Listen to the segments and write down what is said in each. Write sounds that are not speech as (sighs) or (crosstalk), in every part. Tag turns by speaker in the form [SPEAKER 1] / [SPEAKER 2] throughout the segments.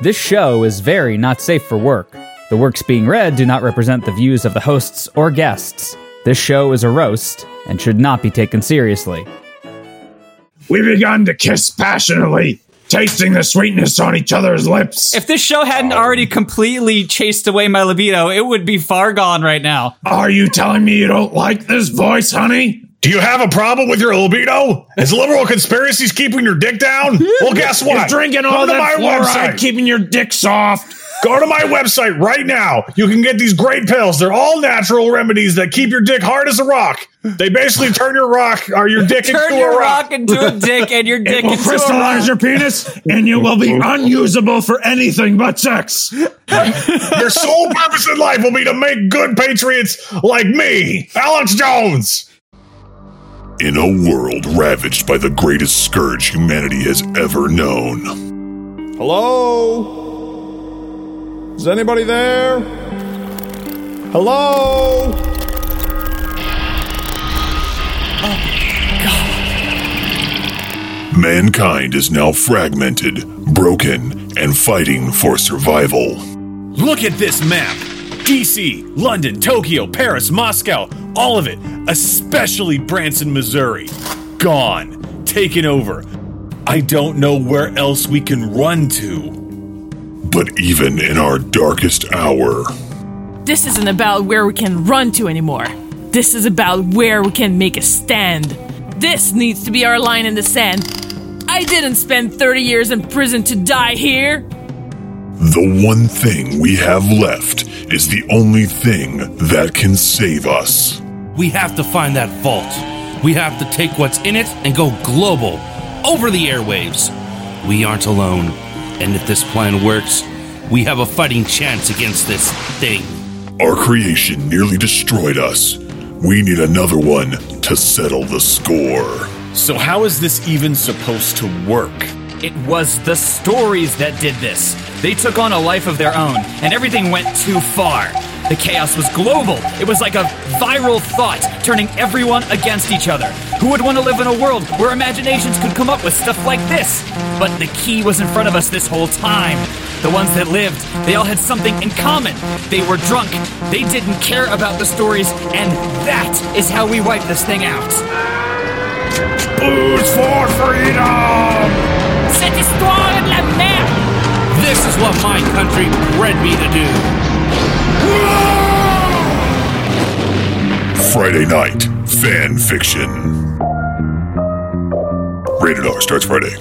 [SPEAKER 1] This show is very not safe for work. The works being read do not represent the views of the hosts or guests. This show is a roast and should not be taken seriously.
[SPEAKER 2] We begun to kiss passionately, tasting the sweetness on each other's lips.
[SPEAKER 3] If this show hadn't already completely chased away my libido, it would be far gone right now.
[SPEAKER 2] Are you telling me you don't like this voice, honey?
[SPEAKER 4] Do you have a problem with your libido? Is liberal conspiracies keeping your dick down? Well, guess what?
[SPEAKER 2] You're drinking all
[SPEAKER 4] Come to
[SPEAKER 2] that
[SPEAKER 4] my
[SPEAKER 2] fluoride,
[SPEAKER 4] website.
[SPEAKER 2] keeping your dick soft.
[SPEAKER 4] Go to my website right now. You can get these great pills. They're all natural remedies that keep your dick hard as a rock. They basically turn your rock or your dick
[SPEAKER 3] Turn
[SPEAKER 4] into
[SPEAKER 3] your
[SPEAKER 4] a rock.
[SPEAKER 3] rock into a dick and
[SPEAKER 2] (laughs)
[SPEAKER 3] your dick
[SPEAKER 2] Will
[SPEAKER 3] into a rock.
[SPEAKER 2] crystallize your penis, and you will be unusable for anything
[SPEAKER 3] (laughs)
[SPEAKER 2] but sex.
[SPEAKER 4] Your sole purpose in life will be to make good patriots like me, Alex Jones.
[SPEAKER 5] In a world ravaged by the greatest scourge humanity has ever known,
[SPEAKER 6] Hello? Is anybody there? Hello?
[SPEAKER 5] mankind is now fragmented, broken, and fighting for survival.
[SPEAKER 7] Look at this map. DC, London, Tokyo, Paris, Moscow, all of it, especially Branson, Missouri. Gone. Taken over. I don't know where else we can run to.
[SPEAKER 5] But even in our darkest hour,
[SPEAKER 8] This isn't about where we can run to anymore. This is about where we can make a stand. This needs to be our line in the sand. I didn't spend 30 years in prison to die here.
[SPEAKER 5] the one thing we have left is the only thing that can save us.
[SPEAKER 9] We have to find that vault. We have to take what's in it and go global, over the airwaves. We aren't alone. And if this plan works, we have a fighting chance against this thing.
[SPEAKER 5] Our creation nearly destroyed us. We need another one to settle the score.
[SPEAKER 7] So, how is this even supposed to work?
[SPEAKER 3] It was the stories that did this. They took on a life of their own, and everything went too far. The chaos was global. It was like a viral thought, turning everyone against each other. Who would want to live in a world where imaginations could come up with stuff like this? But the key was in front of us this whole time. The ones that lived, they all had something in common. They were drunk. They didn't care about the stories, and that is how we wipe this thing out.
[SPEAKER 4] Booze for freedom!
[SPEAKER 8] Cette histoire est de la merde!
[SPEAKER 9] This is what my country bred me to do.
[SPEAKER 5] Friday Night Fan Fiction. Rated R starts Friday.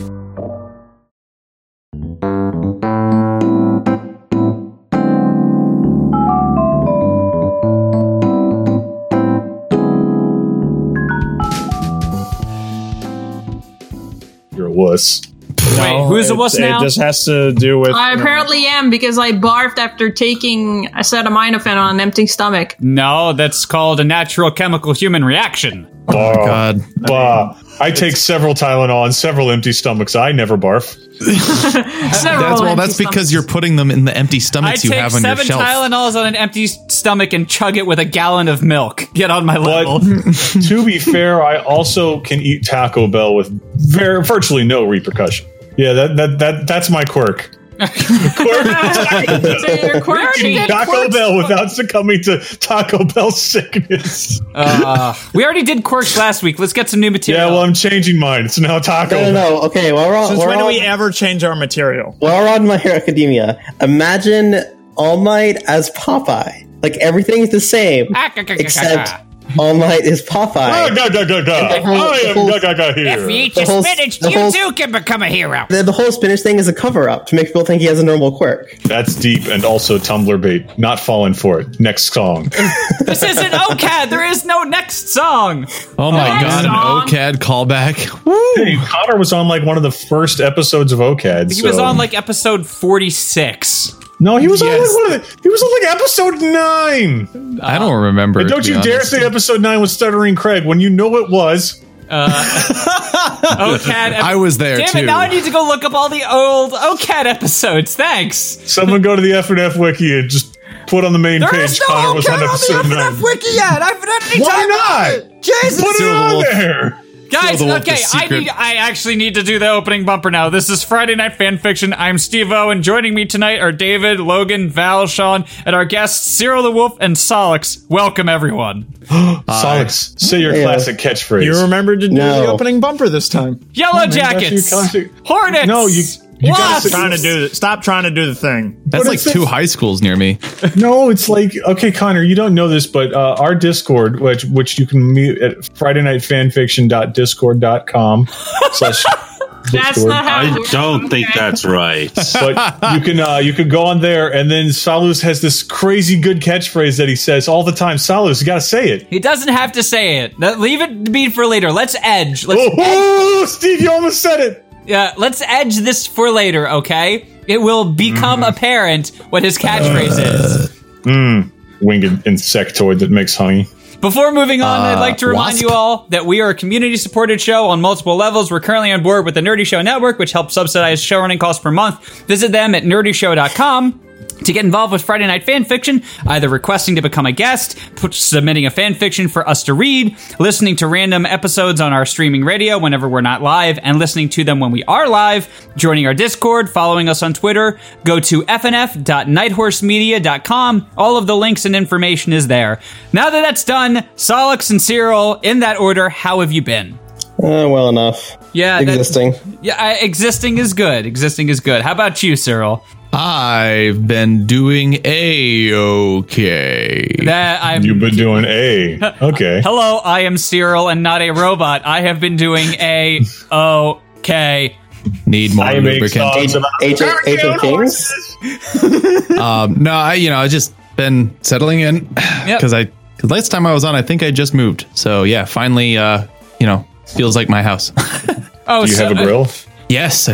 [SPEAKER 4] You're a wuss.
[SPEAKER 3] Wait, who's a wuss
[SPEAKER 6] it,
[SPEAKER 3] now?
[SPEAKER 6] It just has to do with.
[SPEAKER 10] I apparently am because I barfed after taking acetaminophen on an empty stomach.
[SPEAKER 3] No, that's called a natural chemical human reaction.
[SPEAKER 4] Oh,
[SPEAKER 6] God.
[SPEAKER 4] Bah. I take several Tylenol and several empty stomachs. I never barf.
[SPEAKER 10] (laughs) Several
[SPEAKER 11] That's well.
[SPEAKER 10] empty
[SPEAKER 11] That's
[SPEAKER 10] stomachs.
[SPEAKER 11] because you're putting them in the empty stomachs you
[SPEAKER 3] I take
[SPEAKER 11] have on your
[SPEAKER 3] seven
[SPEAKER 11] shelf.
[SPEAKER 3] Tylenols on an empty s- stomach and chug it with a gallon of milk. Get on my level.
[SPEAKER 4] But (laughs) to be fair, I also can eat Taco Bell with ver- virtually no repercussion. Yeah, that, that that that's my quirk. quirk Taco Bell.
[SPEAKER 10] So
[SPEAKER 4] (laughs)
[SPEAKER 10] you're quirky.
[SPEAKER 4] Taco Bell without succumbing to Taco Bell sickness.
[SPEAKER 3] Uh, we already did quirks last week. Let's get some new
[SPEAKER 4] Yeah,
[SPEAKER 3] material.
[SPEAKER 4] well, I'm changing mine. It's now Taco.
[SPEAKER 12] No, no,
[SPEAKER 4] Bell. (laughs)
[SPEAKER 12] no. Okay, while we're on,
[SPEAKER 6] Since
[SPEAKER 12] while
[SPEAKER 6] when do
[SPEAKER 12] we're
[SPEAKER 6] we
[SPEAKER 12] on,
[SPEAKER 6] ever change our material?
[SPEAKER 12] while we're on My Hero Academia, imagine All Might as Popeye. Like everything's
[SPEAKER 3] (laughs)
[SPEAKER 12] the same,
[SPEAKER 3] Ah, ca- ca- ca- ca-
[SPEAKER 12] except
[SPEAKER 3] ca.
[SPEAKER 12] All Might is
[SPEAKER 4] Ah,
[SPEAKER 12] Popeye.
[SPEAKER 4] da, da, da, da.
[SPEAKER 12] The whole-
[SPEAKER 4] I
[SPEAKER 12] the
[SPEAKER 4] am
[SPEAKER 12] whole-
[SPEAKER 4] da, da, da, here.
[SPEAKER 3] If E, you eat
[SPEAKER 12] The
[SPEAKER 3] your
[SPEAKER 12] whole-
[SPEAKER 3] spinach,
[SPEAKER 12] the
[SPEAKER 3] you
[SPEAKER 12] whole-
[SPEAKER 3] too can become a hero.
[SPEAKER 12] The, the whole spinach thing is a cover up to make people think he has a normal quirk.
[SPEAKER 4] That's deep and also Tumblr bait. Not falling for it. Next song.
[SPEAKER 3] This isn't OCAD. There is no next song.
[SPEAKER 11] Oh my
[SPEAKER 10] Next
[SPEAKER 11] god,
[SPEAKER 10] song.
[SPEAKER 11] an OCAD callback.
[SPEAKER 4] Hey, Connor was on like one of the first episodes of OCAD.
[SPEAKER 3] He was on like episode 46.
[SPEAKER 4] no, he was
[SPEAKER 11] Yes.
[SPEAKER 4] on like one of the, he was on like episode nine.
[SPEAKER 11] I don't remember.
[SPEAKER 4] And
[SPEAKER 11] to
[SPEAKER 4] don't
[SPEAKER 11] be
[SPEAKER 4] you dare
[SPEAKER 11] honest.
[SPEAKER 4] say episode nine was stuttering Craig when you know it was.
[SPEAKER 3] Uh, (laughs) OCAD.
[SPEAKER 11] I was there
[SPEAKER 3] Damn
[SPEAKER 11] too.
[SPEAKER 3] it, now I need to go look up all the old OCAD episodes. Thanks.
[SPEAKER 4] Someone go to the F and F wiki and just put on the main
[SPEAKER 3] There
[SPEAKER 4] page.
[SPEAKER 3] is no
[SPEAKER 4] Connor was on
[SPEAKER 3] OCAD on
[SPEAKER 4] episode
[SPEAKER 3] the
[SPEAKER 4] nine.
[SPEAKER 3] FNF wiki yet. I haven't had any
[SPEAKER 4] Why
[SPEAKER 3] time.
[SPEAKER 4] not?
[SPEAKER 3] Jesus.
[SPEAKER 4] Put it on there.
[SPEAKER 11] Throw
[SPEAKER 3] Guys,
[SPEAKER 11] the wolf
[SPEAKER 3] okay,
[SPEAKER 11] the
[SPEAKER 3] I
[SPEAKER 11] secret-
[SPEAKER 3] need I actually need to do the opening bumper now. This is Friday Night Fan Fiction. I'm Steve O, and joining me tonight are David, Logan, Val, Sean, and our guests Cyril the Wolf and Solix. Welcome everyone.
[SPEAKER 4] Solix, say your
[SPEAKER 3] Yeah.
[SPEAKER 4] classic catchphrase.
[SPEAKER 6] You remembered to do
[SPEAKER 4] No.
[SPEAKER 6] the opening bumper this time.
[SPEAKER 3] Yellow
[SPEAKER 4] Oh, man, that's
[SPEAKER 3] Jackets.
[SPEAKER 4] your classic-
[SPEAKER 3] Hornets.
[SPEAKER 4] No, you-
[SPEAKER 3] you
[SPEAKER 6] Stop
[SPEAKER 3] gotta-
[SPEAKER 6] trying to do the, stop trying to do the thing.
[SPEAKER 11] That's like two high schools near me.
[SPEAKER 4] no, it's like okay, Connor, you don't know this, but uh, our Discord, which which you can mute at Friday Night Fanfiction.discord.com slash.
[SPEAKER 8] That's
[SPEAKER 4] Discord.
[SPEAKER 8] not how it I works.
[SPEAKER 9] don't think that's (laughs) right.
[SPEAKER 4] but you can uh, you can go on there, and then Salus has this crazy good catchphrase that he says all the time. Salus, you got to say it.
[SPEAKER 3] (gasps) He doesn't have to say it. That- Leave it to be for later. Let's edge. Let's
[SPEAKER 4] oh, Steve, you almost said it.
[SPEAKER 3] Yeah, let's edge this for later, okay? It will become
[SPEAKER 4] Mm-hmm.
[SPEAKER 3] apparent what his catchphrase is.
[SPEAKER 4] Mm, winged insectoid that makes honey.
[SPEAKER 3] Before moving on, I'd like to
[SPEAKER 4] Uh,
[SPEAKER 3] remind
[SPEAKER 4] wasp?
[SPEAKER 3] you all that we are a community supported show on multiple levels. We're currently on board with the Nerdy Show Network, which helps subsidize showrunning costs per month. Visit them at nerdyshow.com. To get involved with Friday Night Fan Fiction, either requesting to become a guest, put, submitting a fan fiction for us to read, listening to random episodes on our streaming radio whenever we're not live, and listening to them when we are live, joining our Discord, following us on Twitter, go to fnf.nighthorsemedia.com. All of the links and information is there. Now that that's done, Solix and Cyril, in that order, how have you been?
[SPEAKER 12] Uh, well enough.
[SPEAKER 3] Yeah, that-
[SPEAKER 12] existing.
[SPEAKER 3] Yeah, I, existing is good. Existing is good. How about you, Cyril?
[SPEAKER 11] I've been doing a okay.
[SPEAKER 3] That I'm.
[SPEAKER 4] You've been doing a okay.
[SPEAKER 3] Hello, I am Cyril and not a robot. I have been doing a okay.
[SPEAKER 11] Need more
[SPEAKER 3] I make
[SPEAKER 11] lubricant.
[SPEAKER 3] songs about Agent- Agent Kings?
[SPEAKER 11] um, no, I you know I just been settling in because I 'cause last time I was on I think I just moved. So yeah, finally uh, you know feels like my house.
[SPEAKER 3] (laughs) Oh, so-
[SPEAKER 11] yes, I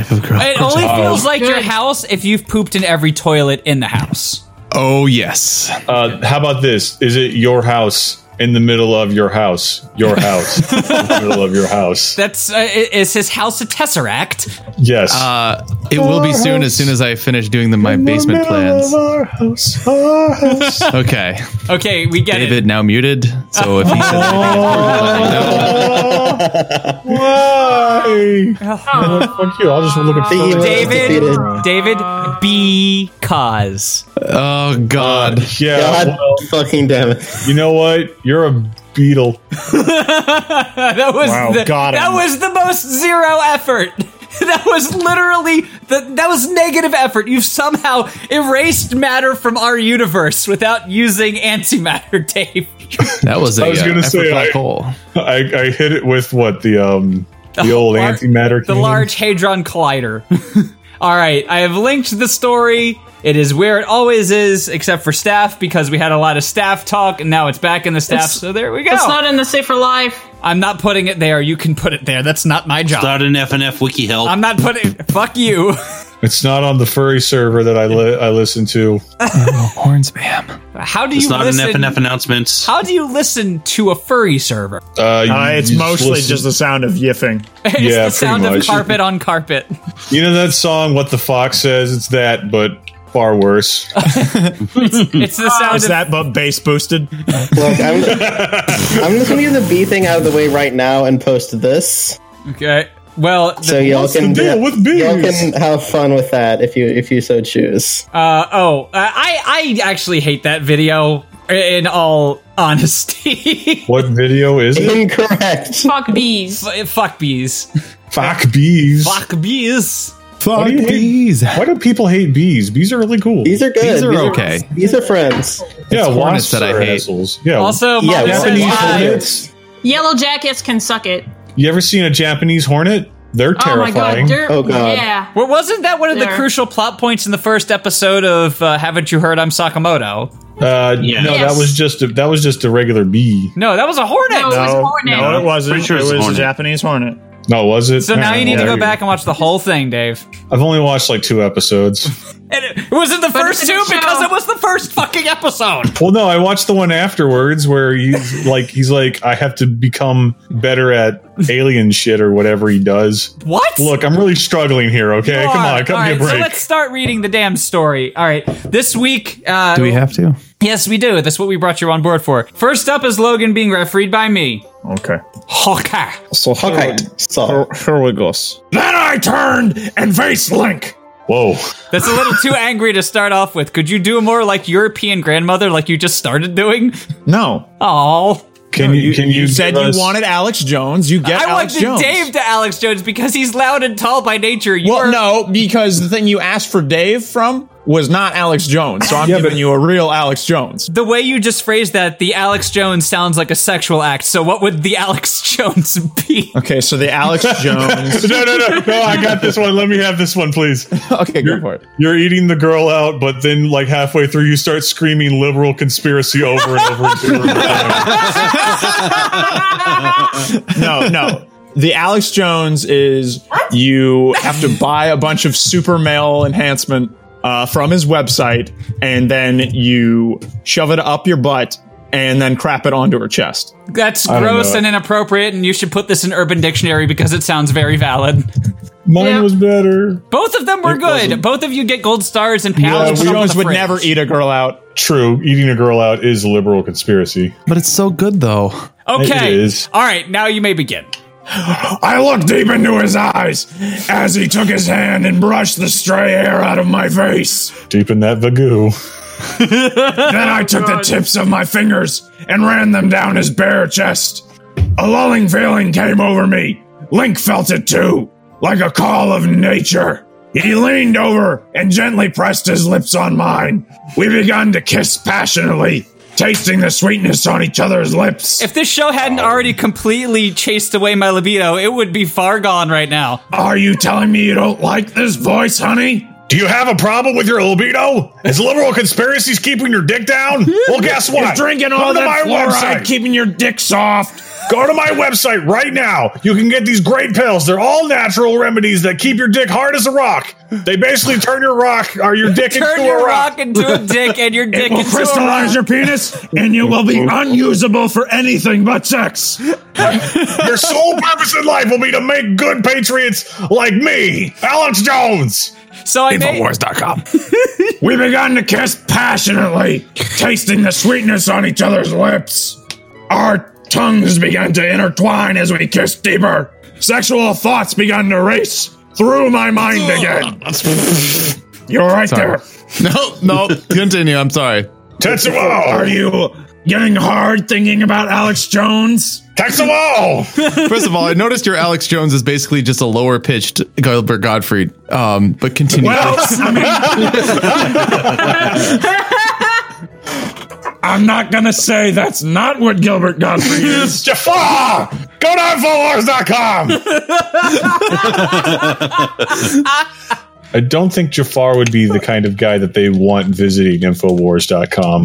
[SPEAKER 11] have a grill. Uh,
[SPEAKER 3] It only feels like your house if you've pooped in every toilet in the house.
[SPEAKER 11] Oh yes.
[SPEAKER 4] Uh, how about this? Is it your house in the middle of your house? Your
[SPEAKER 11] (laughs)
[SPEAKER 4] house in the middle of your house.
[SPEAKER 3] That's uh, i- is his house a tesseract?
[SPEAKER 4] Yes.
[SPEAKER 11] Uh, it will be soon as soon as I finish doing the, my basement plans. Okay.
[SPEAKER 3] Okay, we get
[SPEAKER 11] David now muted. So if he says
[SPEAKER 4] Oh, Why? (laughs) fuck you. I'll just look at
[SPEAKER 3] David, David, because.
[SPEAKER 11] Oh God.
[SPEAKER 4] Uh, yeah.
[SPEAKER 12] God fucking damn it.
[SPEAKER 4] You know what? You're a beetle.
[SPEAKER 3] (laughs) that was
[SPEAKER 4] Wow,
[SPEAKER 3] the,
[SPEAKER 4] got him.
[SPEAKER 3] that was the most zero effort. (laughs) That was literally the, that was negative effort. You've somehow erased matter from our universe without using antimatter, (laughs) Dave.
[SPEAKER 11] that was a
[SPEAKER 4] I was
[SPEAKER 11] uh,
[SPEAKER 4] gonna
[SPEAKER 11] effort
[SPEAKER 4] say
[SPEAKER 11] black
[SPEAKER 4] I,
[SPEAKER 11] hole.
[SPEAKER 4] I I hit it with what the um the old antimatter
[SPEAKER 3] The
[SPEAKER 4] cannon?
[SPEAKER 3] Large Hadron Collider. (laughs) All right, I have linked the story. It is where it always is, except for staff, because we had a lot of staff talk, and now it's back in the staff.
[SPEAKER 8] It's-
[SPEAKER 3] so there we go.
[SPEAKER 8] it's not in the safer life.
[SPEAKER 3] I'm not putting it there. You can put it there. That's not my job.
[SPEAKER 9] Start an FNF wiki help.
[SPEAKER 3] I'm not putting. Fuck you.
[SPEAKER 4] It's not on the furry server that I li- I listen to.
[SPEAKER 11] horns, man.
[SPEAKER 3] How do
[SPEAKER 9] It's
[SPEAKER 3] you
[SPEAKER 9] not
[SPEAKER 3] listen?
[SPEAKER 9] an FNF announcement.
[SPEAKER 3] How do you listen to a furry server?
[SPEAKER 6] Uh, it's mostly just the sound of
[SPEAKER 3] (laughs)
[SPEAKER 6] yiffing.
[SPEAKER 3] it's
[SPEAKER 4] yeah,
[SPEAKER 3] the sound
[SPEAKER 4] pretty
[SPEAKER 3] of
[SPEAKER 4] much. (laughs)
[SPEAKER 3] carpet on carpet.
[SPEAKER 4] You know that song "What the Fox Says"? It's that, but far worse.
[SPEAKER 3] it's (laughs) the sound
[SPEAKER 6] Is
[SPEAKER 3] of-
[SPEAKER 6] that but bass boosted?
[SPEAKER 12] Look, I'm, I'm just gonna get the B thing out of the way right now and post this,
[SPEAKER 3] Okay. Well, the-
[SPEAKER 12] so y'all can y'all can have fun with that if you if you so choose.
[SPEAKER 3] Uh, oh, uh, I I actually hate that video. In all honesty, (laughs)
[SPEAKER 4] what video is
[SPEAKER 12] it? Incorrect.
[SPEAKER 8] Fuck bees.
[SPEAKER 3] fuck bees.
[SPEAKER 4] Fuck bees.
[SPEAKER 3] Fuck bees.
[SPEAKER 4] Why do you hate- Why do people hate bees? Bees are really cool.
[SPEAKER 12] These are good. These are friends.
[SPEAKER 4] yeah,
[SPEAKER 11] hornets
[SPEAKER 4] wasps
[SPEAKER 11] that I
[SPEAKER 4] are
[SPEAKER 11] hate.
[SPEAKER 4] assholes. Yeah.
[SPEAKER 3] Also,
[SPEAKER 12] Yeah, Mom says
[SPEAKER 4] Japanese
[SPEAKER 12] hi.
[SPEAKER 4] hornets.
[SPEAKER 8] Yellow jackets can suck it.
[SPEAKER 4] You ever seen a Japanese hornet? They're
[SPEAKER 8] Oh my
[SPEAKER 4] terrifying.
[SPEAKER 8] god, they're yeah.
[SPEAKER 3] Well, wasn't that one of the
[SPEAKER 8] There.
[SPEAKER 3] crucial plot points in the first episode of uh, Haven't You Heard I'm Sakamoto?
[SPEAKER 4] Uh,
[SPEAKER 3] Yeah.
[SPEAKER 4] No,
[SPEAKER 3] Yes.
[SPEAKER 4] that was just a, that was just a regular bee.
[SPEAKER 3] No, that was a hornet.
[SPEAKER 6] no, it wasn't.
[SPEAKER 4] Pretty sure
[SPEAKER 6] it
[SPEAKER 4] it's
[SPEAKER 6] was
[SPEAKER 4] a
[SPEAKER 6] a
[SPEAKER 4] hornet.
[SPEAKER 6] Japanese hornet.
[SPEAKER 4] No, was it?
[SPEAKER 3] So now you need to
[SPEAKER 4] There
[SPEAKER 3] go
[SPEAKER 4] you
[SPEAKER 3] back and watch the whole thing, Dave.
[SPEAKER 4] I've only watched like two episodes.
[SPEAKER 3] Was it the first
[SPEAKER 13] it's a
[SPEAKER 3] two?
[SPEAKER 13] good show.
[SPEAKER 3] Because it was the first fucking episode.
[SPEAKER 4] well, no, I watched the one afterwards where
[SPEAKER 3] (laughs)
[SPEAKER 4] he's like, he's like, I have to become better at alien shit or whatever he does.
[SPEAKER 3] What?
[SPEAKER 4] Look, I'm really struggling here. Okay,
[SPEAKER 3] You
[SPEAKER 4] come
[SPEAKER 3] are.
[SPEAKER 4] on, come
[SPEAKER 3] All
[SPEAKER 4] give
[SPEAKER 3] right,
[SPEAKER 4] me a break.
[SPEAKER 3] So let's start reading the damn story. All right, this week. Uh,
[SPEAKER 11] Do we have to?
[SPEAKER 1] Yes, we do. That's what we brought you on board for. First up is Logan being refereed by me.
[SPEAKER 6] Okay.
[SPEAKER 1] Hawkeye.
[SPEAKER 6] So
[SPEAKER 1] Hawkeye.
[SPEAKER 6] So here we go.
[SPEAKER 2] Then I turned and faced Link.
[SPEAKER 4] Whoa.
[SPEAKER 1] That's a little too angry to start off with. Could you do a more like European grandmother like you just started doing?
[SPEAKER 6] No.
[SPEAKER 1] Oh.
[SPEAKER 4] Can you, can you,
[SPEAKER 6] said
[SPEAKER 4] give
[SPEAKER 6] you
[SPEAKER 4] us-
[SPEAKER 6] wanted Alex Jones. You get
[SPEAKER 1] I
[SPEAKER 6] Alex
[SPEAKER 1] wanted
[SPEAKER 6] Jones.
[SPEAKER 1] Dave to Alex Jones because he's loud and tall by nature. You
[SPEAKER 6] well,
[SPEAKER 1] are-
[SPEAKER 6] no, because the thing you asked for Dave from was not Alex Jones. So I'm giving you a real Alex Jones.
[SPEAKER 1] The way you just phrased that, the Alex Jones sounds like a sexual act. So what would the Alex (laughs) Jones be?
[SPEAKER 6] Okay, so the
[SPEAKER 4] (laughs)
[SPEAKER 6] Alex Jones.
[SPEAKER 4] no, no, no, no! I got this one. Let me have this one,
[SPEAKER 11] (laughs)
[SPEAKER 4] please.
[SPEAKER 6] okay,
[SPEAKER 4] you're,
[SPEAKER 6] for it.
[SPEAKER 4] You're eating the girl out, but then, like halfway through, you start screaming "liberal conspiracy" over and over and
[SPEAKER 6] (laughs)
[SPEAKER 4] over.
[SPEAKER 6] no, no. The Alex Jones is you have to buy a bunch of super mail enhancement uh, from his website, and then you shove it up your butt and then crap it onto her chest.
[SPEAKER 1] That's
[SPEAKER 6] I don't
[SPEAKER 1] gross
[SPEAKER 6] know.
[SPEAKER 1] and inappropriate, and you should put this in Urban Dictionary because it sounds very valid.
[SPEAKER 4] Mine was better.
[SPEAKER 1] Both of them were good. Both of you get gold stars and
[SPEAKER 4] Yeah,
[SPEAKER 1] pounds.
[SPEAKER 4] we- Jones would
[SPEAKER 6] never eat a girl out.
[SPEAKER 4] True, eating a girl out is a liberal conspiracy.
[SPEAKER 11] But it's so good though.
[SPEAKER 1] Okay.
[SPEAKER 4] It is.
[SPEAKER 1] All right, now you may begin.
[SPEAKER 2] I looked deep into his eyes as he took his hand and brushed the stray hair out of my face.
[SPEAKER 4] Deep in that vagoo.
[SPEAKER 2] (laughs) then I took the tips of my fingers and ran them down his bare chest. A lulling feeling came over me. Link felt it too, like a call of nature. He leaned over and gently pressed his lips on mine. We began to kiss passionately, tasting the sweetness on each other's lips.
[SPEAKER 1] If this show
[SPEAKER 2] Um,
[SPEAKER 1] hadn't already completely chased away my libido, it would be far gone right now.
[SPEAKER 2] Are you telling me you don't like this voice, honey?
[SPEAKER 4] Do you have a problem with your libido? Is liberal conspiracies keeping your dick down?
[SPEAKER 2] (laughs)
[SPEAKER 4] Well, guess what?
[SPEAKER 2] You're drinking
[SPEAKER 4] Come
[SPEAKER 2] all
[SPEAKER 4] to
[SPEAKER 2] that
[SPEAKER 4] my
[SPEAKER 2] fluoride,
[SPEAKER 4] website.
[SPEAKER 2] keeping your dick soft.
[SPEAKER 4] Go to my website right now. You can get these great pills. They're all natural remedies that keep your dick hard as a rock. They basically turn your rock or your dick
[SPEAKER 1] Turn
[SPEAKER 4] into
[SPEAKER 1] your
[SPEAKER 4] a rock.
[SPEAKER 1] rock into a dick and your dick
[SPEAKER 2] it will
[SPEAKER 1] into a rock.
[SPEAKER 2] crystallize your penis, and you will
[SPEAKER 4] (laughs)
[SPEAKER 2] be unusable for anything but sex.
[SPEAKER 4] Your sole purpose in life will be to make good patriots like me, Alex Jones.
[SPEAKER 1] So I
[SPEAKER 2] (laughs) Infowars.com. we began to kiss passionately, tasting the sweetness on each other's lips. Our tongues began to intertwine as we kissed deeper. Sexual thoughts began to race through my
[SPEAKER 4] (laughs)
[SPEAKER 2] mind again. You're right
[SPEAKER 11] Sorry.
[SPEAKER 2] there.
[SPEAKER 11] (laughs) No, no. Continue. I'm sorry.
[SPEAKER 4] Tetsuo!
[SPEAKER 2] Are you getting hard thinking about Alex Jones?
[SPEAKER 4] Tetsuo!
[SPEAKER 11] First of all, I noticed your Alex Jones is basically just a lower pitched Gilbert Gottfried. Um, but continue.
[SPEAKER 2] Well, I'm not gonna say that's not what Gilbert
[SPEAKER 4] (laughs)
[SPEAKER 2] Godfrey is.
[SPEAKER 4] Jafar! Go to Infowars.com! (laughs) I don't think Jafar would be the kind of guy that they want visiting Infowars.com.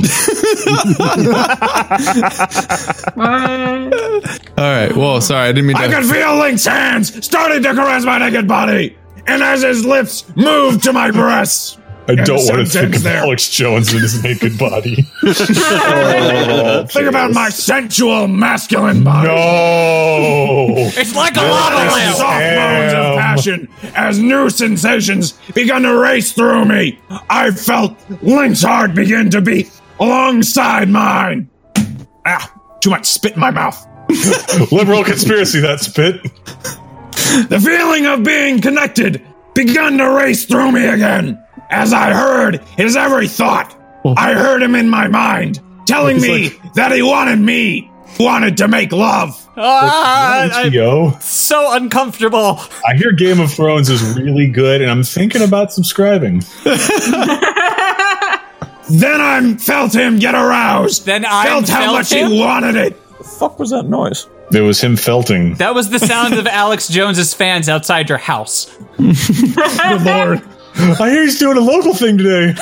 [SPEAKER 11] (laughs) all right. Well, sorry. I didn't mean to.
[SPEAKER 2] I could feel Link's hands starting to caress my naked body, and as his lips moved to my breasts.
[SPEAKER 4] I
[SPEAKER 2] And
[SPEAKER 4] don't
[SPEAKER 2] the
[SPEAKER 4] want to
[SPEAKER 2] sentence
[SPEAKER 4] think of
[SPEAKER 2] there.
[SPEAKER 4] Alex Jones in his naked body.
[SPEAKER 2] (laughs) Think about my sensual masculine body.
[SPEAKER 4] No.
[SPEAKER 1] It's like a lava lamp.
[SPEAKER 2] Soft moans of passion as new sensations begun to race through me. I felt Link's heart begin to beat alongside mine. Ah, too much spit in
[SPEAKER 4] (laughs)
[SPEAKER 2] my mouth.
[SPEAKER 4] Liberal conspiracy, that spit.
[SPEAKER 2] The feeling of being connected began to race through me again. As I heard his every thought,
[SPEAKER 4] Oh.
[SPEAKER 2] I heard him in my mind telling
[SPEAKER 4] It's
[SPEAKER 2] me that he wanted me, wanted to make love.
[SPEAKER 1] Ah, I'm
[SPEAKER 4] Yo.
[SPEAKER 1] so uncomfortable.
[SPEAKER 4] I hear Game of Thrones is really good, and I'm thinking about subscribing.
[SPEAKER 2] Then I felt him get aroused.
[SPEAKER 1] Then I
[SPEAKER 2] felt how
[SPEAKER 1] felt
[SPEAKER 2] much
[SPEAKER 1] him?
[SPEAKER 2] he wanted it.
[SPEAKER 6] fuck was that noise?
[SPEAKER 4] There was him
[SPEAKER 3] (laughs)
[SPEAKER 4] felting.
[SPEAKER 1] That was the sound
[SPEAKER 2] (laughs)
[SPEAKER 1] of Alex Jones's fans outside your house.
[SPEAKER 2] Good lord.
[SPEAKER 4] I hear he's doing a local thing today.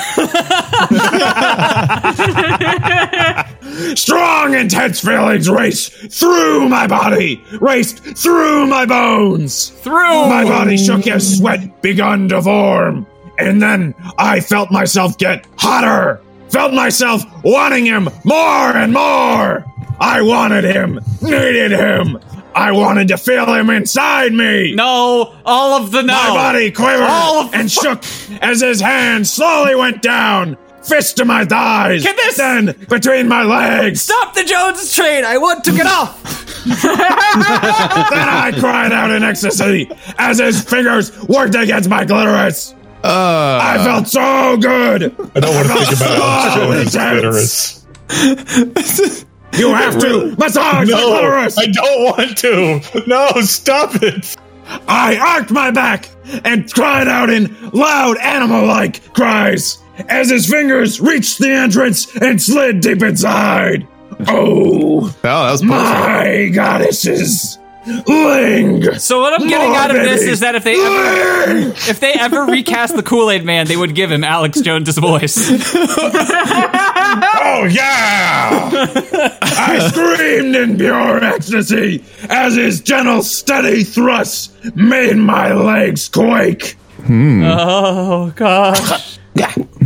[SPEAKER 2] Strong, intense feelings raced through my body, raced through my bones.
[SPEAKER 1] Through
[SPEAKER 2] my body shook as sweat begun to form. And then I felt myself get hotter, felt myself wanting him more and more. I wanted him, needed him. I wanted to feel him inside me.
[SPEAKER 1] No, all of the no.
[SPEAKER 2] My body quivered
[SPEAKER 1] All of
[SPEAKER 2] and shook as his hand slowly went down fist to my thighs.
[SPEAKER 3] Can this-
[SPEAKER 2] Then between my legs.
[SPEAKER 3] Stop the Jones train! I want
[SPEAKER 2] (laughs)
[SPEAKER 3] to get off!
[SPEAKER 2] then I cried out in ecstasy as his fingers worked against my clitoris.
[SPEAKER 4] Uh.
[SPEAKER 2] I felt so good. I don't want to think about
[SPEAKER 4] Jones' clitoris.
[SPEAKER 2] You have to massage
[SPEAKER 4] (laughs) No,
[SPEAKER 2] my clitoris.
[SPEAKER 4] I don't want to. No, stop it.
[SPEAKER 2] I arched my back and cried out in loud animal-like cries as his fingers reached the entrance and slid deep
[SPEAKER 11] (laughs)
[SPEAKER 2] inside. Oh,
[SPEAKER 11] that was
[SPEAKER 2] my goddesses, Ling.
[SPEAKER 3] So what I'm getting out of this
[SPEAKER 2] Morbidity.
[SPEAKER 3] is that if they ever if they ever recast the Kool-Aid man, they would give him Alex Jones'
[SPEAKER 2] (laughs)
[SPEAKER 3] voice.
[SPEAKER 2] Oh
[SPEAKER 3] (laughs)
[SPEAKER 2] yeah! I screamed in pure ecstasy as his gentle, steady thrusts made my legs quake.
[SPEAKER 3] Oh gosh.
[SPEAKER 4] Uh-huh.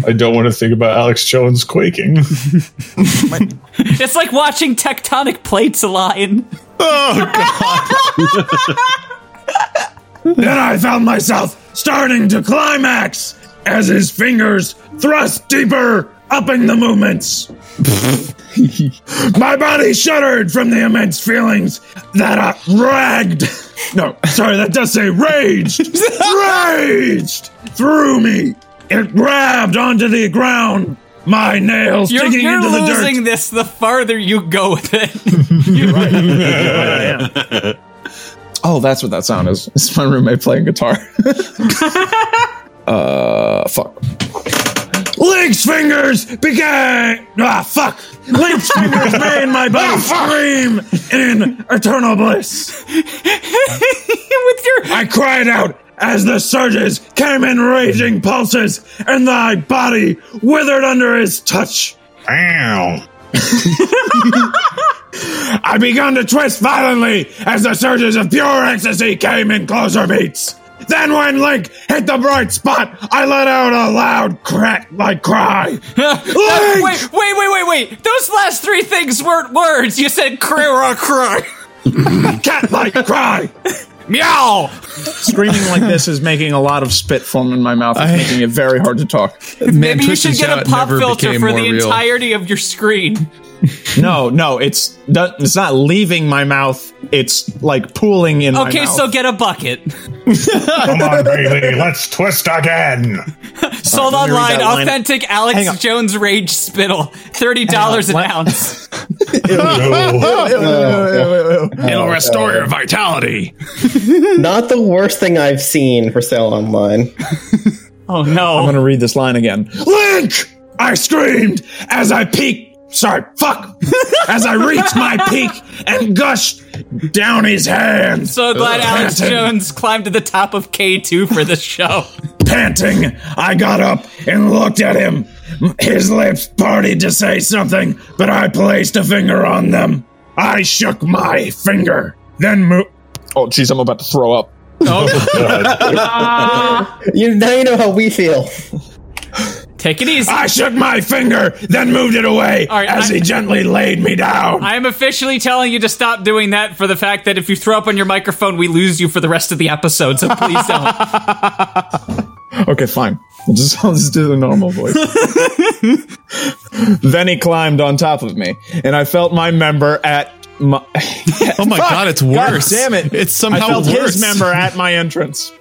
[SPEAKER 4] I don't want to think about Alex Jones quaking.
[SPEAKER 3] It's like watching tectonic plates align.
[SPEAKER 2] Oh god! then I found myself starting to climax as his fingers thrust deeper, upping the
[SPEAKER 3] (laughs)
[SPEAKER 2] movements. My body shuddered from the immense feelings that I ragged. No, sorry, that does say
[SPEAKER 3] (laughs)
[SPEAKER 2] raged. raged through me. It grabbed onto the ground. My nails
[SPEAKER 3] You're,
[SPEAKER 2] digging
[SPEAKER 3] you're
[SPEAKER 2] into the dirt.
[SPEAKER 3] losing this the farther you go with
[SPEAKER 2] (laughs)
[SPEAKER 3] it.
[SPEAKER 6] Oh, that's what that sound is. It's my roommate playing guitar. (laughs) uh, fuck.
[SPEAKER 2] Link's fingers began. Ah, fuck. (laughs) Link's fingers made my body scream in eternal bliss. (laughs) With your, I cried out as the surges came in raging pulses, and thy body withered under his touch. Ow. (laughs) I began to twist violently as the surges of pure ecstasy came in closer beats. Then, when Link hit the bright spot, I let out a loud crack like cry.
[SPEAKER 3] wait,
[SPEAKER 2] Link!
[SPEAKER 3] wait, wait, wait, wait. Those last three things weren't words. You said cry or cry.
[SPEAKER 6] (laughs)
[SPEAKER 2] Cat like cry.
[SPEAKER 3] Meow!
[SPEAKER 6] Screaming like this is making a lot of spit foam in my mouth. It's making it very hard to talk.
[SPEAKER 3] Maybe you should get a pop filter for the entirety of your screen.
[SPEAKER 6] (laughs) No, no, it's not- it's not leaving my mouth. It's like pooling in my
[SPEAKER 3] okay,
[SPEAKER 6] mouth.
[SPEAKER 3] so get a
[SPEAKER 4] (laughs)
[SPEAKER 3] bucket.
[SPEAKER 4] Come on, baby, let's twist again.
[SPEAKER 11] Oh
[SPEAKER 3] Sold
[SPEAKER 6] let me read
[SPEAKER 3] online,
[SPEAKER 6] that line.
[SPEAKER 3] authentic
[SPEAKER 6] Hang
[SPEAKER 3] Alex
[SPEAKER 6] on.
[SPEAKER 3] Jones Rage Spittle. $30 an
[SPEAKER 6] (laughs)
[SPEAKER 3] ounce. (laughs)
[SPEAKER 12] Oh, It'll
[SPEAKER 2] restore your vitality.
[SPEAKER 12] Not the worst thing I've seen for sale online.
[SPEAKER 3] (laughs) oh no.
[SPEAKER 6] I'm gonna read this
[SPEAKER 3] (laughs)
[SPEAKER 6] line again.
[SPEAKER 2] Link! I screamed as I peaked. Sorry, fuck! as I reached my peak and gushed down his hand.
[SPEAKER 3] So glad
[SPEAKER 6] (laughs)
[SPEAKER 3] Alex
[SPEAKER 2] Panting.
[SPEAKER 3] Jones climbed to the top of K2 for this show.
[SPEAKER 2] Panting, I got up and looked at him. His lips parted to say something, but I placed a finger on them. I shook my finger, then moved.
[SPEAKER 6] Oh, jeez, I'm about to throw up.
[SPEAKER 2] (laughs)
[SPEAKER 12] you, now you know how we feel.
[SPEAKER 3] Take it easy.
[SPEAKER 2] I shook my finger, then moved it away
[SPEAKER 3] All right,
[SPEAKER 2] as
[SPEAKER 3] I-
[SPEAKER 2] he gently laid me down.
[SPEAKER 3] I am officially telling you to stop doing that for the fact that if you throw up on your microphone, we lose you for the rest of the episode, so please don't.
[SPEAKER 6] Okay, fine. I'll just, I'll just do the normal
[SPEAKER 3] (laughs)
[SPEAKER 6] voice. then he climbed on top of me, and I felt my member at my.
[SPEAKER 11] Oh
[SPEAKER 6] (laughs)
[SPEAKER 11] my
[SPEAKER 6] Fuck!
[SPEAKER 11] God, it's worse.
[SPEAKER 6] damn it!
[SPEAKER 11] It's somehow
[SPEAKER 6] I felt
[SPEAKER 11] worse.
[SPEAKER 6] his member at my entrance.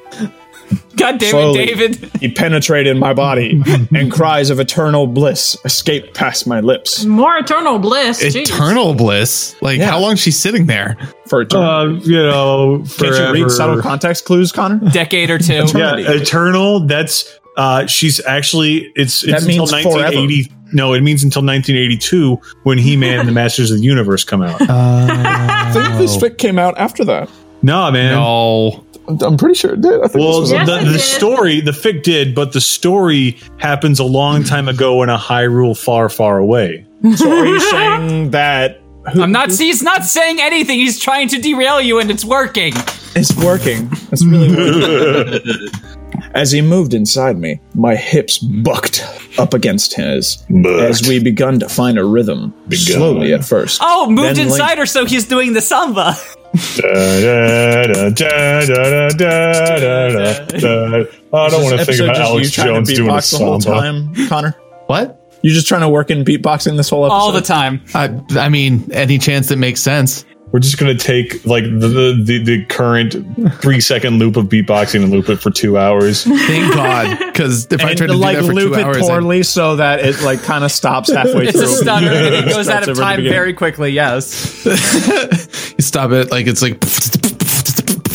[SPEAKER 3] God damn
[SPEAKER 6] Slowly,
[SPEAKER 3] it, David.
[SPEAKER 6] (laughs) He penetrated my body, and cries of eternal bliss escaped past my lips.
[SPEAKER 8] More eternal bliss. jeez.
[SPEAKER 11] Eternal bliss. Like how long she's sitting there?
[SPEAKER 6] For
[SPEAKER 4] Um, you know,
[SPEAKER 6] Can't you
[SPEAKER 4] forever.
[SPEAKER 6] read subtle context
[SPEAKER 3] (laughs)
[SPEAKER 6] clues, Connor?
[SPEAKER 3] Decade or
[SPEAKER 6] (laughs)
[SPEAKER 3] two.
[SPEAKER 4] Yeah, eternal. That's uh, she's actually it's
[SPEAKER 6] That
[SPEAKER 4] it's until
[SPEAKER 6] means forever.
[SPEAKER 4] 1980. No, it means until 1982 when He Man and the Masters of the Universe come
[SPEAKER 6] (laughs)
[SPEAKER 4] out.
[SPEAKER 6] I think this fic came out after that.
[SPEAKER 4] No, man.
[SPEAKER 11] No.
[SPEAKER 6] I'm pretty sure it did. I think
[SPEAKER 4] Well,
[SPEAKER 6] this was
[SPEAKER 4] the, the story, the fic did, but the story happens a long time ago in a Hyrule far, far away.
[SPEAKER 6] So
[SPEAKER 3] (laughs)
[SPEAKER 6] are you saying that
[SPEAKER 3] I'm not. He's not saying anything. He's trying to derail you, and it's working.
[SPEAKER 6] it's working? It's really
[SPEAKER 11] (laughs)
[SPEAKER 6] working. As he moved inside me, my hips bucked up against his as we begun to find a rhythm. Slowly at first.
[SPEAKER 3] Oh, moved
[SPEAKER 6] Then Link-
[SPEAKER 3] inside her, so he's doing the samba.
[SPEAKER 4] I don't want to
[SPEAKER 6] This
[SPEAKER 4] think
[SPEAKER 6] episode
[SPEAKER 4] about
[SPEAKER 6] just you
[SPEAKER 4] Alex
[SPEAKER 6] trying to
[SPEAKER 4] Jones doing a
[SPEAKER 6] beatbox the whole
[SPEAKER 4] samba.
[SPEAKER 6] time, Connor.
[SPEAKER 11] What?
[SPEAKER 6] You're just trying to work in beatboxing this whole episode?
[SPEAKER 3] All the time.
[SPEAKER 11] I, I mean, any chance that makes sense.
[SPEAKER 4] We're just gonna take like the the, the, the current three second loop of beatboxing and loop it for two hours.
[SPEAKER 11] Thank God, because if I
[SPEAKER 6] And
[SPEAKER 11] tried to do
[SPEAKER 6] like
[SPEAKER 11] that for
[SPEAKER 6] loop
[SPEAKER 11] two
[SPEAKER 6] it
[SPEAKER 11] hours, I'd-
[SPEAKER 6] poorly (laughs) so that it like kind of stops halfway
[SPEAKER 3] It's
[SPEAKER 6] through.
[SPEAKER 3] a
[SPEAKER 6] (laughs)
[SPEAKER 3] stutter. and It goes
[SPEAKER 6] Starts
[SPEAKER 3] out
[SPEAKER 6] over
[SPEAKER 3] of
[SPEAKER 6] the
[SPEAKER 3] time
[SPEAKER 6] beginning.
[SPEAKER 3] very quickly.
[SPEAKER 6] (laughs)
[SPEAKER 3] Yes.
[SPEAKER 11] you stop it. Like it's like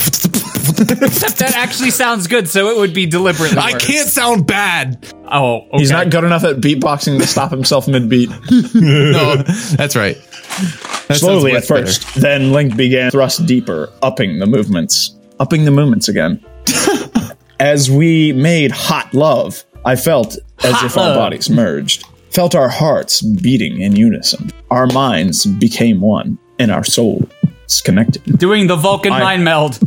[SPEAKER 3] Except that actually sounds good, so it would be deliberately.
[SPEAKER 11] I can't sound bad.
[SPEAKER 3] Oh,
[SPEAKER 6] He's not good enough at beatboxing to stop himself mid beat.
[SPEAKER 10] (laughs)
[SPEAKER 11] no, that's right. sounds
[SPEAKER 6] Slowly at
[SPEAKER 11] much better.
[SPEAKER 6] first, then Link began thrust deeper, upping the movements, upping the movements again. as we made hot love, I felt as
[SPEAKER 2] Hot
[SPEAKER 6] if
[SPEAKER 2] love.
[SPEAKER 6] our bodies merged, felt our hearts beating in unison, our minds became one, and our souls connected.
[SPEAKER 3] Doing the Vulcan
[SPEAKER 6] I-
[SPEAKER 3] mind meld.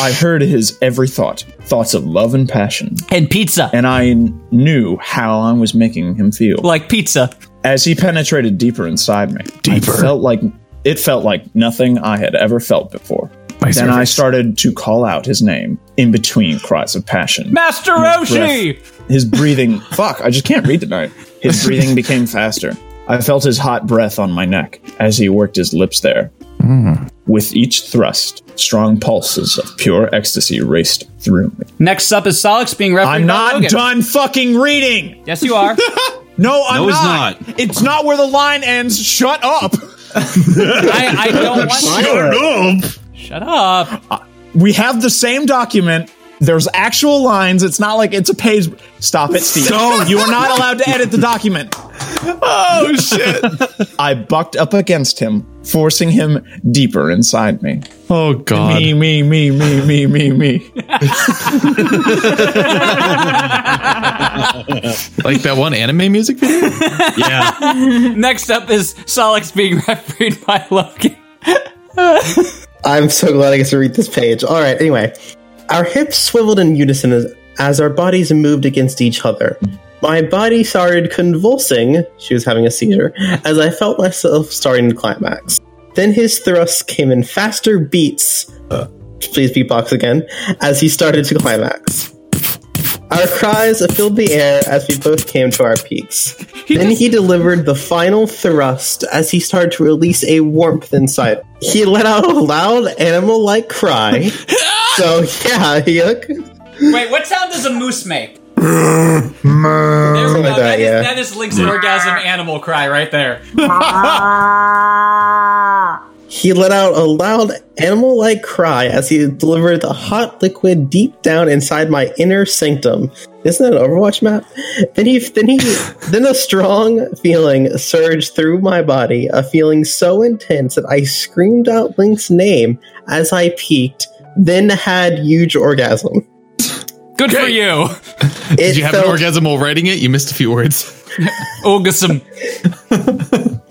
[SPEAKER 6] I heard his every thought, thoughts of love and passion.
[SPEAKER 3] And pizza.
[SPEAKER 6] And I kn- knew how I was making him feel.
[SPEAKER 3] Like pizza.
[SPEAKER 6] As he penetrated deeper inside me. Deeper. felt like it felt like nothing I had ever felt before.
[SPEAKER 3] My
[SPEAKER 6] then I
[SPEAKER 3] cervix.
[SPEAKER 6] started to call out his name in between cries of passion.
[SPEAKER 3] Master
[SPEAKER 6] His
[SPEAKER 3] Roshi!
[SPEAKER 6] breath- His breathing. (laughs) fuck, I just can't read tonight. His breathing became faster. I felt his hot breath on my neck as he worked his lips there. With each thrust, strong pulses of pure ecstasy raced through me.
[SPEAKER 3] Next up is Solix being refereed.
[SPEAKER 6] I'm not done fucking
[SPEAKER 3] (laughs)
[SPEAKER 6] reading.
[SPEAKER 3] Yes, you are.
[SPEAKER 6] (laughs) no, I'm
[SPEAKER 3] No, it's
[SPEAKER 6] not. It's not. where the line ends. Shut up.
[SPEAKER 3] I, I don't want Shut
[SPEAKER 6] Shut up.
[SPEAKER 3] up.
[SPEAKER 6] Uh, We have the same document. There's actual lines. It's not like it's a page. Stop it, Steve.
[SPEAKER 2] Stop.
[SPEAKER 6] You are not allowed to edit the document. Oh shit. I bucked up against him, forcing him deeper inside me.
[SPEAKER 11] Oh god.
[SPEAKER 6] Me, me, me, me, me, me, me.
[SPEAKER 11] like that one anime music video.
[SPEAKER 9] yeah.
[SPEAKER 3] Next up is Solix being (laughs) refereed by Logan.
[SPEAKER 12] I'm so glad I get to read this page. All right, anyway. Our hips swiveled in unison as, as our bodies moved against each other. My body started convulsing, she was having a seizure, as I felt myself starting to climax. Then his thrusts came in faster beats, please beatbox again, as he started to climax. Our cries filled the air as we both came to our peaks. then (laughs) he delivered the final thrust as he started to release a warmth inside. He let out a loud animal like (laughs) cry. so, yeah, yuck.
[SPEAKER 3] Wait, what sound does a moose make?
[SPEAKER 12] Something like that, yeah.
[SPEAKER 3] That is Link's orgasm animal cry right
[SPEAKER 6] (laughs)
[SPEAKER 3] there. (laughs)
[SPEAKER 12] He let out a loud animal like cry as he delivered the hot liquid deep down inside my inner sanctum. Isn't that an Overwatch map? Then he, then he, (laughs) then a strong feeling surged through my body, a feeling so intense that I screamed out Link's name as I peeked, then had huge orgasm.
[SPEAKER 3] Good for you.
[SPEAKER 11] (laughs) Did you have an
[SPEAKER 12] felt-
[SPEAKER 11] orgasm while writing it? You missed a few words.
[SPEAKER 3] (laughs) orgasm.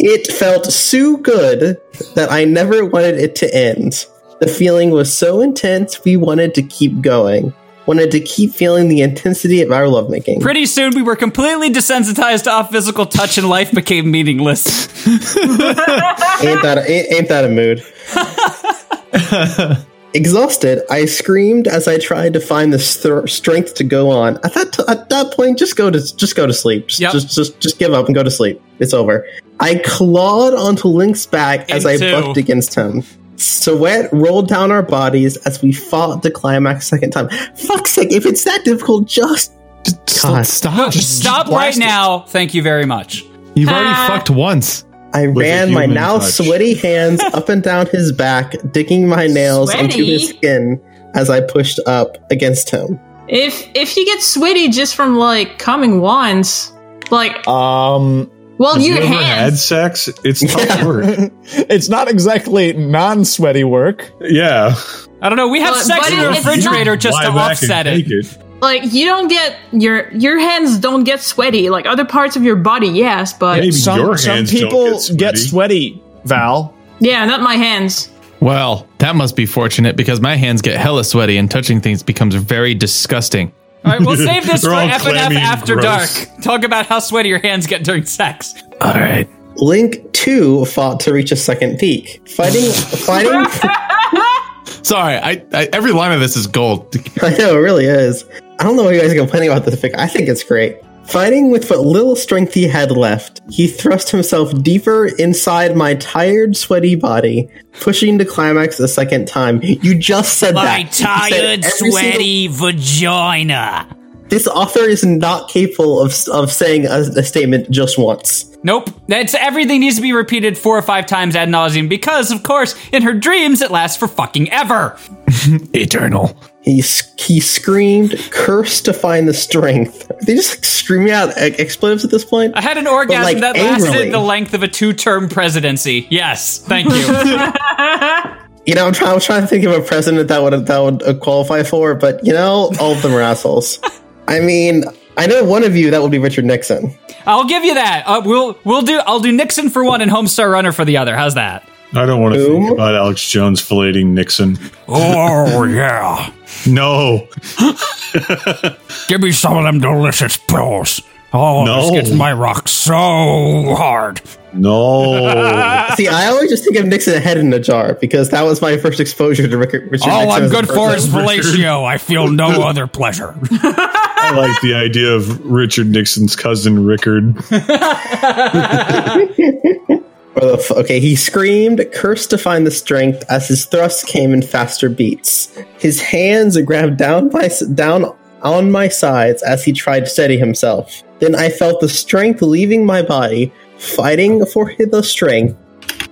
[SPEAKER 12] It felt so good that I never wanted it to end. The feeling was so intense, we wanted to keep going. Wanted to keep feeling the intensity of our lovemaking.
[SPEAKER 3] Pretty soon we were completely desensitized to off physical touch and life became meaningless.
[SPEAKER 12] ain't, that, ain't, ain't that a
[SPEAKER 11] (laughs)
[SPEAKER 12] mood? Exhausted, I screamed as I tried to find the str- strength to go on. At that, t- at that point, just go to just go to sleep. Just, just just just give up and go to sleep. It's over. I clawed onto Link's back as I
[SPEAKER 14] Into-
[SPEAKER 12] bucked against him. Sweat rolled down our bodies as we fought the climax second time. Fuck's sake! If it's that difficult, just God.
[SPEAKER 11] stop.
[SPEAKER 3] Stop right now. Thank you very much.
[SPEAKER 11] You've already
[SPEAKER 8] Uh,
[SPEAKER 11] fucked once.
[SPEAKER 12] I
[SPEAKER 11] With a
[SPEAKER 12] ran my
[SPEAKER 11] human
[SPEAKER 12] now
[SPEAKER 11] touch.
[SPEAKER 12] sweaty hands up and down his back, digging
[SPEAKER 8] (laughs)
[SPEAKER 12] my nails into his
[SPEAKER 8] Sweaty?
[SPEAKER 12] skin as I pushed up against him.
[SPEAKER 8] If if you get sweaty just from like coming once, like
[SPEAKER 6] Um.
[SPEAKER 8] Well, Have you you ever had- had
[SPEAKER 6] sex? It's
[SPEAKER 8] tough
[SPEAKER 6] work. (laughs) it's not exactly non-sweaty work.
[SPEAKER 4] Yeah.
[SPEAKER 3] I don't know. We have
[SPEAKER 8] But-
[SPEAKER 3] sex
[SPEAKER 8] but
[SPEAKER 3] in the
[SPEAKER 8] it's not-
[SPEAKER 3] refrigerator just to
[SPEAKER 4] Lie back
[SPEAKER 3] offset
[SPEAKER 4] and
[SPEAKER 3] it.
[SPEAKER 4] take
[SPEAKER 8] like you don't get your your hands don't get sweaty. Like other parts of your body, yes, but
[SPEAKER 6] some, some people get sweaty.
[SPEAKER 3] (laughs)
[SPEAKER 6] Val.
[SPEAKER 8] Yeah, not my hands.
[SPEAKER 11] Well, that must be fortunate because my hands get hella sweaty and touching things becomes very disgusting.
[SPEAKER 3] All
[SPEAKER 11] (laughs)
[SPEAKER 3] right, we'll save this for
[SPEAKER 11] They're all
[SPEAKER 3] F and F
[SPEAKER 11] clammy and
[SPEAKER 3] after
[SPEAKER 11] gross.
[SPEAKER 3] dark. Talk about how sweaty your hands get during sex.
[SPEAKER 12] All right. Link too fought to reach a second peak, fighting, fighting.
[SPEAKER 11] Sorry, I, I every line of this is gold. (laughs)
[SPEAKER 12] (laughs) I know it really is. I don't know why you guys are complaining about this fic. I think it's great. Fighting with what little strength he had left, he thrust himself deeper inside my tired, sweaty body, pushing to climax a second time. You just said
[SPEAKER 14] My
[SPEAKER 12] that. You said
[SPEAKER 14] tired,
[SPEAKER 12] every single-
[SPEAKER 14] sweaty vagina.
[SPEAKER 12] this author is not capable of, of saying a, a statement just once.
[SPEAKER 3] Nope. That's everything needs to be repeated four or five times ad nauseum because, of course, in her dreams, it lasts for fucking ever.
[SPEAKER 15] (laughs)
[SPEAKER 12] Eternal. He, s- he screamed, cursed to find the strength. Are they just like, screaming out e- expletives at this point?
[SPEAKER 3] I had an orgasm
[SPEAKER 12] like,
[SPEAKER 3] that lasted
[SPEAKER 12] angrily.
[SPEAKER 3] the length of a two-term presidency. Yes, thank you.
[SPEAKER 8] (laughs)
[SPEAKER 3] (laughs)
[SPEAKER 12] You know, I'm trying, I'm trying to think of a president that would that would uh, qualify for, but you know, all of them are assholes. I mean, I know one of you that would be Richard Nixon.
[SPEAKER 3] I'll give you that. Uh, we'll we'll do. I'll do Nixon for one and Homestar Runner for the other. How's that?
[SPEAKER 4] I don't want to think about Alex Jones filleting Nixon.
[SPEAKER 15] Oh, yeah.
[SPEAKER 4] No.
[SPEAKER 15] Give me some of them delicious pills. Oh,
[SPEAKER 4] No.
[SPEAKER 15] this gets my rock so hard.
[SPEAKER 12] (laughs)
[SPEAKER 4] No.
[SPEAKER 3] (laughs)
[SPEAKER 12] See, I always just think of Nixon head in a jar because that was my first exposure to Rick- Richard Nixon.
[SPEAKER 15] All Oh, I'm
[SPEAKER 12] as a
[SPEAKER 15] good for is
[SPEAKER 12] person.
[SPEAKER 15] fellatio. I feel no
[SPEAKER 12] (laughs)
[SPEAKER 15] other pleasure.
[SPEAKER 4] I like the idea of Richard Nixon's cousin Rickard.
[SPEAKER 12] Or the f- okay, he screamed, cursed to find the strength as his thrusts came in faster beats. His hands grabbed down my s- down on my sides as he tried to steady himself. Then I felt the strength leaving my body, fighting for the strength.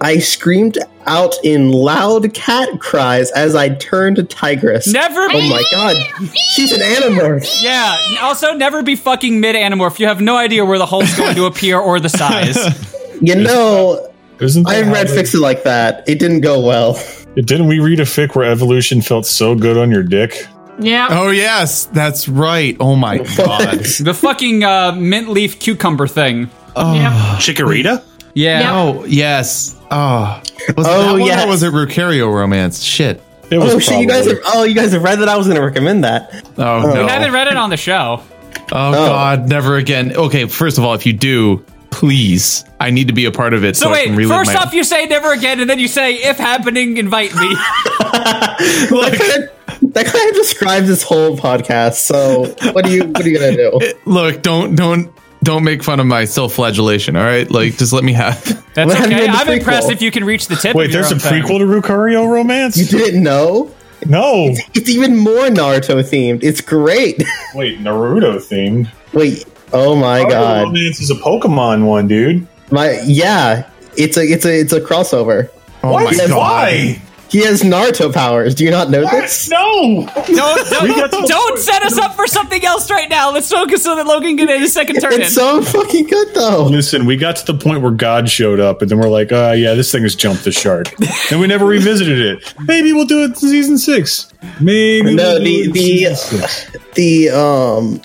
[SPEAKER 12] I screamed out in loud cat cries as I turned to Tigress.
[SPEAKER 3] Never.
[SPEAKER 12] Oh my god, she's an animorph.
[SPEAKER 3] Yeah. Also, never be fucking mid animorph. You have no idea where the hulk's going to appear or the size.
[SPEAKER 11] (laughs)
[SPEAKER 12] You know,
[SPEAKER 4] Isn't
[SPEAKER 12] I
[SPEAKER 4] that
[SPEAKER 12] read
[SPEAKER 4] how they-
[SPEAKER 12] Fix It Like That. It didn't go well.
[SPEAKER 4] (laughs) Didn't we read a fic where evolution felt so good on your dick?
[SPEAKER 8] Yeah.
[SPEAKER 11] Oh yes, that's right. Oh my
[SPEAKER 12] (laughs)
[SPEAKER 11] god.
[SPEAKER 3] the fucking uh, mint leaf cucumber thing.
[SPEAKER 11] Oh.
[SPEAKER 9] Chikorita?
[SPEAKER 3] Yeah.
[SPEAKER 11] Oh yes. Oh. Was it
[SPEAKER 12] Oh,
[SPEAKER 11] that one
[SPEAKER 12] yes.
[SPEAKER 11] or was it Rucario romance? Shit.
[SPEAKER 12] oh shit! You guys have oh you guys have read that. I was going to recommend that.
[SPEAKER 11] Oh,
[SPEAKER 3] We
[SPEAKER 11] no.
[SPEAKER 3] haven't read it on the show.
[SPEAKER 11] Oh, God, never again. Okay, first of all, if you do, please, I need to be a part of it so,
[SPEAKER 3] So
[SPEAKER 11] I
[SPEAKER 3] wait,
[SPEAKER 11] can relive
[SPEAKER 3] first
[SPEAKER 11] my.
[SPEAKER 3] off, you say never again, and then you say, if happening, invite
[SPEAKER 11] (laughs)
[SPEAKER 3] me.
[SPEAKER 12] That kind of describes this whole podcast. So what are you what are you
[SPEAKER 3] (laughs)
[SPEAKER 12] going to do?
[SPEAKER 11] Look, don't don't don't make fun of my self-flagellation. All right, like just let me have. (laughs)
[SPEAKER 3] That's okay. I'm impressed if you can reach the tip.
[SPEAKER 11] Wait,
[SPEAKER 3] of your
[SPEAKER 11] there's
[SPEAKER 3] own
[SPEAKER 11] a
[SPEAKER 3] thing.
[SPEAKER 11] prequel
[SPEAKER 4] to Rucario Romance?
[SPEAKER 12] You didn't know?
[SPEAKER 4] No.
[SPEAKER 12] It's, it's even more Naruto themed. It's great. (laughs)
[SPEAKER 4] Wait, Naruto themed?
[SPEAKER 12] Wait. Oh my god.
[SPEAKER 4] Romance is a Pokemon one, dude.
[SPEAKER 12] My yeah, it's a it's a it's a crossover.
[SPEAKER 4] Oh What? my God. Why?
[SPEAKER 12] He has Naruto powers. Do you not know this?
[SPEAKER 4] No.
[SPEAKER 3] Don't,
[SPEAKER 12] We got
[SPEAKER 3] don't,
[SPEAKER 12] to-
[SPEAKER 3] don't set us up for something else right now. Let's focus so that Logan can get his second turn in.
[SPEAKER 12] fucking good though.
[SPEAKER 4] Listen, we got to the point where God showed up, and then we're like, "Oh yeah, this thing has jumped
[SPEAKER 8] (laughs)
[SPEAKER 4] the shark," and we (laughs) never revisited it. Maybe we'll do it in season six. Maybe
[SPEAKER 12] No,
[SPEAKER 4] we'll do
[SPEAKER 12] the-
[SPEAKER 4] it in
[SPEAKER 12] the-
[SPEAKER 4] season six.
[SPEAKER 12] The um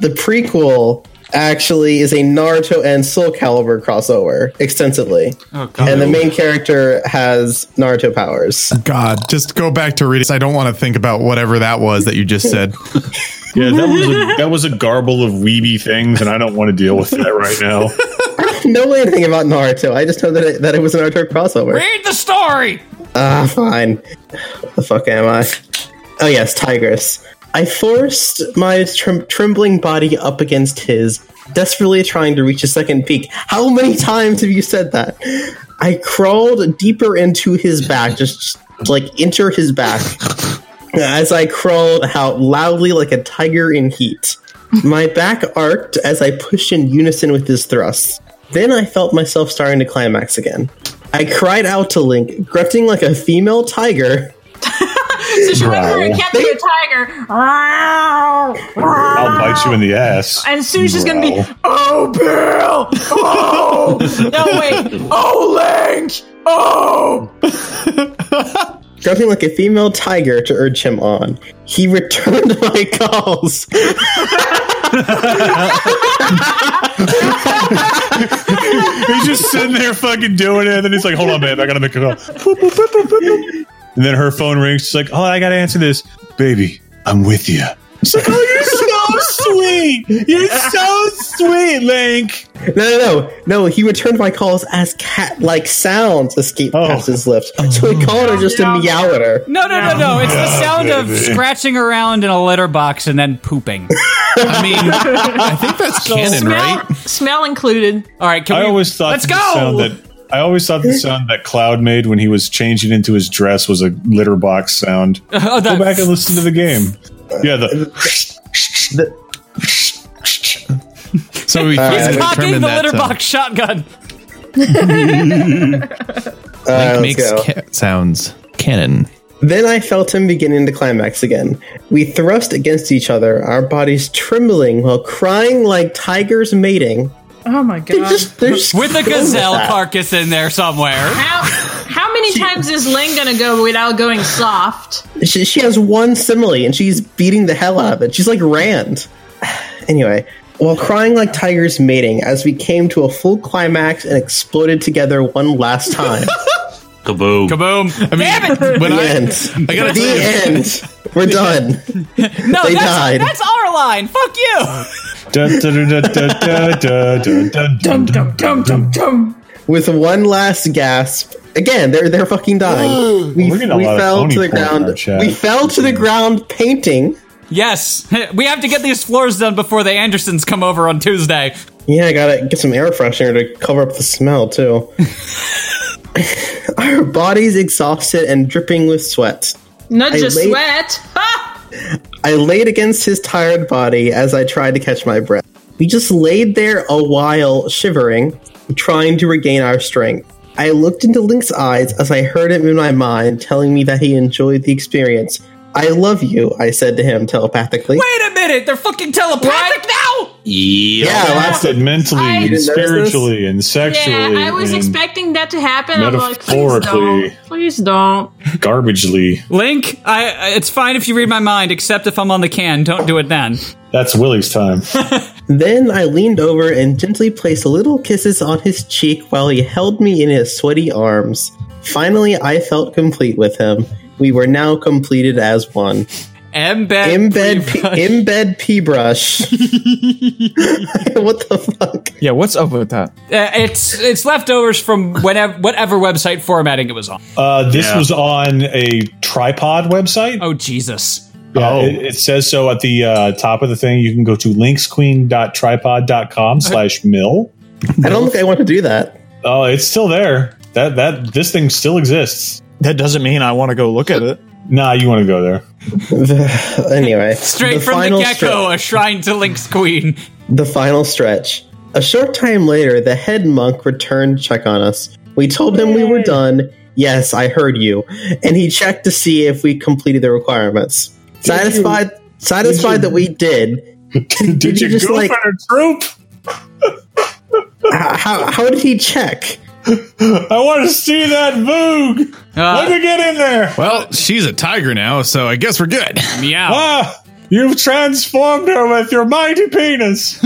[SPEAKER 12] the prequel actually is a Naruto and Soul Calibur crossover extensively.
[SPEAKER 3] Oh,
[SPEAKER 11] God.
[SPEAKER 12] And the main character has Naruto powers. (laughs)
[SPEAKER 11] God, just go back to read it. I don't want to think about whatever that was that you
[SPEAKER 12] (laughs)
[SPEAKER 11] just said.
[SPEAKER 12] Uh,
[SPEAKER 4] yeah, that was
[SPEAKER 8] (laughs)
[SPEAKER 4] a, that was a garble of weeby things, and I don't want to deal with that right now.
[SPEAKER 12] I don't know anything about Naruto. I just know that it, that it was an Naruto crossover.
[SPEAKER 3] Read the story.
[SPEAKER 12] Ah, fine. What the fuck am I? Oh, yes, Tigress. I forced my trem- trembling body up against his, desperately trying to reach a second peak. How many times have you said that? I crawled deeper into his back, just like enter his back. As I crawled out loudly like a tiger in heat, my back arced as I pushed in unison with his thrusts. Then I felt myself starting to climax again. I cried out to Link, grunting like a female tiger.
[SPEAKER 8] (laughs) So she went for a cat to a tiger.
[SPEAKER 4] I'll bite you in the ass.
[SPEAKER 8] And soon she's gonna be,
[SPEAKER 4] Growl.
[SPEAKER 8] oh, Bill! Oh! no, wait. Oh, Link! Oh!
[SPEAKER 12] grunting like a female tiger to urge him on. He returned (laughs) my calls.
[SPEAKER 4] he's just sitting there fucking doing it, and then he's like, "Hold on, babe, I gotta make a call." And then her phone rings. She's like, "Oh, I gotta answer this, baby. I'm with you." It's like, "Oh, you're so sweet. You're so sweet, Link."
[SPEAKER 12] No, no, no, no. He returned my calls as cat-like sounds escaped
[SPEAKER 4] Oh.
[SPEAKER 12] past his lips. So
[SPEAKER 11] Oh.
[SPEAKER 12] he called her just to meow at her.
[SPEAKER 3] No, no, no, no. It's the sound of scratching around in a litter box and then pooping.
[SPEAKER 8] (laughs)
[SPEAKER 11] I mean, I think that's canon,
[SPEAKER 8] smell,
[SPEAKER 11] right?
[SPEAKER 8] smell included.
[SPEAKER 3] All right,
[SPEAKER 4] I always thought
[SPEAKER 8] Let's
[SPEAKER 4] the
[SPEAKER 8] go.
[SPEAKER 4] sound that I always thought the sound that Cloud made when he was changing into his dress was a litter box sound.
[SPEAKER 14] Oh,
[SPEAKER 4] Go back and listen to the game. Yeah, the
[SPEAKER 11] So we
[SPEAKER 3] Uh, He's
[SPEAKER 11] finally
[SPEAKER 3] cocking
[SPEAKER 11] determined
[SPEAKER 3] the
[SPEAKER 11] that,
[SPEAKER 3] litter
[SPEAKER 11] uh,
[SPEAKER 3] box
[SPEAKER 12] (laughs)
[SPEAKER 3] shotgun.
[SPEAKER 11] Link
[SPEAKER 12] Uh, let's
[SPEAKER 11] makes
[SPEAKER 12] go.
[SPEAKER 11] cat sounds. Cannon.
[SPEAKER 12] Then I felt him beginning to climax again. We thrust against each other, our bodies trembling while crying like tigers mating.
[SPEAKER 8] Oh my god!
[SPEAKER 3] With a
[SPEAKER 12] going with
[SPEAKER 3] gazelle
[SPEAKER 12] that.
[SPEAKER 3] carcass in there somewhere.
[SPEAKER 8] how how many times is Ling gonna go without going soft?
[SPEAKER 12] She, she has one simile and she's beating the hell out of it. She's like Rand. (sighs) Anyway, while crying like tigers mating, as we came to a full climax and exploded together one last
[SPEAKER 4] (laughs)
[SPEAKER 12] time.
[SPEAKER 9] Kaboom.
[SPEAKER 3] Kaboom.
[SPEAKER 11] I mean, when
[SPEAKER 12] the
[SPEAKER 11] I,
[SPEAKER 12] end.
[SPEAKER 11] I gotta
[SPEAKER 12] the
[SPEAKER 11] tell you-
[SPEAKER 12] end. We're done.
[SPEAKER 3] (laughs) No,
[SPEAKER 12] they
[SPEAKER 3] that's,
[SPEAKER 12] died.
[SPEAKER 3] that's our line. Fuck you.
[SPEAKER 4] dun, dun, dun, dun, dun, dun, dun, dun, dun.
[SPEAKER 12] With one last gasp, again they're they're fucking dying. we
[SPEAKER 4] We're getting a
[SPEAKER 12] we
[SPEAKER 4] lot of
[SPEAKER 12] fell
[SPEAKER 4] Tony
[SPEAKER 12] to the
[SPEAKER 4] porn in our
[SPEAKER 12] ground.
[SPEAKER 4] chat.
[SPEAKER 12] We fell to the ground painting.
[SPEAKER 3] Yes, (laughs) we have to get these floors done before the Andersons come over on Tuesday.
[SPEAKER 12] Yeah, I gotta get some air freshener to cover up the smell too. (laughs) Our bodies exhausted and dripping with sweat.
[SPEAKER 8] Not
[SPEAKER 12] I
[SPEAKER 8] just
[SPEAKER 12] laid-
[SPEAKER 8] sweat. Ah!
[SPEAKER 12] I laid against his tired body as I tried to catch my breath. We just laid there a while, shivering, trying to regain our strength. I looked into Link's eyes as I heard him in my mind telling me that he enjoyed the experience. I love you, I said to him telepathically.
[SPEAKER 3] Wait a minute, they're fucking telepathic now.
[SPEAKER 9] Yeah,
[SPEAKER 12] Yeah,
[SPEAKER 4] I
[SPEAKER 12] last-
[SPEAKER 4] said mentally,
[SPEAKER 8] I-
[SPEAKER 4] and spiritually, and
[SPEAKER 8] Yeah,
[SPEAKER 4] sexually,
[SPEAKER 8] I was
[SPEAKER 4] and
[SPEAKER 8] expecting that to happen. I'm like, please don't.
[SPEAKER 4] metaphorically,
[SPEAKER 8] Please don't.
[SPEAKER 4] garbagely.
[SPEAKER 3] Link, I, I- it's fine if you read my mind, except if I'm on the can. Don't do it then.
[SPEAKER 4] That's Willie's time.
[SPEAKER 12] Then I leaned over and gently placed little kisses on his cheek while he held me in his sweaty arms. Finally, I felt complete with him. We were now completed as one.
[SPEAKER 3] Embed.
[SPEAKER 12] Embed, P- embed P brush. (laughs) what the fuck?
[SPEAKER 6] Yeah, what's up with that?
[SPEAKER 3] Uh, it's it's leftovers from whenever whatever website formatting it was on.
[SPEAKER 4] Uh, this
[SPEAKER 3] Yeah.
[SPEAKER 4] was on a tripod website.
[SPEAKER 3] Oh Jesus!
[SPEAKER 4] Yeah,
[SPEAKER 6] Oh.
[SPEAKER 4] it, it says so at the uh, top of the thing. You can go to
[SPEAKER 3] (laughs)
[SPEAKER 4] linksqueen.tripod.com slash mill.
[SPEAKER 12] I don't think I want to do that.
[SPEAKER 4] Oh, it's still there. That that this thing still exists.
[SPEAKER 6] That doesn't mean I want to go look at it.
[SPEAKER 4] Nah, you want to go there.
[SPEAKER 12] anyway,
[SPEAKER 3] (laughs) Straight from the gecko,
[SPEAKER 12] stre-
[SPEAKER 3] a shrine to Link's queen.
[SPEAKER 12] the final stretch. A short time later, the head monk returned to check on us. We told him we were done. Yes, I heard you, and he checked to see if we completed the requirements. Satisfied, satisfied that we
[SPEAKER 4] (laughs)
[SPEAKER 12] did. Did,
[SPEAKER 4] you go for the troop?
[SPEAKER 12] how, how how did he check?
[SPEAKER 4] I want to see that Voog.
[SPEAKER 3] Uh,
[SPEAKER 4] Let me get in there.
[SPEAKER 11] Well, she's a tiger now, so I guess we're good.
[SPEAKER 3] Yeah.
[SPEAKER 4] Ah, you've transformed her with your mighty penis.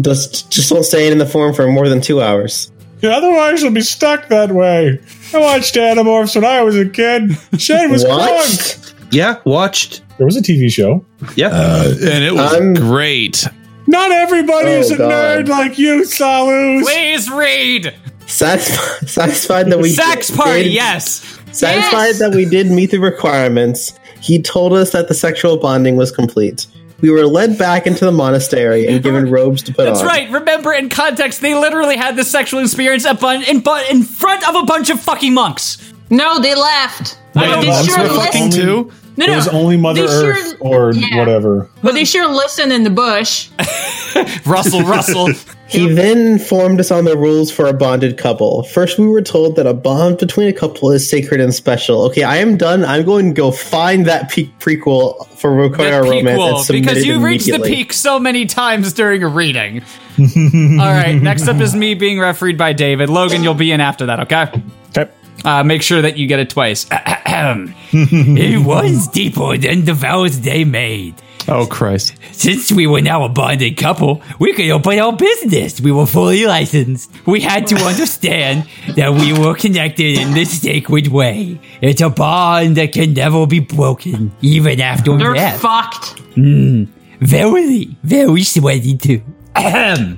[SPEAKER 12] Just just don't stay in the form for more than two hours.
[SPEAKER 4] Otherwise, you'll be stuck that way. I watched Animorphs when I was a kid. Shane was
[SPEAKER 12] Watched?
[SPEAKER 4] crunk.
[SPEAKER 9] Yeah, watched.
[SPEAKER 4] There was a TV show. Uh,
[SPEAKER 9] Yeah.
[SPEAKER 4] (laughs)
[SPEAKER 11] and it
[SPEAKER 3] (laughs)
[SPEAKER 11] was great.
[SPEAKER 4] Not everybody
[SPEAKER 12] Oh,
[SPEAKER 4] is a
[SPEAKER 12] God.
[SPEAKER 4] nerd like you, Salus.
[SPEAKER 3] Please read.
[SPEAKER 12] Satisfied, satisfied that we
[SPEAKER 3] Sex
[SPEAKER 12] did-
[SPEAKER 3] party.
[SPEAKER 12] did-
[SPEAKER 3] Yes.
[SPEAKER 12] Satisfied that we did meet the requirements, he told us that the sexual bonding was complete. We were led back into the monastery
[SPEAKER 3] (laughs)
[SPEAKER 12] and given robes to put
[SPEAKER 3] That's
[SPEAKER 12] on. (laughs)
[SPEAKER 3] right. Remember, in context, they literally had this sexual experience up on, in, bu- in front of a bunch of fucking monks.
[SPEAKER 8] No, they left.
[SPEAKER 3] Wait,
[SPEAKER 8] But
[SPEAKER 4] monks
[SPEAKER 8] sure
[SPEAKER 4] were fucking
[SPEAKER 8] listened.
[SPEAKER 4] too?
[SPEAKER 8] No,
[SPEAKER 4] it
[SPEAKER 8] no.
[SPEAKER 4] was only Mother
[SPEAKER 8] they sure-
[SPEAKER 4] Earth or
[SPEAKER 8] yeah.
[SPEAKER 4] whatever.
[SPEAKER 8] But they sure listened in the bush.
[SPEAKER 3] (laughs) Russell, Russell.
[SPEAKER 12] He then informed us on the rules for a bonded couple. First, we were told that a bond between a couple is sacred and special. Okay, I am done. I'm going to go find that peak prequel for Rokaya Romance and
[SPEAKER 3] Cool,
[SPEAKER 12] submit
[SPEAKER 3] because
[SPEAKER 12] it
[SPEAKER 3] you reached the
[SPEAKER 12] immediately.
[SPEAKER 3] peak so many times during a reading. All right, next up is me being refereed by David. Logan, you'll be in after that, okay?
[SPEAKER 4] Okay.
[SPEAKER 3] Uh, make sure that you get it twice. (clears throat) Ahem.
[SPEAKER 14] it was deeper than the vows they made.
[SPEAKER 11] Oh Christ!
[SPEAKER 14] Since we were now a bonded couple, we could open our business. We were fully licensed. We had
[SPEAKER 12] (laughs)
[SPEAKER 14] to understand that we were connected in this sacred way. It's a bond that can never be broken, even after
[SPEAKER 8] They're
[SPEAKER 14] death. Hmm.
[SPEAKER 8] fucked.
[SPEAKER 14] Mm, verily, very sweaty too. Ahem.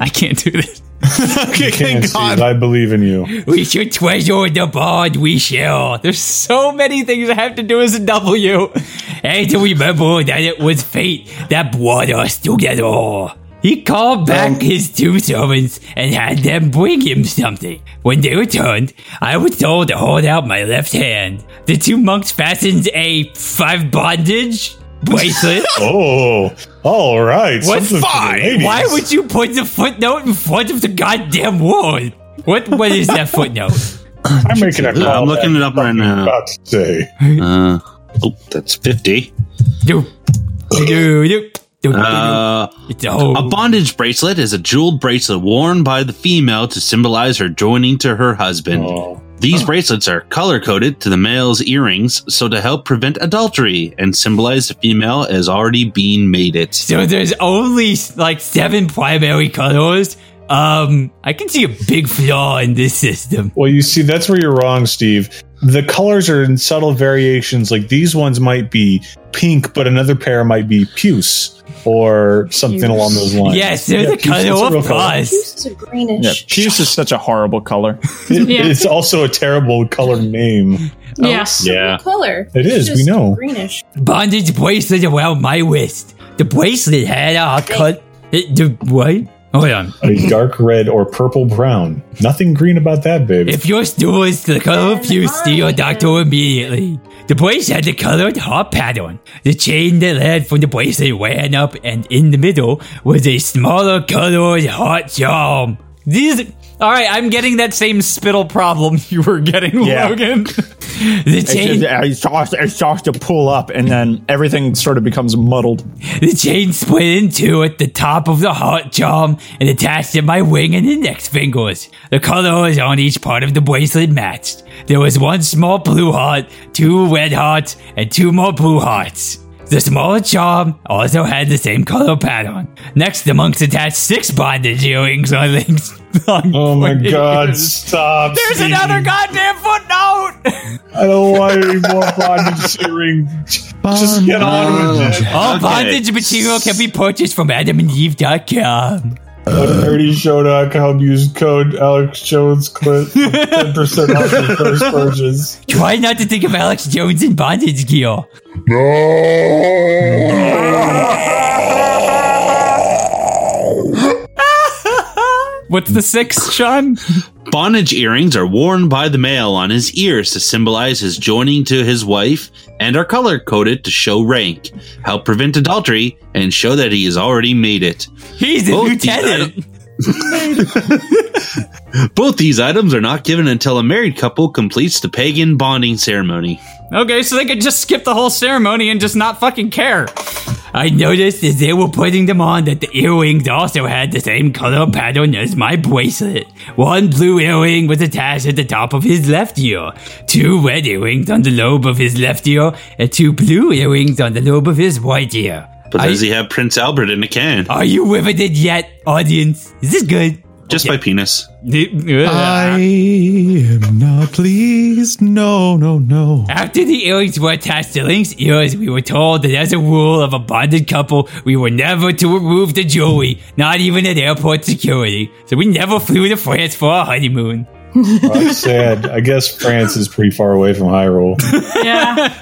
[SPEAKER 3] I can't do this.
[SPEAKER 11] okay,
[SPEAKER 4] thank God. I believe in you.
[SPEAKER 14] We should treasure the bond we share. There's so many things I have to do as a W. And to remember that it was fate that brought us together. He called back his two servants and had them bring him something. When they returned, I was told to hold out my left hand. The two monks fastened a five bondage bracelet.
[SPEAKER 4] (laughs) oh, all right.
[SPEAKER 14] What
[SPEAKER 4] something for the
[SPEAKER 14] fine?
[SPEAKER 4] ladies.
[SPEAKER 14] Why would you put the footnote in front of the goddamn word? What what is that footnote?
[SPEAKER 4] I'm making a call.
[SPEAKER 9] I'm looking it up right now.
[SPEAKER 4] About to say.
[SPEAKER 9] Uh, oh, that's 50. Uh, a bondage bracelet is a jeweled bracelet worn by the female to symbolize her joining to her husband. These bracelets are color coded to the male's earrings so to help prevent adultery and symbolize the female as already being mated.
[SPEAKER 14] So there's only like seven primary colors. Um, I can see a big flaw in this system.
[SPEAKER 4] Well, you see, that's where you're wrong, Steve. The colors are in subtle variations. Like these ones might be pink, but another pair might be puce or something along those lines.
[SPEAKER 14] Yes, there's a
[SPEAKER 4] puce is
[SPEAKER 14] color
[SPEAKER 4] real
[SPEAKER 14] of us.
[SPEAKER 10] It's a greenish.
[SPEAKER 4] Yeah, puce is such a horrible (laughs) color.
[SPEAKER 10] Yeah.
[SPEAKER 4] It's also a terrible color name.
[SPEAKER 10] Yes.
[SPEAKER 4] Yeah.
[SPEAKER 10] Color.
[SPEAKER 4] It
[SPEAKER 10] It's
[SPEAKER 4] is, we
[SPEAKER 10] just
[SPEAKER 4] know.
[SPEAKER 10] Greenish.
[SPEAKER 14] Bondage bracelet around my wrist. The bracelet had a cut. It, the, what? Hold on.
[SPEAKER 4] A dark red or purple brown. Nothing green about that, baby.
[SPEAKER 14] If your stool is the color of puce, see your doctor immediately. The bracelet had the colored heart pattern. The chain that led from the bracelet ran up, and in the middle was a smaller colored heart charm. These.
[SPEAKER 3] All right, I'm getting that same spittle problem (laughs) you were getting,
[SPEAKER 6] Yeah.
[SPEAKER 3] Logan.
[SPEAKER 6] The chain. I starts it starts to pull up, and then everything sort of becomes muddled.
[SPEAKER 14] (laughs) The chain split in two at the top of the heart charm and attached to my wing and index fingers. The colors on each part of the bracelet matched. There was one small blue heart, two red hearts, and two more blue hearts. The smaller charm also had the same color pattern. Next, the monks attached six bondage earrings on links. Oh
[SPEAKER 4] my God,
[SPEAKER 3] (laughs)
[SPEAKER 4] stop.
[SPEAKER 3] There's
[SPEAKER 4] Steve.
[SPEAKER 3] another goddamn
[SPEAKER 12] (laughs)
[SPEAKER 3] footnote.
[SPEAKER 4] I don't want any more bondage earring. Just get on with it.
[SPEAKER 14] (laughs) All bondage material can be purchased from adamandeve.com.
[SPEAKER 4] Go to nerdyshow.com, use code Alex Jones Clip (laughs) 10% off your first purchase.
[SPEAKER 14] Try not to think of Alex Jones in bondage gear.
[SPEAKER 3] What's the sixth, Sean?
[SPEAKER 9] (laughs) Bondage earrings are worn by the male on his ears to symbolize his joining to his wife and are color coded to show rank, help prevent adultery, and show that he has already made it.
[SPEAKER 14] He's
[SPEAKER 9] a lieutenant. (laughs) Both these items are not given until a married couple completes the pagan bonding ceremony.
[SPEAKER 3] Okay, so they could just skip the whole ceremony and just not fucking care.
[SPEAKER 14] I noticed as they were putting them on that the earrings also had the same color pattern as my bracelet. One blue earring was attached at the top of his left ear, two red earrings on the lobe of his left ear, and two blue earrings on the lobe of his right ear.
[SPEAKER 9] But does he have Prince Albert in a can?
[SPEAKER 14] Are you riveted yet, audience? Is this good?
[SPEAKER 9] Just by penis.
[SPEAKER 3] uh,
[SPEAKER 11] I am not pleased. No, no, no.
[SPEAKER 14] After the earrings were attached to Link's ears, we were told that as a rule of a bonded couple, we were never to remove the jewelry, not even at airport security. So we never flew to France for our honeymoon.
[SPEAKER 4] Oh, that's sad. I guess France is pretty far away from (laughs) Hyrule.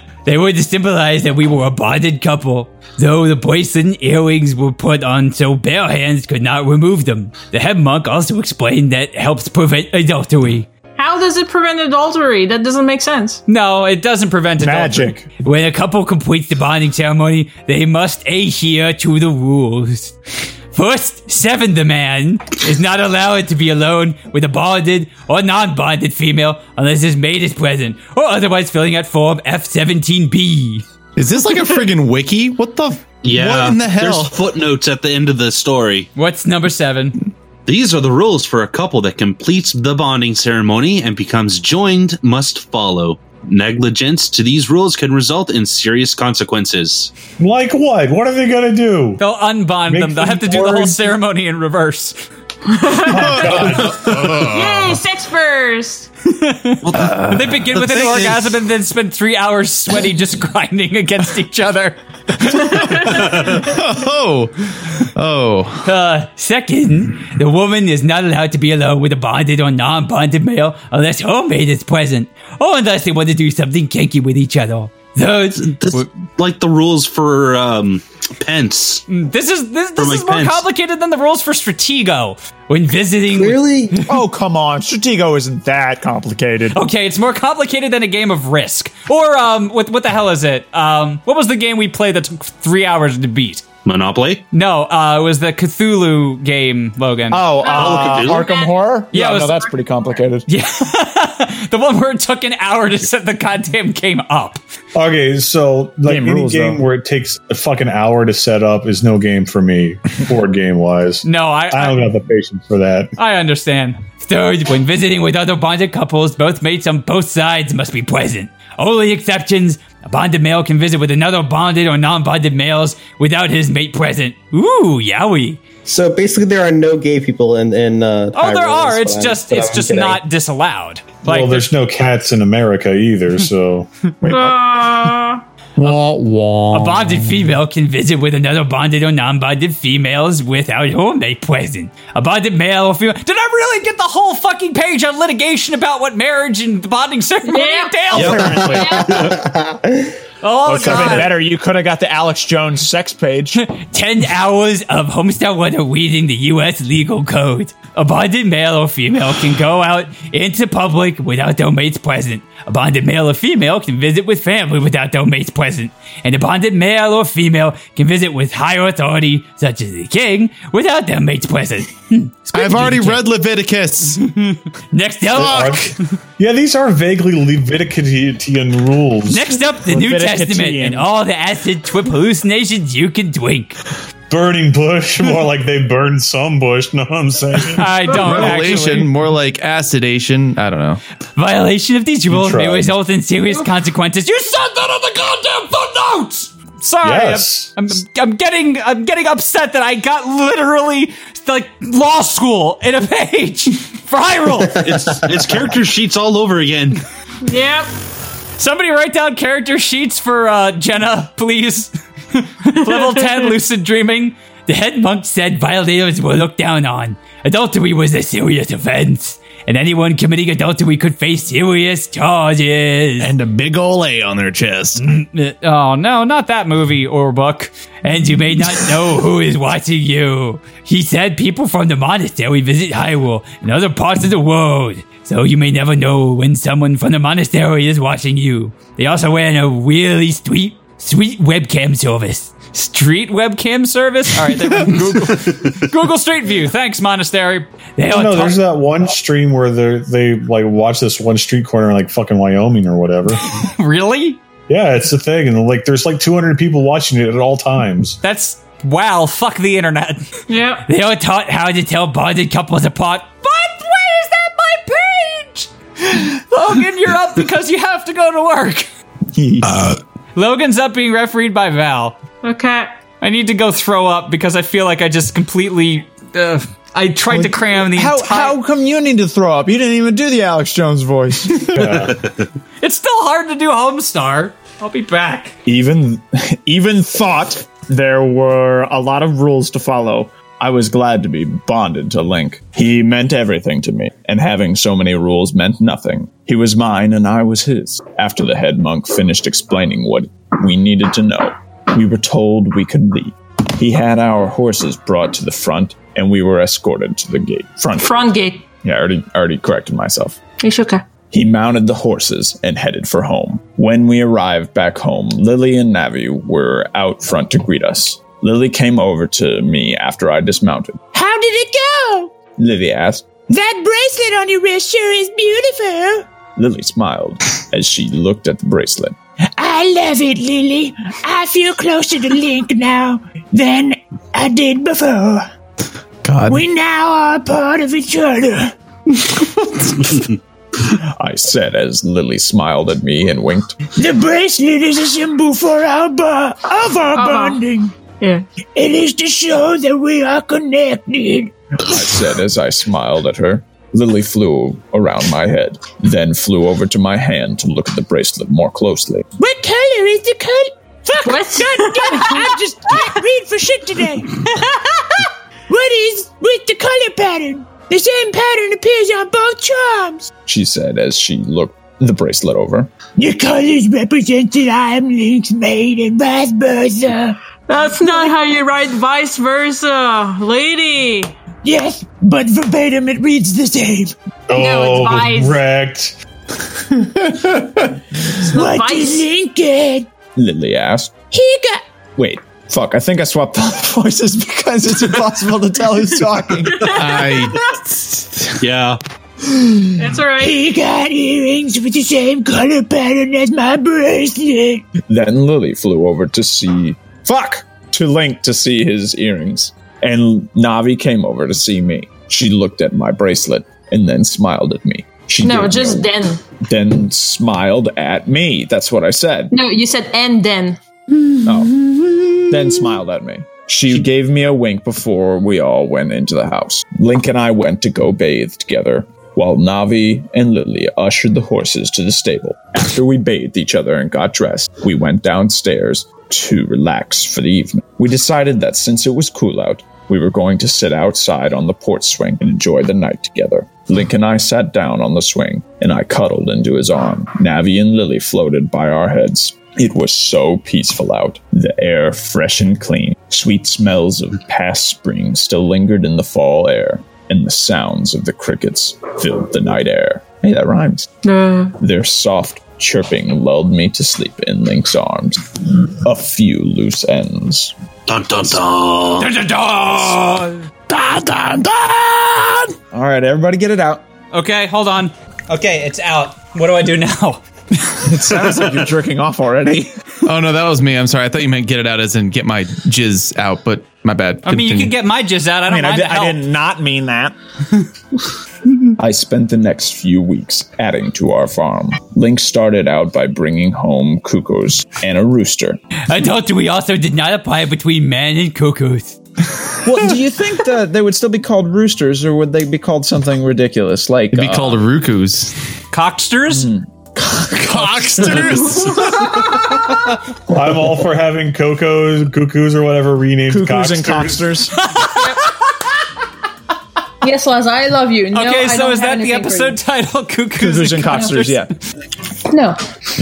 [SPEAKER 14] (laughs) They were to symbolize that we were a bonded couple, though the bracelet and earrings were put on so bare hands could not remove them. The head monk also explained that helps prevent adultery.
[SPEAKER 8] How does it prevent adultery? That doesn't make sense.
[SPEAKER 3] No, it doesn't prevent
[SPEAKER 6] Magic.
[SPEAKER 14] When a couple completes the bonding ceremony, they must adhere to the rules. First, seven the man is not allowed to be alone with a bonded or non-bonded female unless his mate is present, or otherwise filling out form F17B.
[SPEAKER 11] Is this like a friggin' wiki? What the?
[SPEAKER 9] Yeah.
[SPEAKER 11] What in the hell?
[SPEAKER 9] There's footnotes at the end of the story.
[SPEAKER 3] What's number seven?
[SPEAKER 9] These are the rules for a couple that completes the bonding ceremony and becomes joined must follow. Negligence to these rules can result in serious consequences.
[SPEAKER 4] Like what? What are they gonna do?
[SPEAKER 3] They'll unbond them. They'll have to do the whole ceremony in reverse. (laughs)
[SPEAKER 8] (laughs)
[SPEAKER 3] Uh.
[SPEAKER 8] Yay, sex first!
[SPEAKER 9] Uh,
[SPEAKER 3] they begin with an orgasm and then spend three hours sweaty just (laughs) grinding against each other.
[SPEAKER 14] oh, oh. Uh, second, the woman is not allowed to be alone with a bonded or non-bonded male unless homemade is present, or unless they want to do something kinky with each other. Third,
[SPEAKER 9] like the rules (laughs) for um, Pence.
[SPEAKER 3] This is this,
[SPEAKER 9] For
[SPEAKER 3] this is
[SPEAKER 9] Mike
[SPEAKER 3] more
[SPEAKER 9] Pence.
[SPEAKER 3] complicated than the rules for Stratego. When visiting, (laughs)
[SPEAKER 6] clearly. oh come on, Stratego isn't that complicated.
[SPEAKER 3] Okay, it's more complicated than a game of Risk or um, what what the hell is it? Um, what was the game we played that took three hours to beat?
[SPEAKER 9] Monopoly.
[SPEAKER 3] No, uh, it was the Cthulhu game, Logan.
[SPEAKER 6] Oh, uh, Arkham Horror.
[SPEAKER 3] Yeah, it
[SPEAKER 6] no,
[SPEAKER 3] was-
[SPEAKER 6] that's pretty complicated.
[SPEAKER 3] Yeah, (laughs) the one where it took an hour to set the goddamn game up.
[SPEAKER 4] Okay, so like
[SPEAKER 3] Game
[SPEAKER 4] any
[SPEAKER 3] rules,
[SPEAKER 4] game
[SPEAKER 3] though.
[SPEAKER 4] where it takes a fucking hour to set up is no game
[SPEAKER 3] (laughs)
[SPEAKER 4] for me, board game wise.
[SPEAKER 3] No, I,
[SPEAKER 4] I don't have the patience for that.
[SPEAKER 3] I understand.
[SPEAKER 14] Third, when visiting with other bonded couples, both mates on both sides must be present. Only exceptions a bonded male can visit with another bonded or non bonded males without his mate present. Ooh, yowie.
[SPEAKER 12] So basically, there are no gay people in in. Uh,
[SPEAKER 3] Oh, there
[SPEAKER 12] Hyrule,
[SPEAKER 3] are.
[SPEAKER 12] is what
[SPEAKER 3] It's
[SPEAKER 12] I'm-
[SPEAKER 3] just
[SPEAKER 12] what
[SPEAKER 3] it's
[SPEAKER 12] I'm
[SPEAKER 3] just
[SPEAKER 12] getting.
[SPEAKER 3] not disallowed. Like
[SPEAKER 4] well, there's no cats in
[SPEAKER 3] (laughs)
[SPEAKER 4] America either, so
[SPEAKER 14] wah, A bonded female can visit with another bonded or non bonded females without her mate present. A bonded male or female.
[SPEAKER 3] Did I really get the whole fucking page on litigation about what marriage and the bonding ceremony entails?
[SPEAKER 6] Oh,
[SPEAKER 3] Oh,
[SPEAKER 6] it could have
[SPEAKER 3] God.
[SPEAKER 6] been better. You could have got the Alex Jones
[SPEAKER 14] (laughs)
[SPEAKER 6] sex page.
[SPEAKER 14] 10 hours of Homestead Weather reading the U.S. legal code. A bonded male or female can go out into public without their mates present. A bonded male or female can visit with family without their mates present. And a bonded male or female can visit with higher authority, such as the king, without their mates present. (laughs)
[SPEAKER 11] I've already read Leviticus.
[SPEAKER 14] Next up,
[SPEAKER 4] yeah, these are vaguely Leviticanian rules.
[SPEAKER 14] next up, the New Testament and all the acid trip hallucinations you can drink.
[SPEAKER 4] burning bush, (laughs) more like they burned some bush. Know what I'm saying?
[SPEAKER 3] (laughs) I
[SPEAKER 11] Revelation, more like acidation. I don't know.
[SPEAKER 14] Violation of these rules may
[SPEAKER 11] tried.
[SPEAKER 14] result in serious consequences. You said that on the goddamn footnotes.
[SPEAKER 3] (laughs) Sorry, I'm-
[SPEAKER 14] Yes.
[SPEAKER 3] I'm, I'm getting I'm getting upset that I got literally like law school in a page (laughs) for Hyrule.
[SPEAKER 9] (laughs) it's it's character sheets all over again.
[SPEAKER 3] Yep. Somebody write down character sheets for uh, Jenna, please. (laughs)
[SPEAKER 14] Level (laughs) 10 lucid dreaming. The head monk said violators were looked down on. Adultery was a serious offense, and anyone committing adultery could face serious charges. And
[SPEAKER 11] a big ol' A on their chest.
[SPEAKER 14] Oh no, not that movie or book. And you may not know who is watching you. He said people from the monastery visit Hyrule and other parts of the world. So you may never know when someone from the monastery is watching you. They also ran a really sweet, sweet webcam service.
[SPEAKER 3] Street webcam service. All right, there we go. Google, Google Street View. Thanks, monastery.
[SPEAKER 4] No, no, there's that one stream where they they like watch this one street corner in like fucking Wyoming or whatever.
[SPEAKER 3] (laughs) really?
[SPEAKER 4] Yeah, it's a thing, and like there's like 200 people watching it at all times.
[SPEAKER 3] That's wow. Fuck the (laughs) internet.
[SPEAKER 8] Yeah.
[SPEAKER 14] They are taught how to tell bonded couples apart.
[SPEAKER 3] But where is that my page? Logan, you're up because you have to go to work. Logan's up being refereed by Val.
[SPEAKER 8] Okay.
[SPEAKER 3] I need to go throw up because I feel like I just completely. Uh, I tried to cram the
[SPEAKER 6] How (laughs)
[SPEAKER 3] entire.
[SPEAKER 6] how come you need to throw up? You didn't even do the Alex Jones voice.
[SPEAKER 3] It's still hard to do Homestar. I'll be back.
[SPEAKER 6] even (laughs) even thought there were a lot of rules to follow. I was glad to be bonded to Link. He meant everything to me, and having so many rules meant nothing. He was mine and I was his. After the head monk finished explaining what we needed to know, we were told we could leave. He had our horses brought to the front, and we were escorted to the gate. Front.
[SPEAKER 8] Front gate.
[SPEAKER 6] Yeah, I already I already corrected myself.
[SPEAKER 8] It's okay.
[SPEAKER 6] He mounted the horses and headed for home. When we arrived back home, Lily and Navi were out front to greet us. Lily came over to me after I dismounted.
[SPEAKER 10] How did it go?
[SPEAKER 6] Lily asked.
[SPEAKER 10] That bracelet on your wrist sure is beautiful.
[SPEAKER 6] Lily smiled as she looked at the bracelet.
[SPEAKER 10] I love it, Lily. I feel closer to Link now than I did before.
[SPEAKER 11] God.
[SPEAKER 10] We now are a part of each other.
[SPEAKER 6] (laughs) I said as Lily smiled at me and winked.
[SPEAKER 10] The bracelet is a symbol for our bo- of our bonding.
[SPEAKER 8] Yeah.
[SPEAKER 10] It is to show that we are connected
[SPEAKER 6] I said as I smiled at her. Lily flew around my head, then flew over to my hand to look at the bracelet more closely.
[SPEAKER 10] What color is the color? Fuck! What? God damn it! I
[SPEAKER 8] (laughs)
[SPEAKER 10] just can't read for shit today. what is with the color pattern? The same pattern appears on both charms.
[SPEAKER 6] She said as she looked the bracelet over.
[SPEAKER 10] The colors represent that I am Link's maid and vice versa.
[SPEAKER 8] That's not how you write vice versa, lady.
[SPEAKER 10] Yes, but verbatim it reads the same.
[SPEAKER 4] Oh,
[SPEAKER 8] vice.
[SPEAKER 4] wrecked.
[SPEAKER 10] What did Link get?
[SPEAKER 6] Lily asked.
[SPEAKER 10] He
[SPEAKER 8] (laughs)
[SPEAKER 10] got.
[SPEAKER 6] Wait, fuck, I think I swapped the (laughs) voices because it's impossible to tell who's talking.
[SPEAKER 11] (laughs)
[SPEAKER 9] Yeah.
[SPEAKER 10] That's alright. He got earrings with the same color pattern as my bracelet.
[SPEAKER 6] (laughs) Then Lily flew over to see. Fuck! To Link to see his earrings. And Navi came over to see me. She looked at my bracelet and then smiled at me. She
[SPEAKER 8] no,
[SPEAKER 6] gave me
[SPEAKER 8] just
[SPEAKER 6] a-
[SPEAKER 8] then.
[SPEAKER 6] then smiled at me. That's what I said.
[SPEAKER 8] No, you said and then.
[SPEAKER 3] Oh.
[SPEAKER 6] Then smiled at me. She gave me a wink before we all went into the house. Link and I went to go bathe together, while Navi and Lily ushered the horses to the stable. After we bathed each other and got dressed, we went downstairs to relax for the evening. We decided that since it was cool out, we were going to sit outside on the porch swing and enjoy the night together. Link and I sat down on the swing, and I cuddled into his arm. Navi and Lily floated by our heads. It was so peaceful out, the air fresh and clean. Sweet smells of past spring still lingered in the fall air, and the sounds of the crickets filled the night air. Hey, that rhymes. Their soft chirping lulled me to sleep in Link's arms. A few loose ends.
[SPEAKER 9] Dun dun dun.
[SPEAKER 3] Dun, dun, dun.
[SPEAKER 6] Dun, dun, All right, everybody get it out.
[SPEAKER 3] Okay, hold on. Okay, it's out. What do I do now?
[SPEAKER 6] it sounds like you're jerking off already.
[SPEAKER 11] oh no, that was me. I'm sorry. I thought you meant get it out as in get my jizz out, but my bad.
[SPEAKER 3] I mean, you
[SPEAKER 11] Continue.
[SPEAKER 3] can get my jizz out. I don't
[SPEAKER 11] mean, I
[SPEAKER 3] mind
[SPEAKER 11] did-
[SPEAKER 3] the
[SPEAKER 11] I
[SPEAKER 3] help.
[SPEAKER 11] didn't-
[SPEAKER 6] not mean that. I spent the next few weeks adding to our farm. Link started out by bringing home cuckoos and a rooster.
[SPEAKER 14] I thought we also did not apply between men and cuckoos.
[SPEAKER 6] well, do you think that they would still be called roosters, or would they be called something ridiculous like? uh,
[SPEAKER 11] It'd be called rukus.
[SPEAKER 3] Cocksters?
[SPEAKER 10] (laughs)
[SPEAKER 11] Cocksters?
[SPEAKER 4] I'm all for having Coco's, Cuckoos, or whatever renamed
[SPEAKER 6] Cuckoos and
[SPEAKER 4] cocksters.
[SPEAKER 8] Yes, Laz, I love you. No,
[SPEAKER 3] okay,
[SPEAKER 8] I
[SPEAKER 3] so
[SPEAKER 8] don't
[SPEAKER 3] is
[SPEAKER 8] have
[SPEAKER 3] that the
[SPEAKER 8] anything for
[SPEAKER 3] episode (laughs) title? Cuckoos,
[SPEAKER 6] Cuckoos and cocksters, yeah.
[SPEAKER 8] you. No,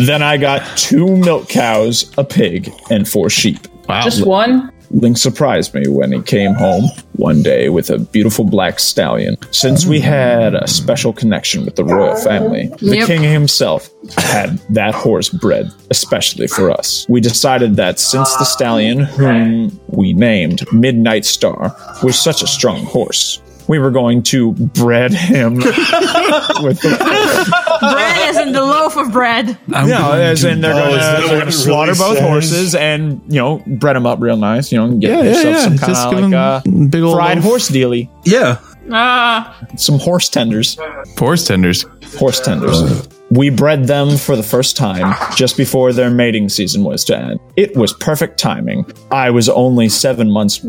[SPEAKER 6] Then I got two milk cows, a pig, and four sheep. Wow.
[SPEAKER 8] just one.
[SPEAKER 6] Link surprised me when he came home one day with a beautiful black stallion. Since we had a special connection with the royal family, the
[SPEAKER 8] Yep.
[SPEAKER 6] king himself had that horse bred especially for us. We decided that since the stallion, whom we named Midnight Star, was such a strong horse, we were going to bred him (laughs) with the.
[SPEAKER 3] (laughs)
[SPEAKER 8] bread isn't the loaf of bread.
[SPEAKER 6] no, as in they're
[SPEAKER 4] Oh,
[SPEAKER 6] going
[SPEAKER 4] is that
[SPEAKER 6] to
[SPEAKER 4] what it
[SPEAKER 6] slaughter
[SPEAKER 4] really
[SPEAKER 6] both
[SPEAKER 4] says?
[SPEAKER 6] horses and you know bread them up real nice. You know, and get
[SPEAKER 11] Yeah, yeah,
[SPEAKER 6] yourself
[SPEAKER 11] yeah.
[SPEAKER 6] some
[SPEAKER 11] Just give
[SPEAKER 6] kind
[SPEAKER 11] 'em
[SPEAKER 6] of like a
[SPEAKER 11] big ol'
[SPEAKER 6] fried
[SPEAKER 11] loaf.
[SPEAKER 6] horse dealy.
[SPEAKER 11] Yeah.
[SPEAKER 8] Ah,
[SPEAKER 6] Some horse tenders.
[SPEAKER 11] Horse tenders.
[SPEAKER 6] Horse tenders. We bred them for the first time just before their mating season was to end. It was perfect timing. I was only seven months,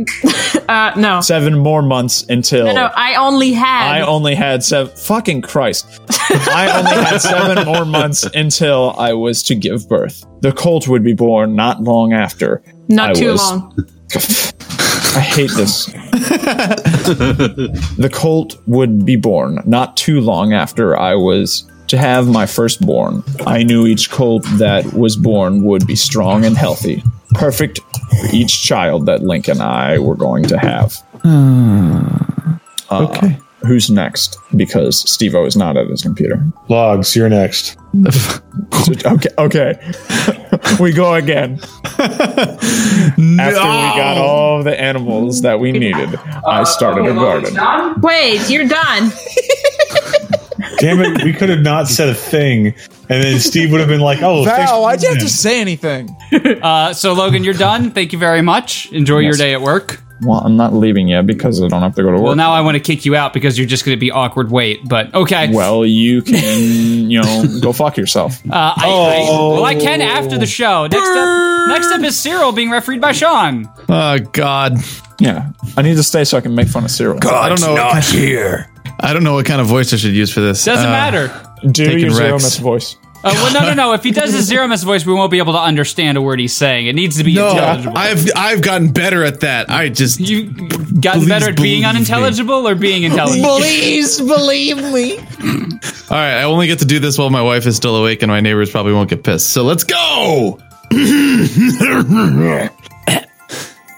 [SPEAKER 8] (laughs) uh, no.
[SPEAKER 6] seven more months until
[SPEAKER 8] No, no, I only had.
[SPEAKER 6] I only had seven. Fucking Christ. I only had seven more months until I was to give birth. The colt would be born not long after.
[SPEAKER 8] Not
[SPEAKER 6] I
[SPEAKER 8] too
[SPEAKER 6] was-
[SPEAKER 8] long.
[SPEAKER 6] (laughs) I hate this. the colt would be born not too long after I was to have my firstborn. I knew each colt that was born would be strong and healthy, perfect for each child that Link and I were going to have.
[SPEAKER 10] Hmm.
[SPEAKER 6] okay. Uh, Who's next? Because Steve O is not at his computer.
[SPEAKER 4] Logs, you're next.
[SPEAKER 6] (laughs)
[SPEAKER 11] (laughs)
[SPEAKER 6] okay, okay. (laughs) we go again. After we got all the animals that we needed, I started a garden.
[SPEAKER 8] Wait, you're done.
[SPEAKER 4] (laughs) Damn it, we could have not said a thing. And then Steve would have been like, oh, thanks for
[SPEAKER 6] why'd you have
[SPEAKER 4] listening.
[SPEAKER 6] say anything?
[SPEAKER 3] uh, so Logan, you're done. Thank you very much. Enjoy your
[SPEAKER 6] Yes.
[SPEAKER 3] day at work.
[SPEAKER 6] Well, I'm not leaving yet because I don't have to go to work.
[SPEAKER 3] Well, now I want to kick you out because you're just going to be awkward wait, but okay.
[SPEAKER 6] Well, you can, you know, go fuck yourself.
[SPEAKER 3] (laughs) Uh, I, I- well, I can after the show. Next up, next up is Cyril being refereed by Sean.
[SPEAKER 6] Oh God. Yeah, I need to stay so I can make fun of Cyril.
[SPEAKER 11] I don't know what kind of voice I should use for this.
[SPEAKER 3] Doesn't
[SPEAKER 11] Uh,
[SPEAKER 3] matter.
[SPEAKER 6] Do
[SPEAKER 11] taking
[SPEAKER 6] your Zero
[SPEAKER 11] Rex.
[SPEAKER 6] Miss voice.
[SPEAKER 3] Uh, well, no, no, no. If he does his zero miss voice, we won't be able to understand a word he's saying. It needs to be
[SPEAKER 11] No,
[SPEAKER 3] intelligible.
[SPEAKER 11] I've I've gotten better at that. I just
[SPEAKER 3] you gotten better at being unintelligible or being intelligent.
[SPEAKER 10] Please believe me.
[SPEAKER 11] All right, I only get to do this while my wife is still awake and my neighbors probably won't get pissed. So let's go.
[SPEAKER 16] (coughs)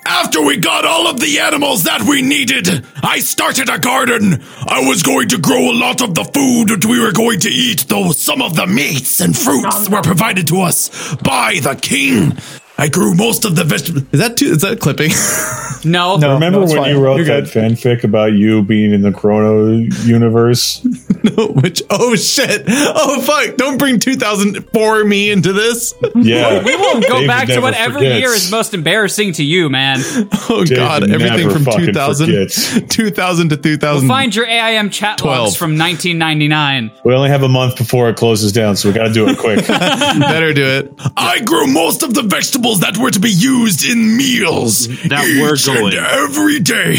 [SPEAKER 16] After we got all of the animals that we needed, I started a garden. I was going to grow a lot of the food that we were going to eat, though some of the meats and fruits were provided to us by the king. I grew most of the vegetables.
[SPEAKER 11] Is that too? Is that clipping?
[SPEAKER 3] No.
[SPEAKER 4] no remember when you wrote that fanfic about you being in the Chrono
[SPEAKER 3] (laughs)
[SPEAKER 4] universe?
[SPEAKER 11] no, which oh shit, oh fuck! Don't bring 2004 me into this.
[SPEAKER 4] Yeah.
[SPEAKER 3] We will go back to whatever year is most embarrassing to you, man.
[SPEAKER 11] Oh god, everything from 2000, 2000 to 2000.
[SPEAKER 3] We'll find your AIM chat logs
[SPEAKER 4] 12.
[SPEAKER 3] from 1999.
[SPEAKER 4] We only have a month before it closes down, so we got to do it
[SPEAKER 11] (laughs)
[SPEAKER 4] quick.
[SPEAKER 11] Better do it.
[SPEAKER 16] I grew most of the vegetables that were to be used in meals that were going every day.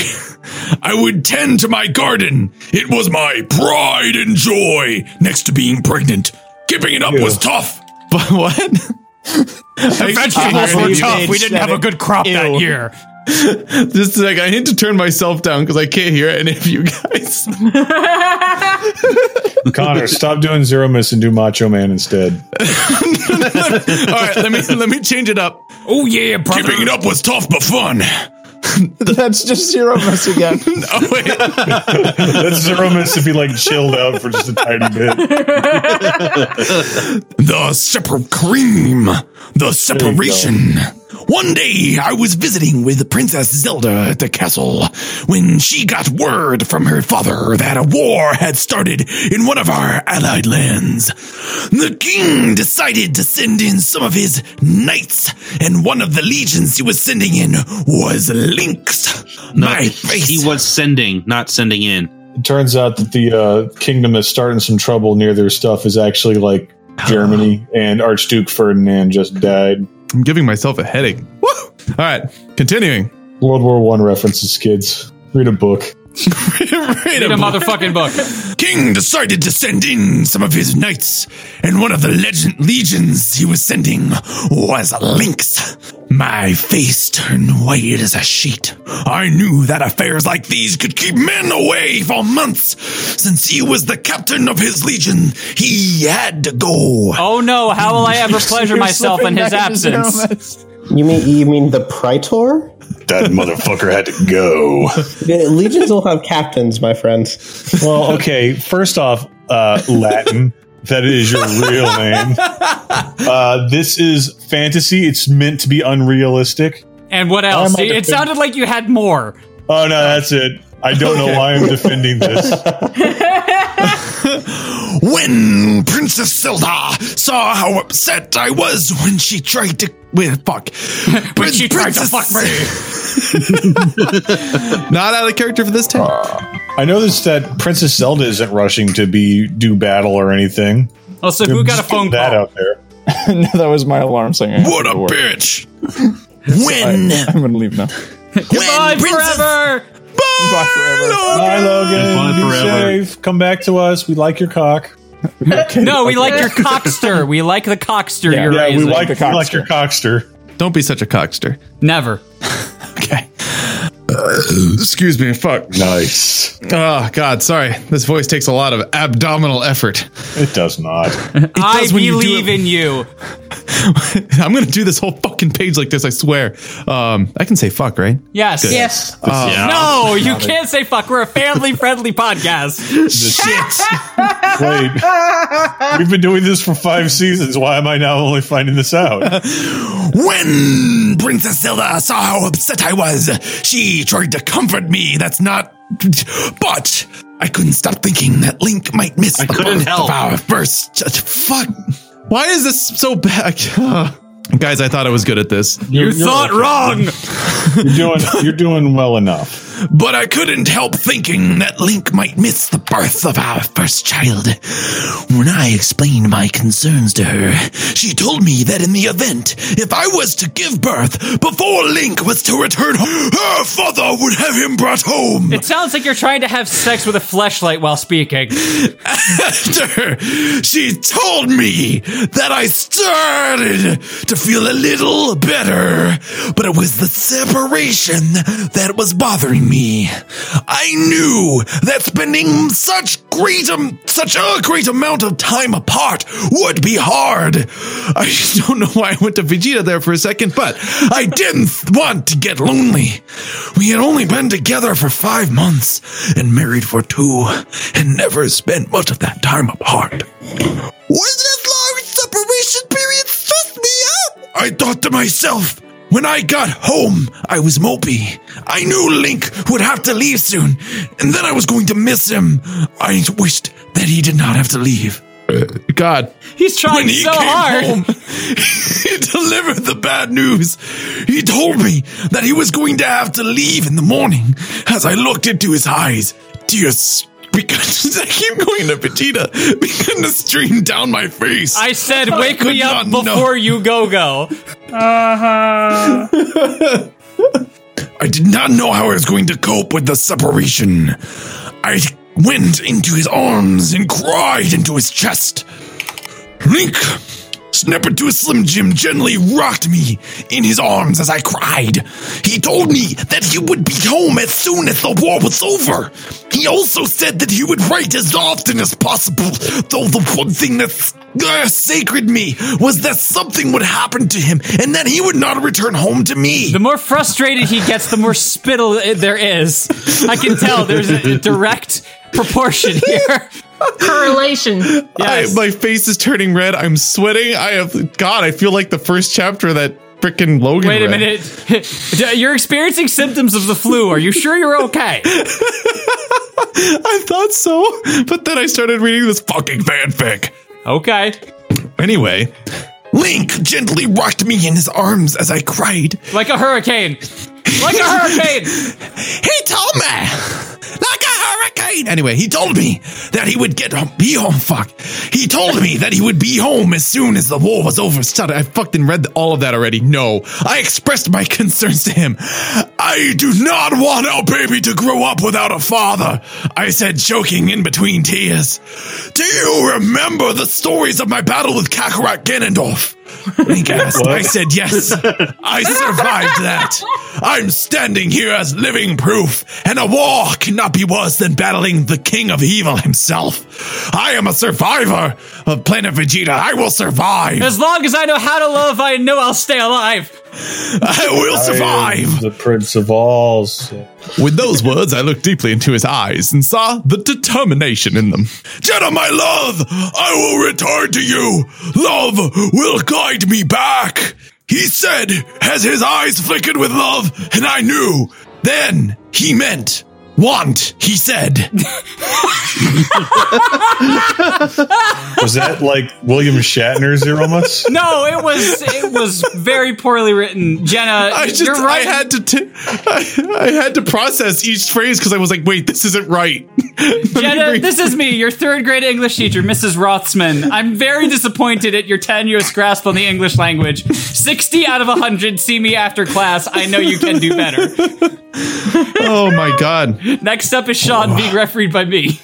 [SPEAKER 16] I would tend to my garden. It was my pride and joy next to being pregnant. Keeping it up
[SPEAKER 3] (laughs)
[SPEAKER 16] was tough.
[SPEAKER 11] (laughs)
[SPEAKER 16] (laughs)
[SPEAKER 11] But what?
[SPEAKER 16] The vegetables were tough. We didn't have a good crop that year.
[SPEAKER 11] (laughs) Just like I need to turn myself down because I can't hear any of
[SPEAKER 3] (laughs)
[SPEAKER 11] you guys.
[SPEAKER 4] Connor, stop doing Zero Miss and do Macho Man
[SPEAKER 11] (laughs)
[SPEAKER 4] instead.
[SPEAKER 11] All right, let me let me change it up.
[SPEAKER 3] Oh yeah, brother.
[SPEAKER 16] keeping it up was tough but fun.
[SPEAKER 3] (laughs)
[SPEAKER 6] That's just Zero Miss again.
[SPEAKER 11] oh wait,
[SPEAKER 4] (laughs) that's Zero Miss if he like chilled out for just a tiny
[SPEAKER 9] (laughs)
[SPEAKER 4] bit.
[SPEAKER 16] the separ- cream, the separation. One day, I was visiting with Princess Zelda at the castle when she got word from her father that a war had started in one of our allied lands. The king decided to send in some of his knights, and one of the legions he was sending in was Lynx.
[SPEAKER 9] No, he was sending, not sending in.
[SPEAKER 4] It turns out that the uh, kingdom that's starting some trouble near their stuff is actually like
[SPEAKER 9] (gasps)
[SPEAKER 4] Germany, and Archduke Ferdinand just died.
[SPEAKER 11] I'm giving myself a headache. Woo! All right, continuing.
[SPEAKER 4] World War One references, kids. Read a book.
[SPEAKER 16] Read
[SPEAKER 3] a motherfucking book.
[SPEAKER 16] King decided to send in some of his knights, and one of the legend legions he was sending was Lynx. My face turned white as a sheet. I knew that affairs like these could keep men away for months. Since he was the captain of his legion, he had to go.
[SPEAKER 3] Oh no, how will I ever pleasure myself in his absence?
[SPEAKER 12] You mean you mean the praetor?
[SPEAKER 16] That motherfucker had to go.
[SPEAKER 12] legions will have captains, my friend.
[SPEAKER 4] Well, okay. First off, uh, Latin. that is your real
[SPEAKER 11] (laughs)
[SPEAKER 4] name. Uh, this is fantasy. It's meant to be unrealistic.
[SPEAKER 3] And what else?
[SPEAKER 4] might
[SPEAKER 3] It,
[SPEAKER 4] have
[SPEAKER 3] it
[SPEAKER 4] been-
[SPEAKER 3] sounded like you had more.
[SPEAKER 4] Oh no, that's it. I don't know why I'm defending
[SPEAKER 11] (laughs)
[SPEAKER 4] this.
[SPEAKER 16] When Princess Zelda saw how upset I was when she tried to. With fuck. (laughs) when she tried to fuck me.
[SPEAKER 11] Not out of character for this time.
[SPEAKER 4] Uh, I noticed that Princess Zelda isn't rushing to be do battle or anything.
[SPEAKER 3] Also,
[SPEAKER 4] who got a phone that out there?
[SPEAKER 6] (laughs) no, that was my alarm singer.
[SPEAKER 16] What a
[SPEAKER 6] (laughs)
[SPEAKER 16] bitch! When
[SPEAKER 6] I'm gonna leave now.
[SPEAKER 3] Goodbye forever.
[SPEAKER 6] Bye forever.
[SPEAKER 4] Bye, Logan. Be
[SPEAKER 6] forever.
[SPEAKER 4] safe. Come back to us. We like your cock.
[SPEAKER 3] (laughs) No, we like your
[SPEAKER 4] (laughs)
[SPEAKER 3] cockster. We like the cockster
[SPEAKER 4] Yeah,
[SPEAKER 3] you're
[SPEAKER 4] yeah, we
[SPEAKER 3] raising.
[SPEAKER 4] like- we like your cockster.
[SPEAKER 11] Don't be such a cockster. (laughs)
[SPEAKER 3] Never.
[SPEAKER 4] Uh,
[SPEAKER 11] Excuse me. Fuck.
[SPEAKER 4] Nice.
[SPEAKER 11] Oh God, sorry. This voice takes a lot of abdominal effort.
[SPEAKER 4] It does
[SPEAKER 11] (laughs)
[SPEAKER 4] not.
[SPEAKER 3] I
[SPEAKER 11] does when you do
[SPEAKER 3] believe in you.
[SPEAKER 11] (laughs) I'm gonna do this whole fucking page like this. I swear. Um, I can say fuck, right?
[SPEAKER 3] Yes.
[SPEAKER 11] Good.
[SPEAKER 3] Yes.
[SPEAKER 11] Um,
[SPEAKER 3] No,
[SPEAKER 11] (laughs)
[SPEAKER 3] you can't say fuck. We're a family friendly podcast.
[SPEAKER 4] Wait. We've been doing this for five seasons. Why am I now only finding
[SPEAKER 3] (laughs)
[SPEAKER 4] this out?
[SPEAKER 16] (laughs) When Princess Zelda saw how upset I was, she tried to comfort me. That's not. But I couldn't stop thinking that Link might miss I the
[SPEAKER 9] couldn't
[SPEAKER 16] birth
[SPEAKER 9] help.
[SPEAKER 16] of our first. Fuck. (laughs)
[SPEAKER 11] Why is this so bad? Guys, I thought I was good at this.
[SPEAKER 4] You're- You you're thought okay. wrong! You're
[SPEAKER 3] (laughs)
[SPEAKER 4] doing, you're doing well enough.
[SPEAKER 16] But I couldn't help thinking that Link might miss the birth of our first child. When I explained my concerns to her, she told me that in the event, if I was to give birth before Link was to return home, her father would have him brought
[SPEAKER 3] (laughs)
[SPEAKER 16] home. (laughs)
[SPEAKER 3] It sounds like you're trying to have sex with a fleshlight while speaking.
[SPEAKER 16] After she told me that I started to feel a little better, but it was the separation that was bothering me. I knew that spending such great, um, such a great amount of time apart would be hard.
[SPEAKER 11] I
[SPEAKER 16] (laughs)
[SPEAKER 11] just don't know why I went to Vegeta there for a second, but
[SPEAKER 16] I didn't (laughs) want to get lonely. We had only been together for five months and married for two and never spent much of that time apart. Wasn't this long separation period stressed me out? I thought to myself, when I got home, I was mopey. I knew Link would have to leave soon, and then I was going to miss him. I wished that he did not have to leave.
[SPEAKER 11] God.
[SPEAKER 3] He's trying so hard.
[SPEAKER 16] he (laughs) delivered the bad news. He told me that he was going to have to leave in the morning. As I looked into his eyes, tears began. (laughs) I keep going to Vegeta, began to stream down my face.
[SPEAKER 3] I said,
[SPEAKER 16] I
[SPEAKER 3] wake
[SPEAKER 16] could
[SPEAKER 3] me up
[SPEAKER 16] not know.
[SPEAKER 3] before you go go.
[SPEAKER 10] Uh huh.
[SPEAKER 16] I did not know how I was going to cope with the separation. I went into his arms and cried into his chest. Link snapped into a Slim Jim, gently rocked me in his arms as I cried. He told me that he would be home as soon as the war was over. He also said that he would write as often as possible, though the one thing that uh, sacred me was that something would happen to him and that he would not return home to me.
[SPEAKER 3] The more frustrated he gets, the more spittle i- there is. I can tell there's a, a direct proportion here.
[SPEAKER 8] Correlation.
[SPEAKER 11] (laughs) I, my face is turning red. I'm sweating. I have God. I feel like the first chapter of that freaking Logan.
[SPEAKER 3] Wait a
[SPEAKER 11] read.
[SPEAKER 3] minute. (laughs) You're experiencing symptoms of the flu. Are you sure you're okay?
[SPEAKER 11] (laughs) I thought so, but then I started reading this fucking fanfic.
[SPEAKER 3] Okay.
[SPEAKER 11] Anyway,
[SPEAKER 16] Link gently rocked me in his arms as I cried.
[SPEAKER 3] Like a hurricane. Like a
[SPEAKER 16] (laughs)
[SPEAKER 3] hurricane.
[SPEAKER 16] he told me. Like a hurricane. Anyway, he told me that he would get home, be home. Fuck. He told me that he would be home as soon as the war was over.
[SPEAKER 11] Stop it. I fucking read all of that already. No,
[SPEAKER 16] I expressed my (laughs) concerns to him. I do not want our baby to grow up without a father, I said, joking in between tears. Do you remember the stories of my battle with Kakarot Ganondorf? Link asked. I said yes. I survived that. I'm standing here as living proof, and a war cannot be worse than battling the king of evil himself. I am a survivor of Planet Vegeta. I will survive.
[SPEAKER 3] As long as I know how to love, I know I'll stay alive.
[SPEAKER 16] I will
[SPEAKER 4] am The Prince of All. sin.
[SPEAKER 11] With those words, I looked deeply into his eyes and saw the determination in them. (laughs)
[SPEAKER 16] Jedi, my love, I will return to you. Love will guide me back. He said as his eyes flickered with love, and I knew. Then he meant want, he said.
[SPEAKER 4] Was that like William Shatner's Eromus?
[SPEAKER 3] No, it was it was very poorly written. Jenna,
[SPEAKER 11] I just
[SPEAKER 3] you're right.
[SPEAKER 11] I had to t- I, I had to process each phrase because I was like, wait, this isn't right. (laughs)
[SPEAKER 3] Jenna, this is me, your third grade English teacher, Mrs. Rothsman. I'm very disappointed at your tenuous grasp on the English language. 60 out of 100, see me after class. I know you can do better.
[SPEAKER 11] oh my god.
[SPEAKER 3] Next up is Sean being refereed by me.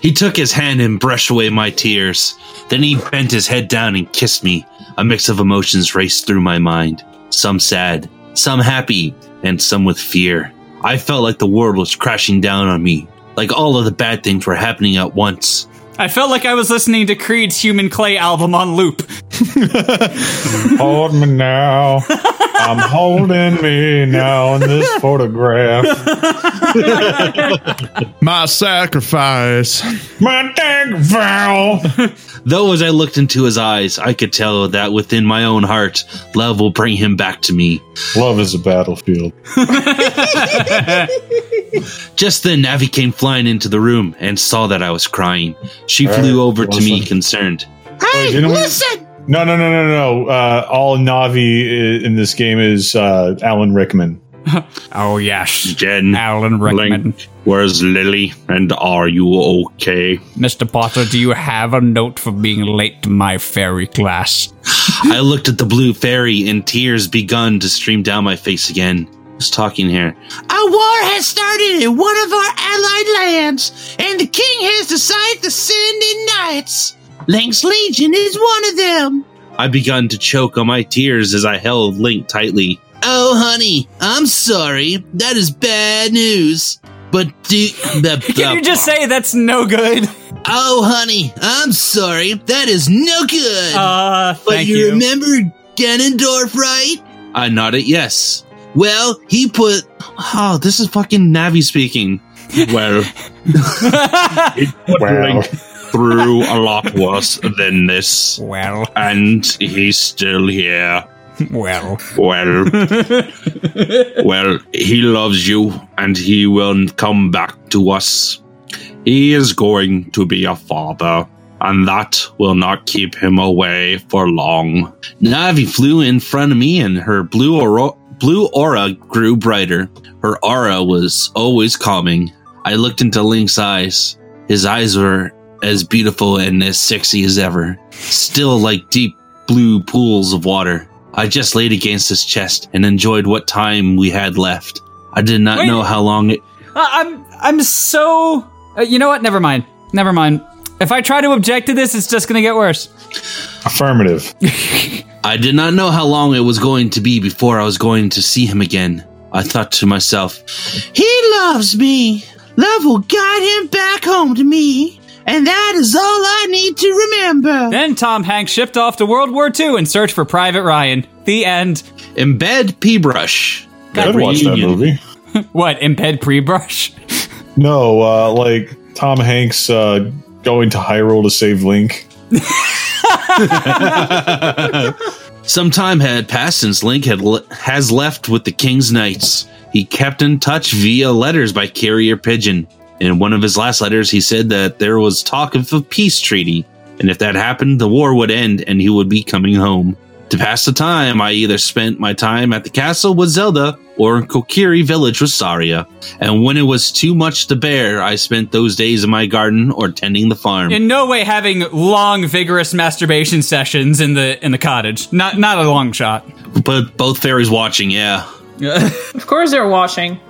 [SPEAKER 9] He took his hand and brushed away my tears. Then he bent his head down and kissed me. A mix of emotions raced through my mind some sad, some happy, and some with fear. I felt like the world was crashing down on me, like all of the bad things were happening at once.
[SPEAKER 3] I felt like I was listening to Creed's Human Clay album on
[SPEAKER 11] (laughs)
[SPEAKER 3] loop.
[SPEAKER 4] Hold me now. I'm holding me now in this
[SPEAKER 3] (laughs)
[SPEAKER 4] photograph.
[SPEAKER 11] My sacrifice.
[SPEAKER 4] My dang vow.
[SPEAKER 9] Though as I looked into his eyes, I could tell that within my own heart, love will bring him back to me.
[SPEAKER 4] Love is a battlefield.
[SPEAKER 9] (laughs) Just then, Navi came flying into the room and saw that I was crying. She
[SPEAKER 4] All
[SPEAKER 9] flew
[SPEAKER 4] right,
[SPEAKER 9] over to me,
[SPEAKER 4] listen.
[SPEAKER 9] concerned.
[SPEAKER 10] Hey,
[SPEAKER 4] gentlemen.
[SPEAKER 10] listen.
[SPEAKER 4] No, no, no, no, no. Uh, all Navi i- in this game is uh, Alan Rickman.
[SPEAKER 3] oh yes,
[SPEAKER 9] Jen,
[SPEAKER 3] Alan Rickman.
[SPEAKER 9] where's Lily? And are you okay?
[SPEAKER 3] Mr. Potter, do you have a note for being late to my fairy class?
[SPEAKER 9] (laughs) I looked at the blue fairy, and tears begun to stream down my face again. Who's talking here?
[SPEAKER 10] A war has started in one of our allied lands, and the king has decided to send in knights. Link's Legion is one of them.
[SPEAKER 9] I begun to choke on my tears as I held Link tightly.
[SPEAKER 10] Oh, honey, I'm sorry. That is bad news. But do (laughs)
[SPEAKER 9] Can you just
[SPEAKER 3] say that's no good?
[SPEAKER 10] Oh, honey, I'm sorry. That is no good. Uh, but
[SPEAKER 9] thank
[SPEAKER 10] you,
[SPEAKER 9] you.
[SPEAKER 10] remember Ganondorf, right?
[SPEAKER 9] I nodded yes. Well, he put. Oh, this is fucking Navi speaking.
[SPEAKER 3] (laughs)
[SPEAKER 9] Well, it put Link through a lot worse than this.
[SPEAKER 3] Well,
[SPEAKER 9] and he's still here.
[SPEAKER 3] Well, (laughs)
[SPEAKER 9] well, well, he loves you, and he will come back to us. He is going to be a father, and that will not keep him away for long. Navi flew in front of me, and her blue aura, blue aura grew brighter. Her aura was always calming. I looked into Link's eyes. His eyes were as beautiful and as sexy as ever, still like deep blue pools of water. I just laid against his chest and enjoyed what time we had left. I did not
[SPEAKER 3] Wait.
[SPEAKER 9] know how long it
[SPEAKER 3] Uh, I'm I'm so. Uh, you know what? Never mind. Never mind. If I try to object to this, it's just gonna get worse.
[SPEAKER 4] Affirmative.
[SPEAKER 9] I did not know how long it was going to be before I was going to see him again. I thought to myself,
[SPEAKER 10] He loves me. Love will guide him back home to me. And that is all I need to remember.
[SPEAKER 3] Then Tom Hanks shipped off to World War II in search for Private Ryan. The end.
[SPEAKER 9] Embed Peabrush.
[SPEAKER 4] I'd watch that movie.
[SPEAKER 3] what? Embed Peabrush?
[SPEAKER 4] No, uh, like Tom Hanks uh, going to Hyrule to save Link.
[SPEAKER 9] (laughs) Some time had passed since Link had le- has left with the King's Knights. He kept in touch via letters by carrier pigeon. In one of his last letters, he said that there was talk of a peace treaty, and if that happened, the war would end and he would be coming home. To pass the time, I either spent my time at the castle with Zelda or in Kokiri village with Saria. And when it was too much to bear, I spent those days in my garden or tending the farm.
[SPEAKER 3] In no way having long, vigorous masturbation sessions in the in the cottage. Not not a long shot.
[SPEAKER 9] But both fairies watching, yeah.
[SPEAKER 8] Of course they're washing.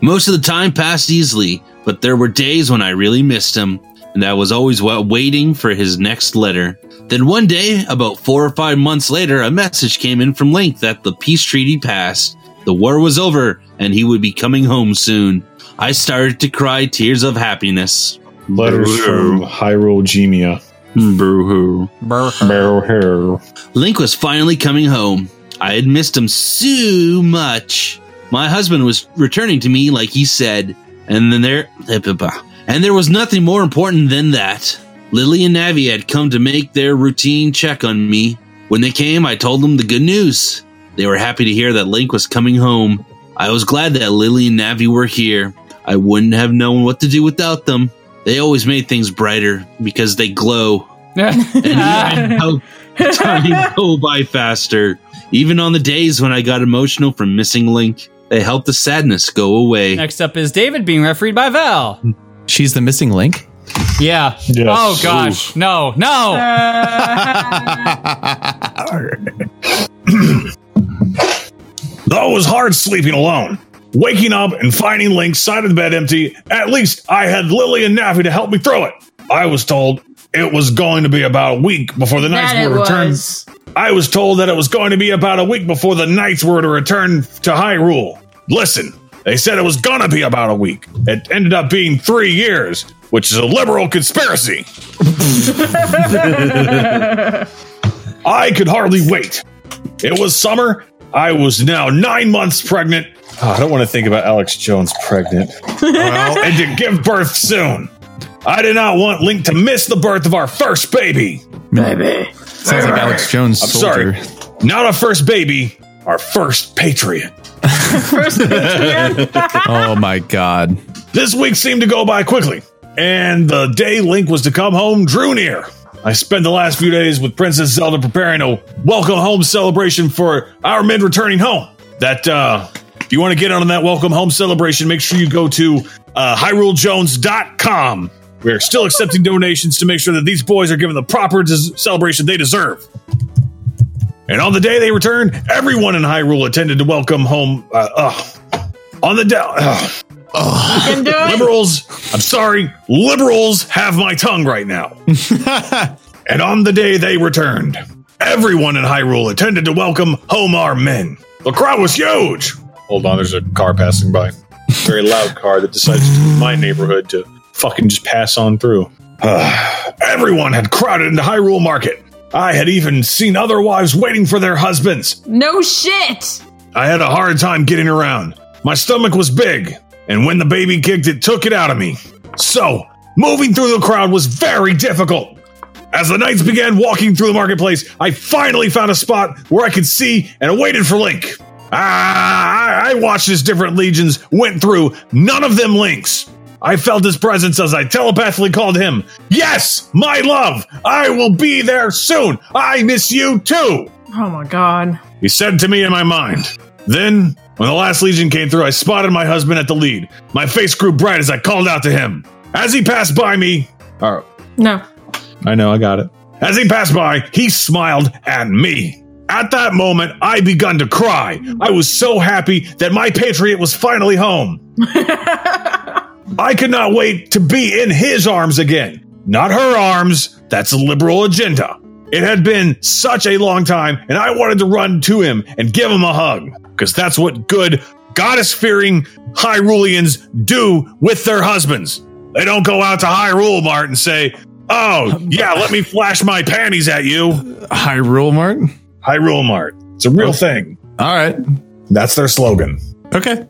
[SPEAKER 9] Most of the time passed easily, but there were days when I really missed him, and I was always wa- waiting for his next letter. Then one day, about four or five months later, a message came in from Link that the peace treaty passed, the war was over, and he would be coming home soon. I started to cry tears of happiness.
[SPEAKER 4] Letters from Hyrule Gemia.
[SPEAKER 9] Boo
[SPEAKER 4] hoo.
[SPEAKER 9] Link was finally coming home. I had missed him so much. My husband was returning to me like he said, and then there eh, and there was nothing more important than that. Lily and Navi had come to make their routine check on me. When they came, I told them the good news. They were happy to hear that Link was coming home. I was glad that Lily and Navi were here. I wouldn't have known what to do without them. They always made things brighter because they glow (laughs) how time go by faster. Even on the days when I got emotional from missing Link, they helped the sadness go away.
[SPEAKER 3] Next up is David being refereed by Val.
[SPEAKER 11] She's the missing link.
[SPEAKER 3] Yeah. Oh gosh. No. No.
[SPEAKER 4] Though it was hard sleeping alone, waking up and finding Link's side of the bed empty, at least I had Lily and Naffy to help me through it. I was told it was going to be about a week before the knights
[SPEAKER 10] That
[SPEAKER 4] were
[SPEAKER 10] it
[SPEAKER 4] to return.
[SPEAKER 10] was.
[SPEAKER 4] I was told that it was going to be about a week before the knights were to return to Hyrule. Listen, they said it was going to be about a week. It ended up being three years, which is a liberal conspiracy. I could hardly wait. It was summer. I was now nine months pregnant. Oh, I don't want to think about Alex Jones pregnant. Well, and to give birth soon. I did not want Link to miss the birth of our first baby.
[SPEAKER 11] Baby. Sounds like Alex Jones.
[SPEAKER 4] I'm
[SPEAKER 11] soldier.
[SPEAKER 4] sorry. Not our first baby, our first patriot.
[SPEAKER 11] (laughs) oh my god.
[SPEAKER 4] This week seemed to go by quickly, and the day Link was to come home drew near. I spent the last few days with Princess Zelda preparing a welcome home celebration for our men returning home. That, uh, if you want to get on that welcome home celebration, make sure you go to uh, HyruleJones.com. We're still accepting donations to make sure that these boys are given the proper des- celebration they deserve. And on the day they returned, everyone in Hyrule attended to welcome home. Uh, ugh. on the down. liberals, I'm sorry, liberals have my tongue right now. and on the day they returned, everyone in Hyrule attended to welcome home our men. The crowd was huge. Hold on, there's a car passing by.
[SPEAKER 17] Very loud car that decides to leave my neighborhood to fucking just pass on through.
[SPEAKER 4] (sighs) Everyone had crowded into Hyrule Market. I had even seen other wives waiting for their husbands.
[SPEAKER 8] No shit!
[SPEAKER 4] I had a hard time getting around. My stomach was big, and when the baby kicked, it took it out of me. So, moving through the crowd was very difficult. As the knights began walking through the marketplace, I finally found a spot where I could see and waited for Link. Ah, I, I watched as different legions went through, none of them Link's. I felt his presence as I telepathically called him. Yes, my love, I will be there soon. I miss you too.
[SPEAKER 8] Oh my god.
[SPEAKER 4] He said to me in my mind. Then, when the last Legion came through, I spotted my husband at the lead. My face grew bright as I called out to him. As he passed by me, all right,
[SPEAKER 8] No.
[SPEAKER 4] I know, I got it. As he passed by, he smiled at me. At that moment, I begun to cry. I was so happy that my patriot was finally home. I could not wait to be in his arms again. Not her arms. That's a liberal agenda. It had been such a long time, and I wanted to run to him and give him a hug. Because that's what good, goddess fearing Hyruleans do with their husbands. They don't go out to Hyrule Mart and say, Oh, yeah, let me flash my panties at you.
[SPEAKER 11] Hyrule Mart? Oh.
[SPEAKER 4] Hyrule Mart. It's a real thing.
[SPEAKER 11] All right.
[SPEAKER 4] That's their slogan.
[SPEAKER 11] Okay.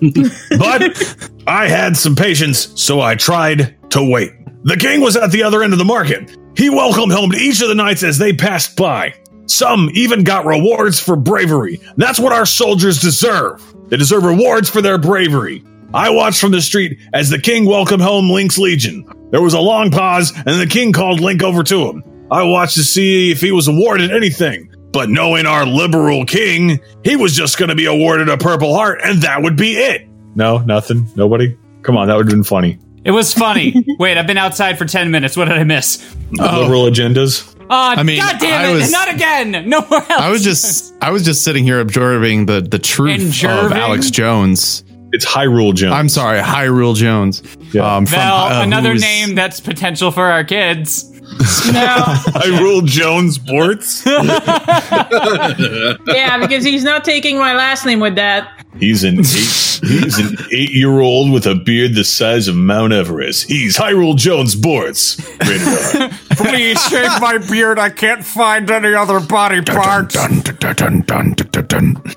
[SPEAKER 4] but I had some patience, so I tried to wait. The king was at the other end of the market. He welcomed home to each of the knights as they passed by. Some even got rewards for bravery. That's what our soldiers deserve. They deserve rewards for their bravery. I watched from the street as the king welcomed home Link's legion. There was a long pause, and the king called Link over to him. I watched to see if he was awarded anything. But knowing our liberal king, he was just going to be awarded a Purple Heart, and that would be it.
[SPEAKER 17] No, nothing. Nobody. Come on, that would have been funny.
[SPEAKER 3] It was funny. Wait, I've been outside for 10 minutes. What did I miss?
[SPEAKER 17] Liberal agendas.
[SPEAKER 3] Ah,
[SPEAKER 11] I mean,
[SPEAKER 3] God damn
[SPEAKER 11] I
[SPEAKER 3] it.
[SPEAKER 11] was-
[SPEAKER 3] Not again. No more else.
[SPEAKER 11] I was just I was just sitting here observing the the truth of
[SPEAKER 3] Observing?
[SPEAKER 11] Alex Jones.
[SPEAKER 17] It's Hyrule Jones.
[SPEAKER 11] I'm sorry, Hyrule Jones. Um, from,
[SPEAKER 3] Val,
[SPEAKER 11] uh,
[SPEAKER 3] another
[SPEAKER 11] who is-
[SPEAKER 3] name that's potential for our kids.
[SPEAKER 4] (laughs) Hyrule Jones Bortz.
[SPEAKER 6] (laughs)
[SPEAKER 8] Yeah, because he's not taking my last name with that.
[SPEAKER 17] He's an eight, he's an eight-year-old with a beard the size of Mount Everest. He's Hyrule Jones Bortz.
[SPEAKER 18] (laughs) Please shave my beard. I can't find any other body parts.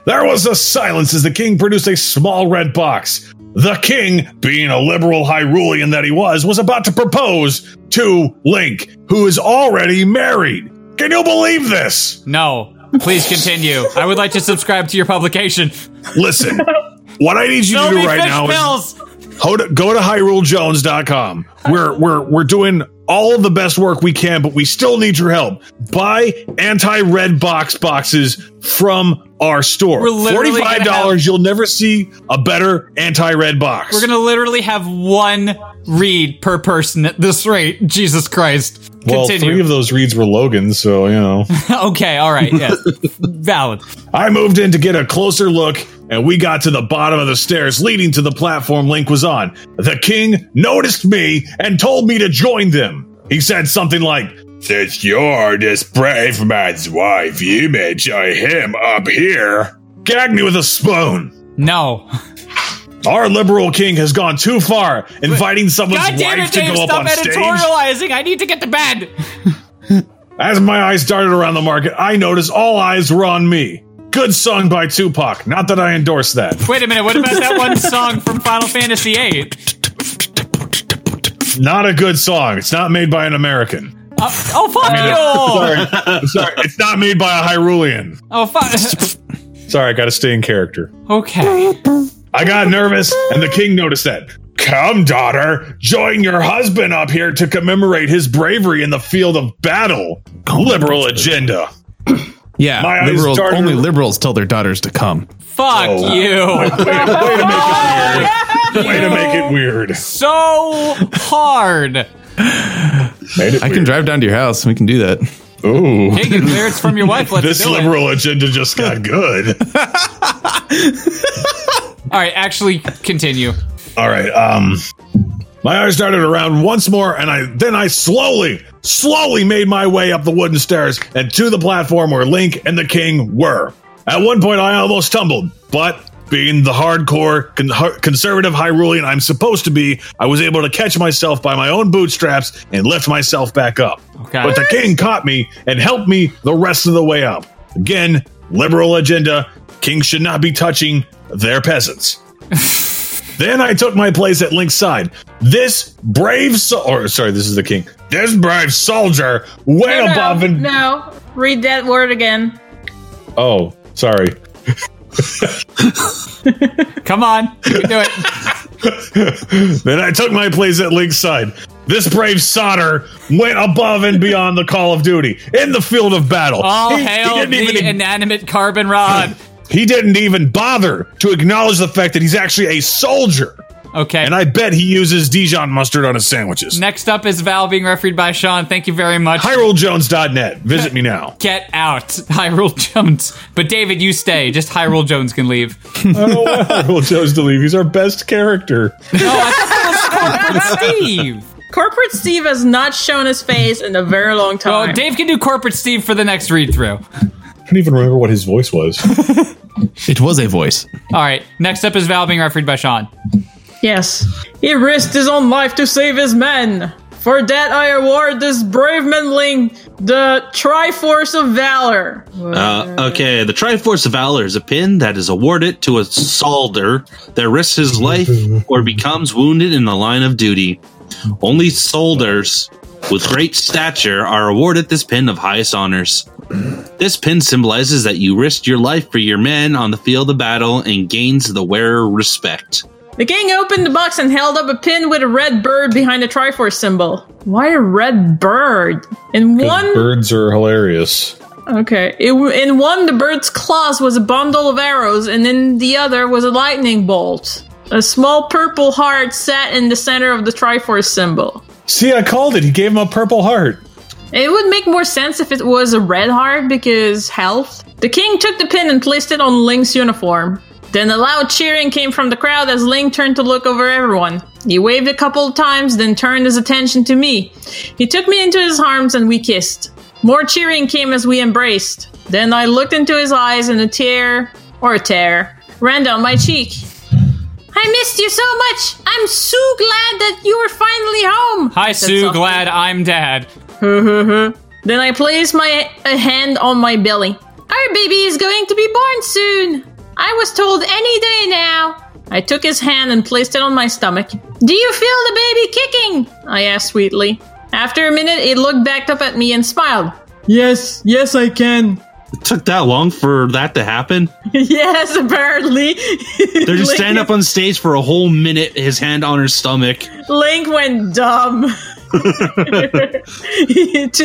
[SPEAKER 4] There was a silence as the king produced a small red box. The king, being a liberal Hyrulean that he was, was about to propose to Link, who is already married. Can you believe this?
[SPEAKER 3] No. Please continue. I would like to subscribe to your publication.
[SPEAKER 4] Listen, what I need you
[SPEAKER 3] Sell
[SPEAKER 4] to
[SPEAKER 3] me
[SPEAKER 4] do right
[SPEAKER 3] fish
[SPEAKER 4] now
[SPEAKER 3] pills.
[SPEAKER 4] is go to, go to HyruleJones.com. We're we're we're doing all the best work we can, but we still need your help. Buy anti-red box boxes from our store.
[SPEAKER 3] We're literally gonna
[SPEAKER 4] Forty-five dollars. You'll never see a better anti-red box.
[SPEAKER 3] We're gonna literally have one read per person at this rate. Jesus Christ.
[SPEAKER 17] Well, three
[SPEAKER 3] Continue.
[SPEAKER 17] of those reads were Logan, so you know.
[SPEAKER 3] (laughs) okay, all right, yeah. Valid.
[SPEAKER 4] I moved in to get a closer look, and we got to the bottom of the stairs leading to the platform Link was on. The king noticed me and told me to join them. He said something like, Since you're this brave man's wife, you may join him up here. Gag me with a spoon.
[SPEAKER 3] No.
[SPEAKER 4] (laughs) Our liberal king has gone too far, inviting someone's
[SPEAKER 3] (laughs) God damn it,
[SPEAKER 4] wife to
[SPEAKER 3] James,
[SPEAKER 4] go up
[SPEAKER 3] stop
[SPEAKER 4] on stage.
[SPEAKER 3] editorializing. I need to get to bed.
[SPEAKER 4] As my eyes darted around the market, I noticed all eyes were on me. Good song by Tupac. Not that I endorse that.
[SPEAKER 3] Wait a minute, what about that one song from Final Fantasy VIII?
[SPEAKER 4] Not a good song. It's not made by an American.
[SPEAKER 3] Uh, oh, fuck
[SPEAKER 4] I mean,
[SPEAKER 3] you!
[SPEAKER 4] sorry, I'm sorry. It's not made by a Hyrulean.
[SPEAKER 3] Oh,
[SPEAKER 4] (laughs)
[SPEAKER 3] fuck.
[SPEAKER 4] Sorry, I got to stay in character.
[SPEAKER 3] Okay.
[SPEAKER 4] I got nervous, and the king noticed that. Come, daughter, join your husband up here to commemorate his bravery in the field of battle. Liberal agenda.
[SPEAKER 11] Yeah,
[SPEAKER 4] My eyes
[SPEAKER 11] liberals,
[SPEAKER 4] started-
[SPEAKER 11] only liberals tell their daughters to come.
[SPEAKER 3] Fuck
[SPEAKER 4] Oh.
[SPEAKER 3] you.
[SPEAKER 4] Way to make it weird.
[SPEAKER 3] So
[SPEAKER 4] (laughs)
[SPEAKER 3] hard.
[SPEAKER 11] I can drive down to your house. We can do that.
[SPEAKER 4] Ooh.
[SPEAKER 3] Hey, get clearance from your
[SPEAKER 4] (laughs)
[SPEAKER 3] wife. Let's
[SPEAKER 4] this
[SPEAKER 3] do it.
[SPEAKER 4] liberal agenda
[SPEAKER 3] (laughs)
[SPEAKER 4] just got good.
[SPEAKER 3] All right, actually, continue.
[SPEAKER 4] All right. Um, my eyes darted around once more, and I then I slowly, slowly made my way up the wooden stairs and to the platform where Link and the King were. At one point, I almost tumbled, but being the hardcore con- har- conservative Hyrulean I'm supposed to be, I was able to catch myself by my own bootstraps and lift myself back up.
[SPEAKER 3] Okay.
[SPEAKER 4] But the King caught me and helped me the rest of the way up. Again, liberal agenda. Kings should not be touching their peasants. Then I took my place at Link's side. This brave so- or sorry, this is the king. This brave soldier way
[SPEAKER 8] No, no,
[SPEAKER 4] above and
[SPEAKER 8] no, read that word again.
[SPEAKER 4] oh, sorry.
[SPEAKER 3] (laughs) Come on, you can do
[SPEAKER 4] it. (laughs) then I took my place at Link's side. This brave soldier went above and beyond the call of duty in the field of battle.
[SPEAKER 3] All
[SPEAKER 4] (laughs) He- he
[SPEAKER 3] hail
[SPEAKER 4] didn't
[SPEAKER 3] the
[SPEAKER 4] even
[SPEAKER 3] inanimate carbon rod.
[SPEAKER 4] He didn't even bother to acknowledge the fact that he's actually a soldier.
[SPEAKER 3] Okay.
[SPEAKER 4] And I bet he uses Dijon mustard on
[SPEAKER 3] (laughs)
[SPEAKER 4] his sandwiches.
[SPEAKER 3] Next up is Val being refereed by Sean. Thank you very much.
[SPEAKER 4] HyruleJones.net. Visit me now.
[SPEAKER 3] (laughs) Get out, Hyrule Jones. But David, you stay. Just Hyrule Jones can leave.
[SPEAKER 4] I don't want Hyrule Jones to leave. He's our best character.
[SPEAKER 8] (laughs)
[SPEAKER 3] Steve.
[SPEAKER 8] Corporate Steve has not shown his face in a very long time.
[SPEAKER 3] Well, Dave can do corporate Steve for the next read through.
[SPEAKER 4] I don't even remember what his voice was.
[SPEAKER 11] (laughs) it was a voice.
[SPEAKER 3] All right. Next up is Val being refereed by Sean.
[SPEAKER 8] Yes. He risked his own life to save his men. For that, I award this brave manling the Triforce of Valor.
[SPEAKER 9] Uh, okay, the Triforce of Valor is a pin that is awarded to a soldier that risks his life or becomes wounded in the line of duty. Only soldiers with great stature are awarded this pin of highest honors. This pin symbolizes that you risked your life for your men on the field of battle and gains the wearer respect.
[SPEAKER 8] The king opened the box and held up a pin with a red bird behind the Triforce symbol. Why a red bird? In one
[SPEAKER 4] Birds are hilarious.
[SPEAKER 8] Okay. It, in one, the bird's claws was a bundle of arrows, and in the other was a lightning bolt. A small purple heart sat in the center of the Triforce symbol.
[SPEAKER 4] See, I called it. He gave him a purple heart.
[SPEAKER 8] It would make more sense if it was a red heart because health. The king took the pin and placed it on Link's uniform. Then a loud cheering came from the crowd as Link turned to look over everyone. He waved a couple of times, then turned his attention to me. He took me into his arms and we kissed. More cheering came as we embraced. Then I looked into his eyes and a tear, or a tear, ran down my cheek.
[SPEAKER 10] I missed you so much. I'm so glad that you were finally home.
[SPEAKER 3] Hi, Sue. Glad I'm dad.
[SPEAKER 8] (laughs) then I placed my a hand on my belly.
[SPEAKER 10] Our baby is going to be born soon. I was told any day now.
[SPEAKER 8] I took his hand and placed it on my stomach. Do you feel the baby kicking? I asked sweetly. After a minute, it looked back up at me and smiled. (laughs) Yes, yes, I can.
[SPEAKER 9] It took that long for that to
[SPEAKER 8] (laughs)
[SPEAKER 9] happen.
[SPEAKER 8] yes, apparently.
[SPEAKER 9] They're just standing up on stage for a whole minute, his hand on her stomach.
[SPEAKER 8] (laughs)
[SPEAKER 9] (laughs)
[SPEAKER 8] Link went dumb. (laughs) Too-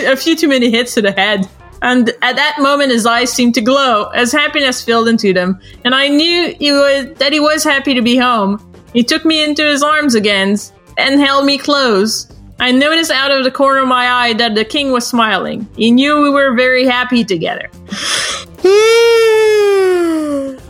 [SPEAKER 8] a few too many hits to the head. And at that moment, his eyes seemed to glow as happiness filled into them, and I knew he was, that he was happy to be home. He took me into his arms again and held me close. I noticed out of the corner of my eye that the king was smiling. He knew we were very happy together.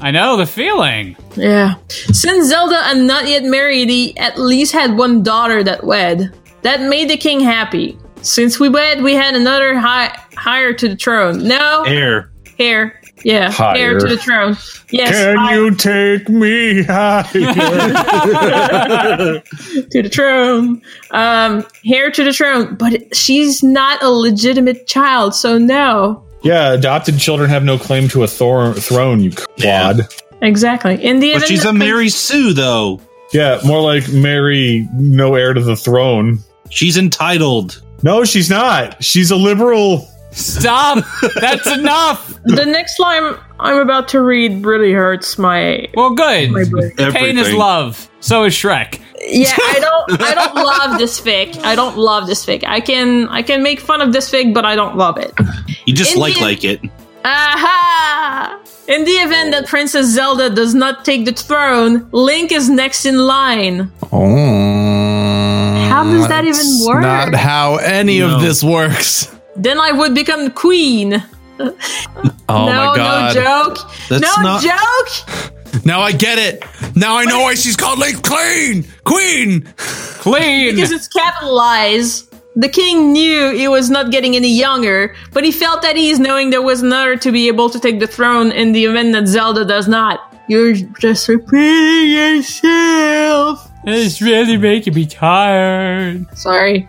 [SPEAKER 3] I know the feeling.
[SPEAKER 8] Yeah. Since Zelda and not yet married, he at least had one daughter that wed. That made the king happy. Since we wed, we had another high, heir to the throne. No,
[SPEAKER 9] Air.
[SPEAKER 8] heir. Yeah, heir
[SPEAKER 4] Higher.
[SPEAKER 8] to the throne. Yes,
[SPEAKER 4] Can
[SPEAKER 8] high-
[SPEAKER 4] you take me
[SPEAKER 3] (laughs)
[SPEAKER 4] higher?
[SPEAKER 8] to the throne. Um, heir to the throne. But she's not a legitimate child, so no.
[SPEAKER 4] (laughs) yeah, adopted children have no claim to a thor- throne, you quad.
[SPEAKER 8] Exactly. In the event that- (laughs)
[SPEAKER 9] Sue, though.
[SPEAKER 4] Yeah, more like Mary, no heir to the throne.
[SPEAKER 9] She's entitled.
[SPEAKER 4] No, she's not. She's a liberal. (laughs)
[SPEAKER 3] Stop! That's enough.
[SPEAKER 8] The next line I'm about to read really hurts my.
[SPEAKER 3] Well, good. Pain is
[SPEAKER 8] Everything.
[SPEAKER 3] love. So is Shrek.
[SPEAKER 8] Yeah,
[SPEAKER 3] (laughs)
[SPEAKER 8] I don't. I don't love this fic. I don't love this fic. I can. I can make fun of this fic, but I don't love it.
[SPEAKER 9] You just
[SPEAKER 8] In
[SPEAKER 9] like
[SPEAKER 8] the-
[SPEAKER 9] like it.
[SPEAKER 8] Aha! In the event that Princess Zelda does not take the throne, Link is next in line.
[SPEAKER 11] Oh,
[SPEAKER 8] How does that even
[SPEAKER 11] that's
[SPEAKER 8] work?
[SPEAKER 11] Not how any of this works.
[SPEAKER 8] Then I would become the queen.
[SPEAKER 11] Oh
[SPEAKER 8] (laughs) no,
[SPEAKER 11] my god!
[SPEAKER 8] no joke.
[SPEAKER 11] That's
[SPEAKER 8] no
[SPEAKER 11] not-
[SPEAKER 8] joke.
[SPEAKER 11] (laughs) Now I get it. Now I know why she's called Lake Clean Queen.
[SPEAKER 3] Clean.
[SPEAKER 8] Because it's capitalized. The king knew he was not getting any younger, but he felt at ease knowing there was another to be able to take the throne in the event that Zelda does not. You're just repeating yourself.
[SPEAKER 3] It's really making me tired.
[SPEAKER 8] Sorry.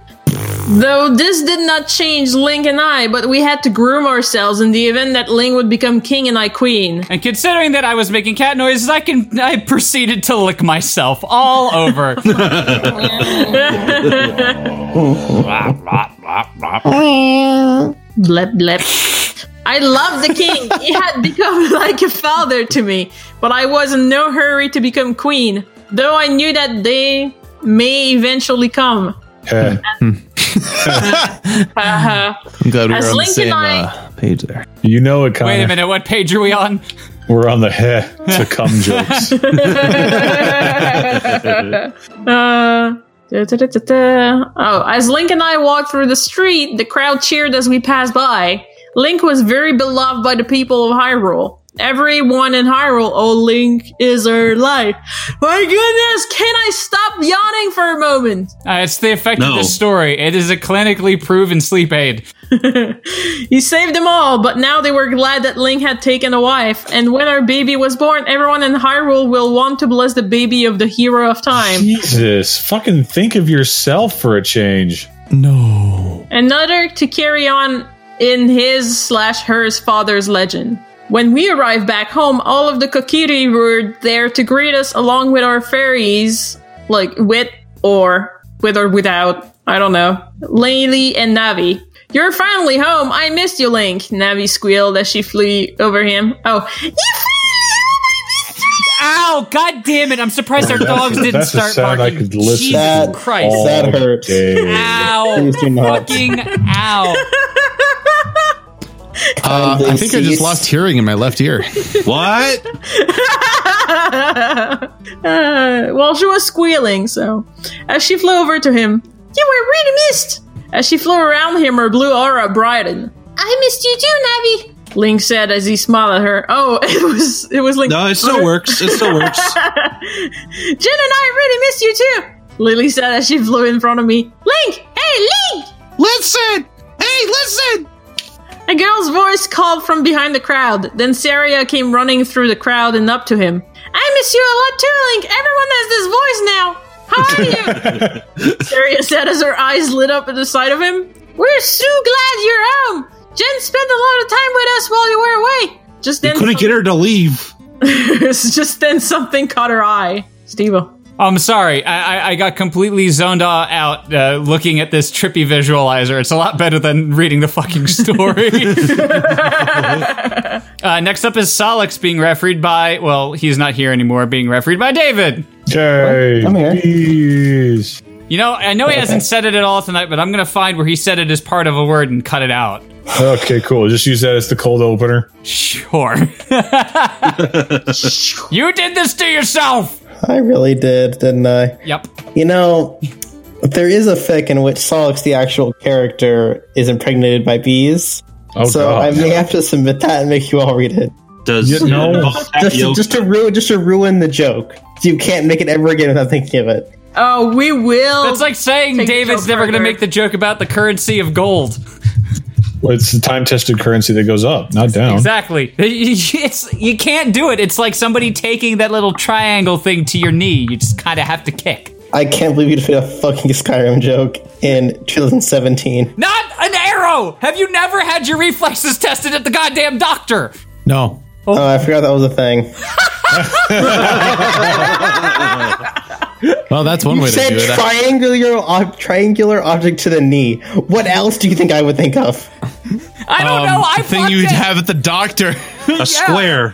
[SPEAKER 8] Though this did not change Link and I, but we had to groom ourselves in the event that Link would become king and I queen.
[SPEAKER 3] And considering that I was making cat noises, I can I proceeded to lick myself all over. (laughs)
[SPEAKER 8] blep blep. I love the
[SPEAKER 3] (laughs)
[SPEAKER 8] king. He had become (laughs) like a father to me, but I was in no hurry to become queen, though I knew that day may eventually
[SPEAKER 3] (laughs)
[SPEAKER 8] come. Uh-huh.
[SPEAKER 11] I'm glad we
[SPEAKER 8] As
[SPEAKER 11] were on the
[SPEAKER 8] Link and
[SPEAKER 11] same
[SPEAKER 8] I-
[SPEAKER 11] uh, page there.
[SPEAKER 4] You know it, Connor.
[SPEAKER 3] Wait a minute, what page are we on?
[SPEAKER 4] We're on the heh to
[SPEAKER 3] (laughs)
[SPEAKER 4] come jokes.
[SPEAKER 8] Uh, da-da-da-da-da. Oh, as Link and I walked through the street, the crowd cheered as we passed by. Link was very beloved by the people of Hyrule. Everyone in Hyrule, oh, Link is our life. My goodness, can I stop yawning for a moment?
[SPEAKER 3] Uh, it's the effect
[SPEAKER 8] No.
[SPEAKER 3] of this story. It is a clinically proven sleep aid.
[SPEAKER 8] He saved them all, but now they were glad that Link had taken a wife. And when our baby was born, everyone in Hyrule will want to bless the baby of the hero of time.
[SPEAKER 4] Jesus, fucking think of yourself for a change.
[SPEAKER 8] Another to carry on in his slash hers father's legend. When we arrived back home, all of the Kokiri were there to greet us along with our fairies, like with or with or without, I don't know, Laylee and Navi. You're finally home. I missed you, Link. Navi squealed as she flew over him. Oh, you
[SPEAKER 3] Ow! God damn it! I'm surprised our
[SPEAKER 8] That's-
[SPEAKER 3] dogs didn't
[SPEAKER 8] that's a
[SPEAKER 3] start
[SPEAKER 8] sound I
[SPEAKER 3] barking.
[SPEAKER 8] could listen
[SPEAKER 3] Jesus
[SPEAKER 8] to
[SPEAKER 3] Christ!
[SPEAKER 8] all That hurts.
[SPEAKER 3] Ow! Fucking ow!
[SPEAKER 11] Uh, I think I just
[SPEAKER 8] disease.
[SPEAKER 11] lost hearing in my left
[SPEAKER 4] (laughs)
[SPEAKER 11] ear.
[SPEAKER 9] what?
[SPEAKER 8] Uh, (laughs) well, she was squealing, so. As she flew over to him, You were really missed! As she flew around him, her blue aura brightened. I missed you too, Navi! Link said as he smiled at her. Oh, (laughs) it was it was Link.
[SPEAKER 9] No, it still works. It still works.
[SPEAKER 8] (laughs) Jin and I really missed you too! Lily said as she flew in front of me. Link! Hey, Link! Listen! Hey, listen! A girl's voice called from behind the crowd. Then Saria came running through the crowd and up to him. I miss you a lot too, Link. Everyone has this voice now. Saria said as her eyes lit up at the sight of him. We're so glad you're home. Jen spent a lot of time with us while you were away. Just
[SPEAKER 9] You
[SPEAKER 8] then,
[SPEAKER 9] couldn't get her to leave.
[SPEAKER 8] (laughs) just then something caught her eye. Steve.
[SPEAKER 3] (laughs) I'm sorry. I, I, I got completely zoned uh, out uh, looking at this trippy visualizer. It's a lot better than reading the (laughs) fucking story. uh, next up is Solix being refereed by, well, he's not here anymore, being refereed by David.
[SPEAKER 4] Hey,
[SPEAKER 3] I'm
[SPEAKER 4] here.
[SPEAKER 3] You know, I know he hasn't said it at all tonight, but I'm going to find where he said it as part of a word and cut it out.
[SPEAKER 4] Okay, cool. Just use that as the cold opener.
[SPEAKER 3] Sure. (laughs) (laughs) you did this to yourself!
[SPEAKER 12] I really did, didn't I?
[SPEAKER 3] Yep.
[SPEAKER 12] You know, there is a fic in which Solix, the actual character, is impregnated by bees.
[SPEAKER 4] Oh,
[SPEAKER 12] so
[SPEAKER 4] God.
[SPEAKER 12] I may have to submit that and make you all read it.
[SPEAKER 9] Does
[SPEAKER 4] You know-
[SPEAKER 12] just, just to ruin just to ruin the joke. So you can't make it ever again without thinking of it.
[SPEAKER 8] Oh, we will.
[SPEAKER 3] That's like saying David's never going to make the joke about the currency of gold.
[SPEAKER 4] Well, it's the time tested currency that goes up, not down.
[SPEAKER 3] Exactly. (laughs) It's you can't do it. It's like somebody taking that little triangle thing to your knee. You just kind of have to kick.
[SPEAKER 12] I can't believe you defeated a fucking Skyrim joke in 2017.
[SPEAKER 3] Not an arrow. Have you never had your reflexes tested at the goddamn doctor?
[SPEAKER 12] No. Oh, I forgot that was a thing.
[SPEAKER 11] (laughs) Well, that's one
[SPEAKER 12] you
[SPEAKER 11] way to do
[SPEAKER 12] said
[SPEAKER 11] it.
[SPEAKER 12] triangular ob- triangular object to the knee. What else do you think I would think of?
[SPEAKER 19] I don't know. I
[SPEAKER 11] Um, the thing
[SPEAKER 19] plucked
[SPEAKER 11] you'd
[SPEAKER 19] it.
[SPEAKER 11] have at
[SPEAKER 3] (laughs)
[SPEAKER 11] the doctor. A (laughs)
[SPEAKER 9] square.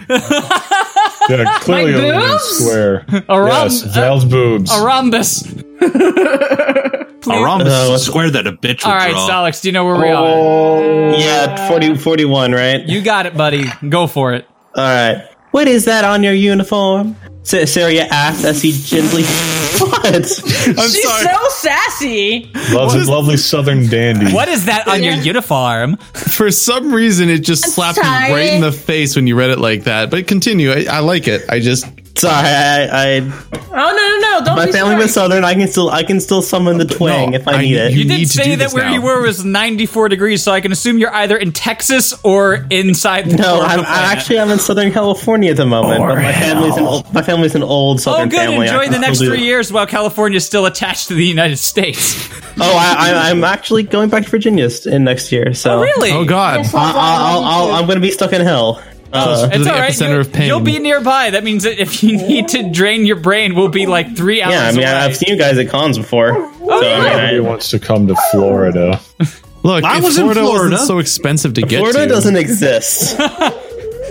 [SPEAKER 4] Yeah, clearly
[SPEAKER 19] My
[SPEAKER 4] a little
[SPEAKER 19] boobs?
[SPEAKER 4] square.
[SPEAKER 19] A
[SPEAKER 3] Um,
[SPEAKER 19] rom-
[SPEAKER 4] yes, Val's boobs.
[SPEAKER 3] A rhombus. (laughs)
[SPEAKER 9] A rhombus
[SPEAKER 4] Uh,
[SPEAKER 9] is a square that a bitch will
[SPEAKER 3] All right,
[SPEAKER 9] draw.
[SPEAKER 3] Alex, do you know where we are?
[SPEAKER 12] Yeah, 40, 41, right?
[SPEAKER 3] You got it, buddy. Go for it.
[SPEAKER 12] All right. What is that on your uniform? Sa- Saria asked as he
[SPEAKER 3] (laughs)
[SPEAKER 12] gently.
[SPEAKER 8] (laughs)
[SPEAKER 12] what?
[SPEAKER 8] She's so sassy.
[SPEAKER 4] Lovely, lovely southern dandy.
[SPEAKER 3] What is that on your uniform?
[SPEAKER 11] For some reason, it just slapped
[SPEAKER 8] sorry.
[SPEAKER 11] me right in the face when you read it like that. But continue. I, I like it. I just
[SPEAKER 12] sorry. I, I
[SPEAKER 8] Oh no no no! Don't
[SPEAKER 12] My
[SPEAKER 8] be
[SPEAKER 12] family
[SPEAKER 8] sorry.
[SPEAKER 12] was southern. I can still I can still summon the twang if I need it.
[SPEAKER 3] You did say that where you were was 94 degrees, so I can assume you're either in Texas or inside the
[SPEAKER 12] No,
[SPEAKER 3] core of
[SPEAKER 12] I'm,
[SPEAKER 3] the
[SPEAKER 12] I'm
[SPEAKER 3] planet.
[SPEAKER 12] actually I'm in Southern California at the moment. but my family's an old, my family's an old Southern
[SPEAKER 3] Oh, good.
[SPEAKER 12] family. I
[SPEAKER 3] Enjoy
[SPEAKER 12] can
[SPEAKER 3] the next
[SPEAKER 12] still do
[SPEAKER 3] three
[SPEAKER 12] it.
[SPEAKER 3] years while California's still attached to the United States.
[SPEAKER 12] Oh, I, I, I'm actually going back to Virginia s- in next year. So
[SPEAKER 3] really? Oh, God. Yes,
[SPEAKER 12] I,
[SPEAKER 3] I'll- I'll- I'll-
[SPEAKER 12] am going to be stuck in hell. Uh,
[SPEAKER 3] it's all right. you, will be nearby. That means that if you need to drain your brain, we'll be like three hours.
[SPEAKER 12] Yeah, I mean
[SPEAKER 3] away.
[SPEAKER 12] I- I've seen you guys at cons before.
[SPEAKER 3] Oh,
[SPEAKER 12] so, I mean, I-
[SPEAKER 4] Nobody wants to come to Florida.
[SPEAKER 11] look.
[SPEAKER 12] I
[SPEAKER 11] if
[SPEAKER 12] was in
[SPEAKER 11] Florida,
[SPEAKER 12] Florida.
[SPEAKER 11] Wasn't so expensive to get.
[SPEAKER 12] Florida
[SPEAKER 11] to.
[SPEAKER 12] doesn't
[SPEAKER 3] (laughs)
[SPEAKER 12] exist.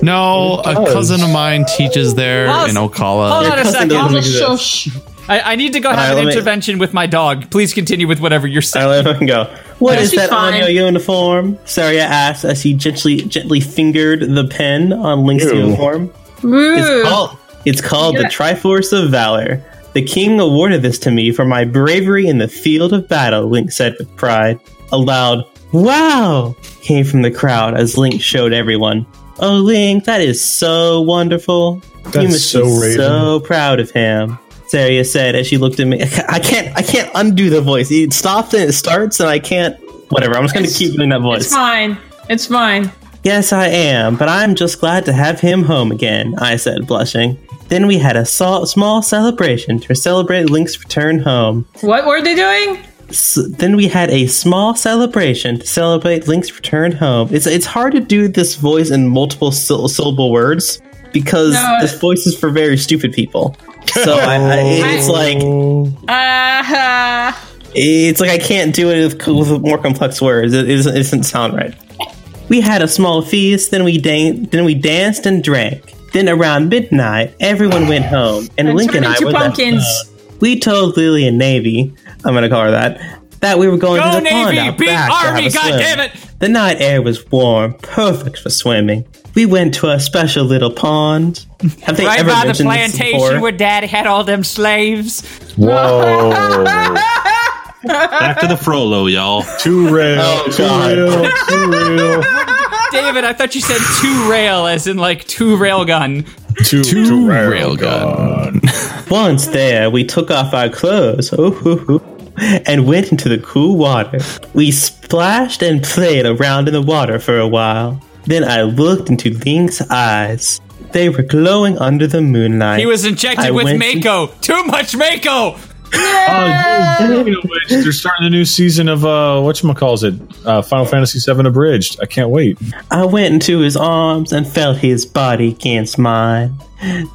[SPEAKER 11] No, a
[SPEAKER 12] does.
[SPEAKER 11] cousin of mine teaches there
[SPEAKER 3] Pause.
[SPEAKER 11] in Ocala.
[SPEAKER 3] Hold on a second. I, I need to go
[SPEAKER 11] All right,
[SPEAKER 3] have
[SPEAKER 11] let
[SPEAKER 3] an
[SPEAKER 11] me-
[SPEAKER 3] intervention with my dog. Please continue with whatever you're saying.
[SPEAKER 12] go. What is that on your uniform? Saria asked as he gently gently fingered the pen on Link's
[SPEAKER 8] Ew.
[SPEAKER 12] uniform.
[SPEAKER 8] Ooh.
[SPEAKER 12] It's called, it's called the
[SPEAKER 8] Yeah.
[SPEAKER 12] Triforce of Valor. The king awarded this to me for my bravery in the field of battle, Link said with pride. A loud, wow, came from the crowd as Link showed everyone. Oh, Link, that is so wonderful. you
[SPEAKER 4] That's
[SPEAKER 12] must
[SPEAKER 4] so
[SPEAKER 12] be
[SPEAKER 4] Raven.
[SPEAKER 12] so proud of him. Saria said as she looked at me. I can't, I can't undo the voice. It stops and it starts, and I can't. Whatever. I'm just going to keep doing that
[SPEAKER 8] It's
[SPEAKER 12] voice.
[SPEAKER 8] fine. It's fine.
[SPEAKER 12] Yes, I am, but I'm just glad to have him home again, I said, blushing. Then we had a so- small celebration to celebrate Link's return home.
[SPEAKER 8] What were they doing?
[SPEAKER 12] S then we had a small celebration to celebrate Link's return home. It's it's hard to do this voice in multiple syl- syllable words because
[SPEAKER 8] No.
[SPEAKER 12] this voice is for very stupid people. So I, I, it's like
[SPEAKER 8] Uh, (laughs)
[SPEAKER 12] it's like I can't do it with, with more complex words. It, it, doesn't, it doesn't sound right. We had a small feast, then we dan- then we danced and drank. Then around midnight, everyone went home, and
[SPEAKER 8] And
[SPEAKER 12] Link and
[SPEAKER 8] turned
[SPEAKER 12] I
[SPEAKER 8] into
[SPEAKER 12] were left
[SPEAKER 8] pumpkins.
[SPEAKER 12] alone. We told Lily and Navy, I'm gonna call her that, that we were going
[SPEAKER 3] Go
[SPEAKER 12] to the pond
[SPEAKER 3] Navy,
[SPEAKER 12] uh, out
[SPEAKER 3] beat
[SPEAKER 12] back to have
[SPEAKER 3] Army,
[SPEAKER 12] a swim.
[SPEAKER 3] goddammit!
[SPEAKER 12] The night air was warm, perfect for swimming. We went to a special little pond. Have they
[SPEAKER 3] right
[SPEAKER 12] ever
[SPEAKER 3] by the
[SPEAKER 12] mentioned this
[SPEAKER 3] plantation
[SPEAKER 12] before?
[SPEAKER 3] where Daddy had all them slaves.
[SPEAKER 4] Whoa.
[SPEAKER 9] (laughs) Back to the Frollo, y'all.
[SPEAKER 4] Too real. too real. Too real.
[SPEAKER 3] David, I thought you said two rail, as in like two rail gun.
[SPEAKER 4] Two,
[SPEAKER 12] railgun. (laughs) Once there, we took off our clothes oh, ooh, ooh, ooh, and went into the cool water. We splashed and played around in the water for a while. Then I looked into Link's eyes. They were glowing under the moonlight.
[SPEAKER 3] He was injected
[SPEAKER 12] I
[SPEAKER 3] with
[SPEAKER 12] went-
[SPEAKER 3] Mako. Too much Mako.
[SPEAKER 4] Oh, dude, which they're starting a new season of uh, what calls it? Uh, Final Fantasy VII Abridged. I can't wait.
[SPEAKER 12] I went into his arms and felt his body against mine.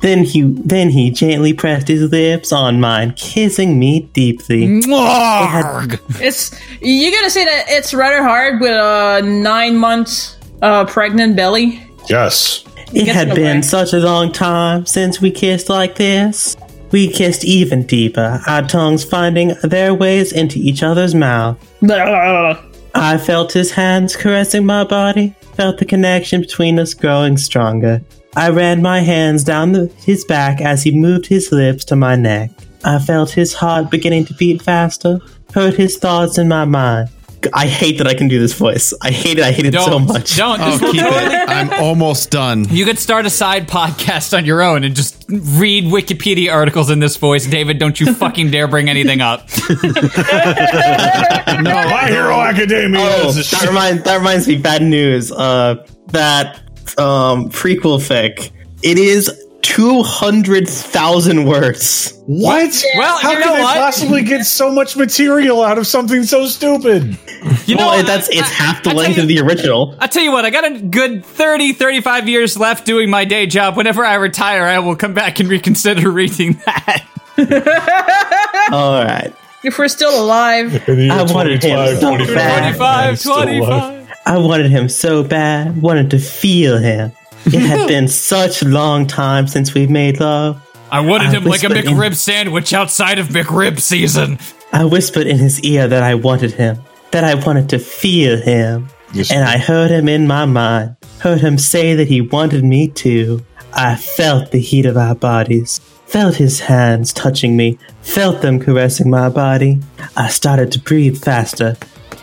[SPEAKER 12] Then he then he gently pressed his lips on mine, kissing me deeply.
[SPEAKER 8] it's you gotta say that it's rather hard with a nine month uh, pregnant belly.
[SPEAKER 4] Yes.
[SPEAKER 12] It
[SPEAKER 8] Gets
[SPEAKER 12] had
[SPEAKER 8] in the
[SPEAKER 12] been
[SPEAKER 8] way.
[SPEAKER 12] such a long time since we kissed like this. We kissed even deeper, our tongues finding their ways into each other's mouth. I felt his hands caressing my body, felt the connection between us growing stronger. I ran my hands down the, his back as he moved his lips to my neck. I felt his heart beginning to beat faster, heard his thoughts in my mind. I hate that I can do this voice. I hate it. I hate it so
[SPEAKER 3] Don't.
[SPEAKER 12] much.
[SPEAKER 3] Don't.
[SPEAKER 11] Oh,
[SPEAKER 3] This will
[SPEAKER 11] keep
[SPEAKER 3] totally-
[SPEAKER 11] it. I'm
[SPEAKER 4] (laughs)
[SPEAKER 11] almost done.
[SPEAKER 3] You could start a side podcast on your own and just read Wikipedia articles in this voice. David, don't you fucking dare bring anything up.
[SPEAKER 11] no,
[SPEAKER 4] My Hero Academia
[SPEAKER 12] Oh,
[SPEAKER 4] is a
[SPEAKER 12] that, reminds, that reminds me, bad news. Uh, that um, prequel fic, it is 200,000 words.
[SPEAKER 4] What?
[SPEAKER 3] Well,
[SPEAKER 4] how
[SPEAKER 3] you
[SPEAKER 4] can
[SPEAKER 3] know
[SPEAKER 4] they
[SPEAKER 3] what?
[SPEAKER 4] possibly get so much material out of something so stupid?
[SPEAKER 3] You
[SPEAKER 12] know, (laughs) that's it's half the length of the
[SPEAKER 3] (laughs)
[SPEAKER 12] original.
[SPEAKER 3] I tell you what, I got a good 30, 35 years left doing my day job. Whenever I retire, I will come back and reconsider (laughs) reading that.
[SPEAKER 12] All right. (laughs)
[SPEAKER 8] If we're still alive,
[SPEAKER 12] I wanted him so bad.
[SPEAKER 3] 25, 25.
[SPEAKER 12] I I wanted him so bad, wanted to feel him. It
[SPEAKER 3] (laughs)
[SPEAKER 12] had been such a long time since we made love.
[SPEAKER 3] I wanted
[SPEAKER 12] I
[SPEAKER 3] him like a
[SPEAKER 12] whispered in-
[SPEAKER 3] McRib sandwich outside of McRib season.
[SPEAKER 12] I whispered in his ear that I wanted him, that I wanted to feel him. and I heard him in my mind, heard him say that he wanted me to. I felt the heat of our bodies, felt his hands touching me, felt them caressing my body. I started to breathe faster,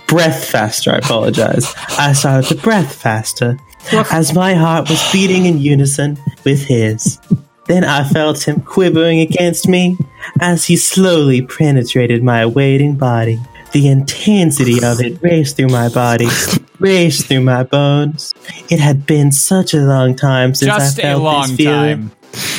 [SPEAKER 12] breath faster, I apologize. I started to breath faster as my heart was beating in unison with his. Then I felt him quivering against me as he slowly penetrated my waiting body. The intensity of it raced through my body, raced through my bones. It had been such a long time since
[SPEAKER 3] Just
[SPEAKER 12] I
[SPEAKER 3] a
[SPEAKER 12] felt
[SPEAKER 3] long
[SPEAKER 12] this feeling.
[SPEAKER 3] time.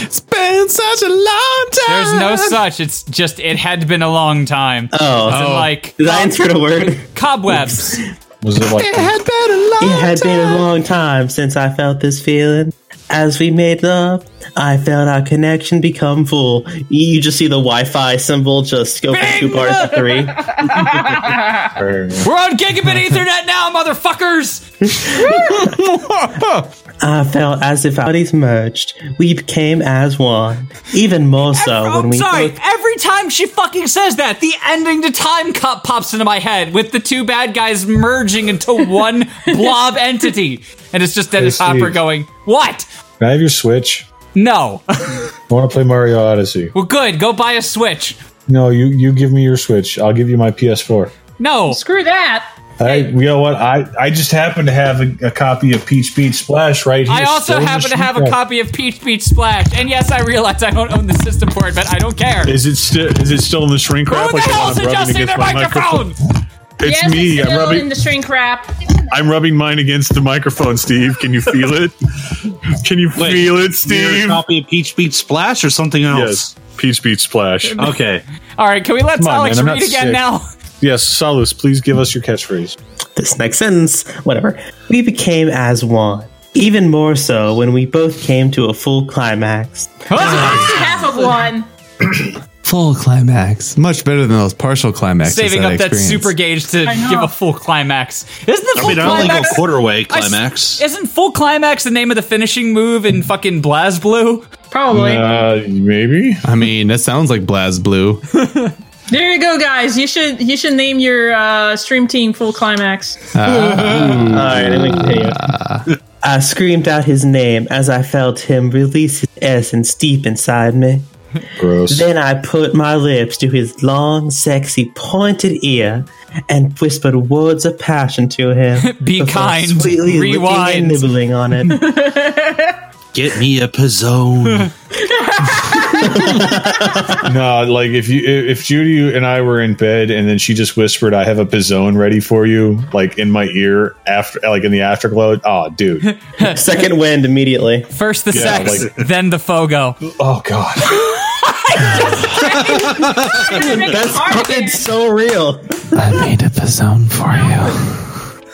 [SPEAKER 12] It's been such a long
[SPEAKER 3] There's no such. It's just it had been a long time.
[SPEAKER 12] Oh.
[SPEAKER 3] As in,
[SPEAKER 12] Oh.
[SPEAKER 3] like
[SPEAKER 12] Did I insert a word?
[SPEAKER 3] (laughs) Cobwebs.
[SPEAKER 12] Was it
[SPEAKER 3] like- It
[SPEAKER 12] had been a long It had been a long time since I felt this feeling. As we made love, I felt our connection become full. You just see the Wi-Fi symbol just go from two bars to three.
[SPEAKER 8] (laughs)
[SPEAKER 3] We're on gigabit Ethernet now, motherfuckers.
[SPEAKER 12] (laughs) I felt as if our bodies merged. We became as one. Even more so when we
[SPEAKER 3] Sorry,
[SPEAKER 12] both
[SPEAKER 3] every time she fucking says that, the ending to Time Cup pops into my head with the two bad guys merging
[SPEAKER 4] (laughs)
[SPEAKER 3] into one blob entity. And it's just Dennis
[SPEAKER 4] Hey, Steve.
[SPEAKER 3] Hopper going, What?
[SPEAKER 4] Can I have your Switch?
[SPEAKER 3] No.
[SPEAKER 4] I want to play Mario Odyssey.
[SPEAKER 3] Well, good. Go buy a Switch.
[SPEAKER 4] No, you you give me your Switch. I'll give you my PS4.
[SPEAKER 3] No.
[SPEAKER 8] Screw that.
[SPEAKER 4] I, you know what? I, I just happen to have a, a copy of Peach Beach Splash right here.
[SPEAKER 3] I also
[SPEAKER 4] still in the
[SPEAKER 3] happen to
[SPEAKER 4] street
[SPEAKER 3] have a
[SPEAKER 4] rack.
[SPEAKER 3] copy of Peach Beach Splash. And yes, I realize I don't own the system for it, but I don't care.
[SPEAKER 4] Is it still is it still in the shrink wrap?
[SPEAKER 3] Who the
[SPEAKER 4] Like,
[SPEAKER 3] hell's
[SPEAKER 4] I'm rubbing
[SPEAKER 3] adjusting
[SPEAKER 4] against
[SPEAKER 3] their
[SPEAKER 4] my
[SPEAKER 3] microphone?
[SPEAKER 4] It's
[SPEAKER 8] yes,
[SPEAKER 4] me.
[SPEAKER 8] It's
[SPEAKER 4] I'm
[SPEAKER 8] still
[SPEAKER 4] rubbing.
[SPEAKER 8] in the shrink wrap.
[SPEAKER 4] I'm rubbing mine against the microphone, Steve. Can you
[SPEAKER 8] (laughs)
[SPEAKER 4] feel it? Can you feel it, Steve?
[SPEAKER 9] copy of Peach Beach Splash or something else?
[SPEAKER 4] Yes, Peach
[SPEAKER 3] (laughs)
[SPEAKER 4] Beach Splash.
[SPEAKER 9] Okay.
[SPEAKER 3] All right, can we let
[SPEAKER 4] Come on,
[SPEAKER 3] Alex
[SPEAKER 4] man, I'm
[SPEAKER 3] read
[SPEAKER 4] not
[SPEAKER 3] again
[SPEAKER 4] sick.
[SPEAKER 3] now?
[SPEAKER 4] Yes, Salus, please give us your catchphrase.
[SPEAKER 12] this next sentence, whatever. We became as one. Even more so when we both came to a full climax.
[SPEAKER 8] That's half of one.
[SPEAKER 11] Full climax. Much better than those partial climaxes.
[SPEAKER 3] Saving
[SPEAKER 11] that
[SPEAKER 3] up
[SPEAKER 11] I
[SPEAKER 3] that
[SPEAKER 11] experienced.
[SPEAKER 3] super gauge to
[SPEAKER 8] I know.
[SPEAKER 3] give a full climax. Isn't the
[SPEAKER 11] I
[SPEAKER 3] full
[SPEAKER 11] mean, I only go
[SPEAKER 3] climax
[SPEAKER 11] quarter-way
[SPEAKER 3] I s-
[SPEAKER 11] climax.
[SPEAKER 3] isn't full climax the name of the finishing move in fucking BlazBlue?
[SPEAKER 8] Probably.
[SPEAKER 4] Uh, maybe.
[SPEAKER 11] I mean, that sounds like Blaz Blue.
[SPEAKER 8] There you go, guys. You should you should name your uh, stream team full climax. Ah.
[SPEAKER 3] (laughs)
[SPEAKER 12] Ah. I screamed out his name as I felt him release his essence deep inside me.
[SPEAKER 4] Gross.
[SPEAKER 12] Then I put my lips to his long, sexy, pointed ear and whispered words of passion to him.
[SPEAKER 3] (laughs) Be
[SPEAKER 12] before
[SPEAKER 3] kind.
[SPEAKER 12] sweetly licking
[SPEAKER 3] Rewind.
[SPEAKER 12] and nibbling on
[SPEAKER 3] (laughs)
[SPEAKER 12] it.
[SPEAKER 9] Get me a pizzone.
[SPEAKER 4] no, like if you if Judy and I were in bed and then she just whispered, "I have a pizzone ready for you," like in my ear after, like in the afterglow. Oh,
[SPEAKER 3] (laughs)
[SPEAKER 4] dude.
[SPEAKER 12] Second wind immediately.
[SPEAKER 3] First the
[SPEAKER 4] Yeah,
[SPEAKER 3] sex,
[SPEAKER 4] like-
[SPEAKER 3] then the fogo.
[SPEAKER 4] Oh god.
[SPEAKER 12] That's fucking so real.
[SPEAKER 11] I made a pizzone for you.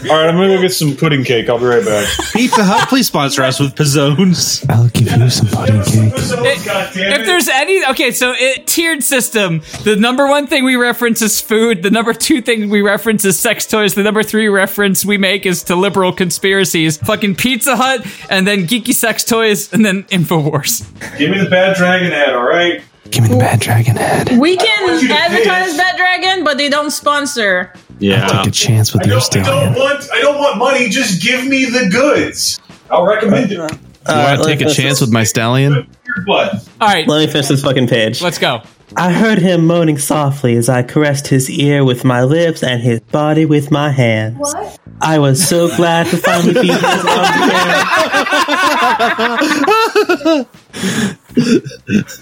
[SPEAKER 4] All right, I'm gonna go get some pudding cake. I'll be right back.
[SPEAKER 9] Pizza Hut, please sponsor us with pizzones.
[SPEAKER 11] I'll give you some pudding cake.
[SPEAKER 3] If there's any okay, so it tiered system. The number one thing we reference is food. The number two thing we reference is sex toys. The number three reference we make is to liberal conspiracies. Fucking Pizza Hut, and then geeky sex toys, and then Infowars.
[SPEAKER 4] Give me the bad dragon head. All right.
[SPEAKER 11] Give me the bad dragon head.
[SPEAKER 8] We can advertise that dragon, but they don't sponsor.
[SPEAKER 9] Yeah.
[SPEAKER 11] I'll take a chance with your stallion.
[SPEAKER 4] want. I don't want money. Just give me the goods. I'll recommend
[SPEAKER 3] Uh,
[SPEAKER 4] it.
[SPEAKER 11] You want to take a chance with my stallion?
[SPEAKER 4] What?
[SPEAKER 3] All right.
[SPEAKER 12] Let me finish this fucking page.
[SPEAKER 3] Let's go.
[SPEAKER 12] I heard him moaning softly as I caressed his ear with my lips and his body with my hands. What? I was so glad to finally be his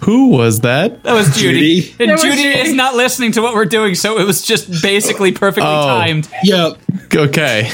[SPEAKER 11] Who was that?
[SPEAKER 3] That
[SPEAKER 11] (laughs)
[SPEAKER 3] was Judy, and
[SPEAKER 11] That was
[SPEAKER 3] Judy is not listening to what we're doing, so it was just basically perfectly timed.
[SPEAKER 11] Oh. Yep. Okay.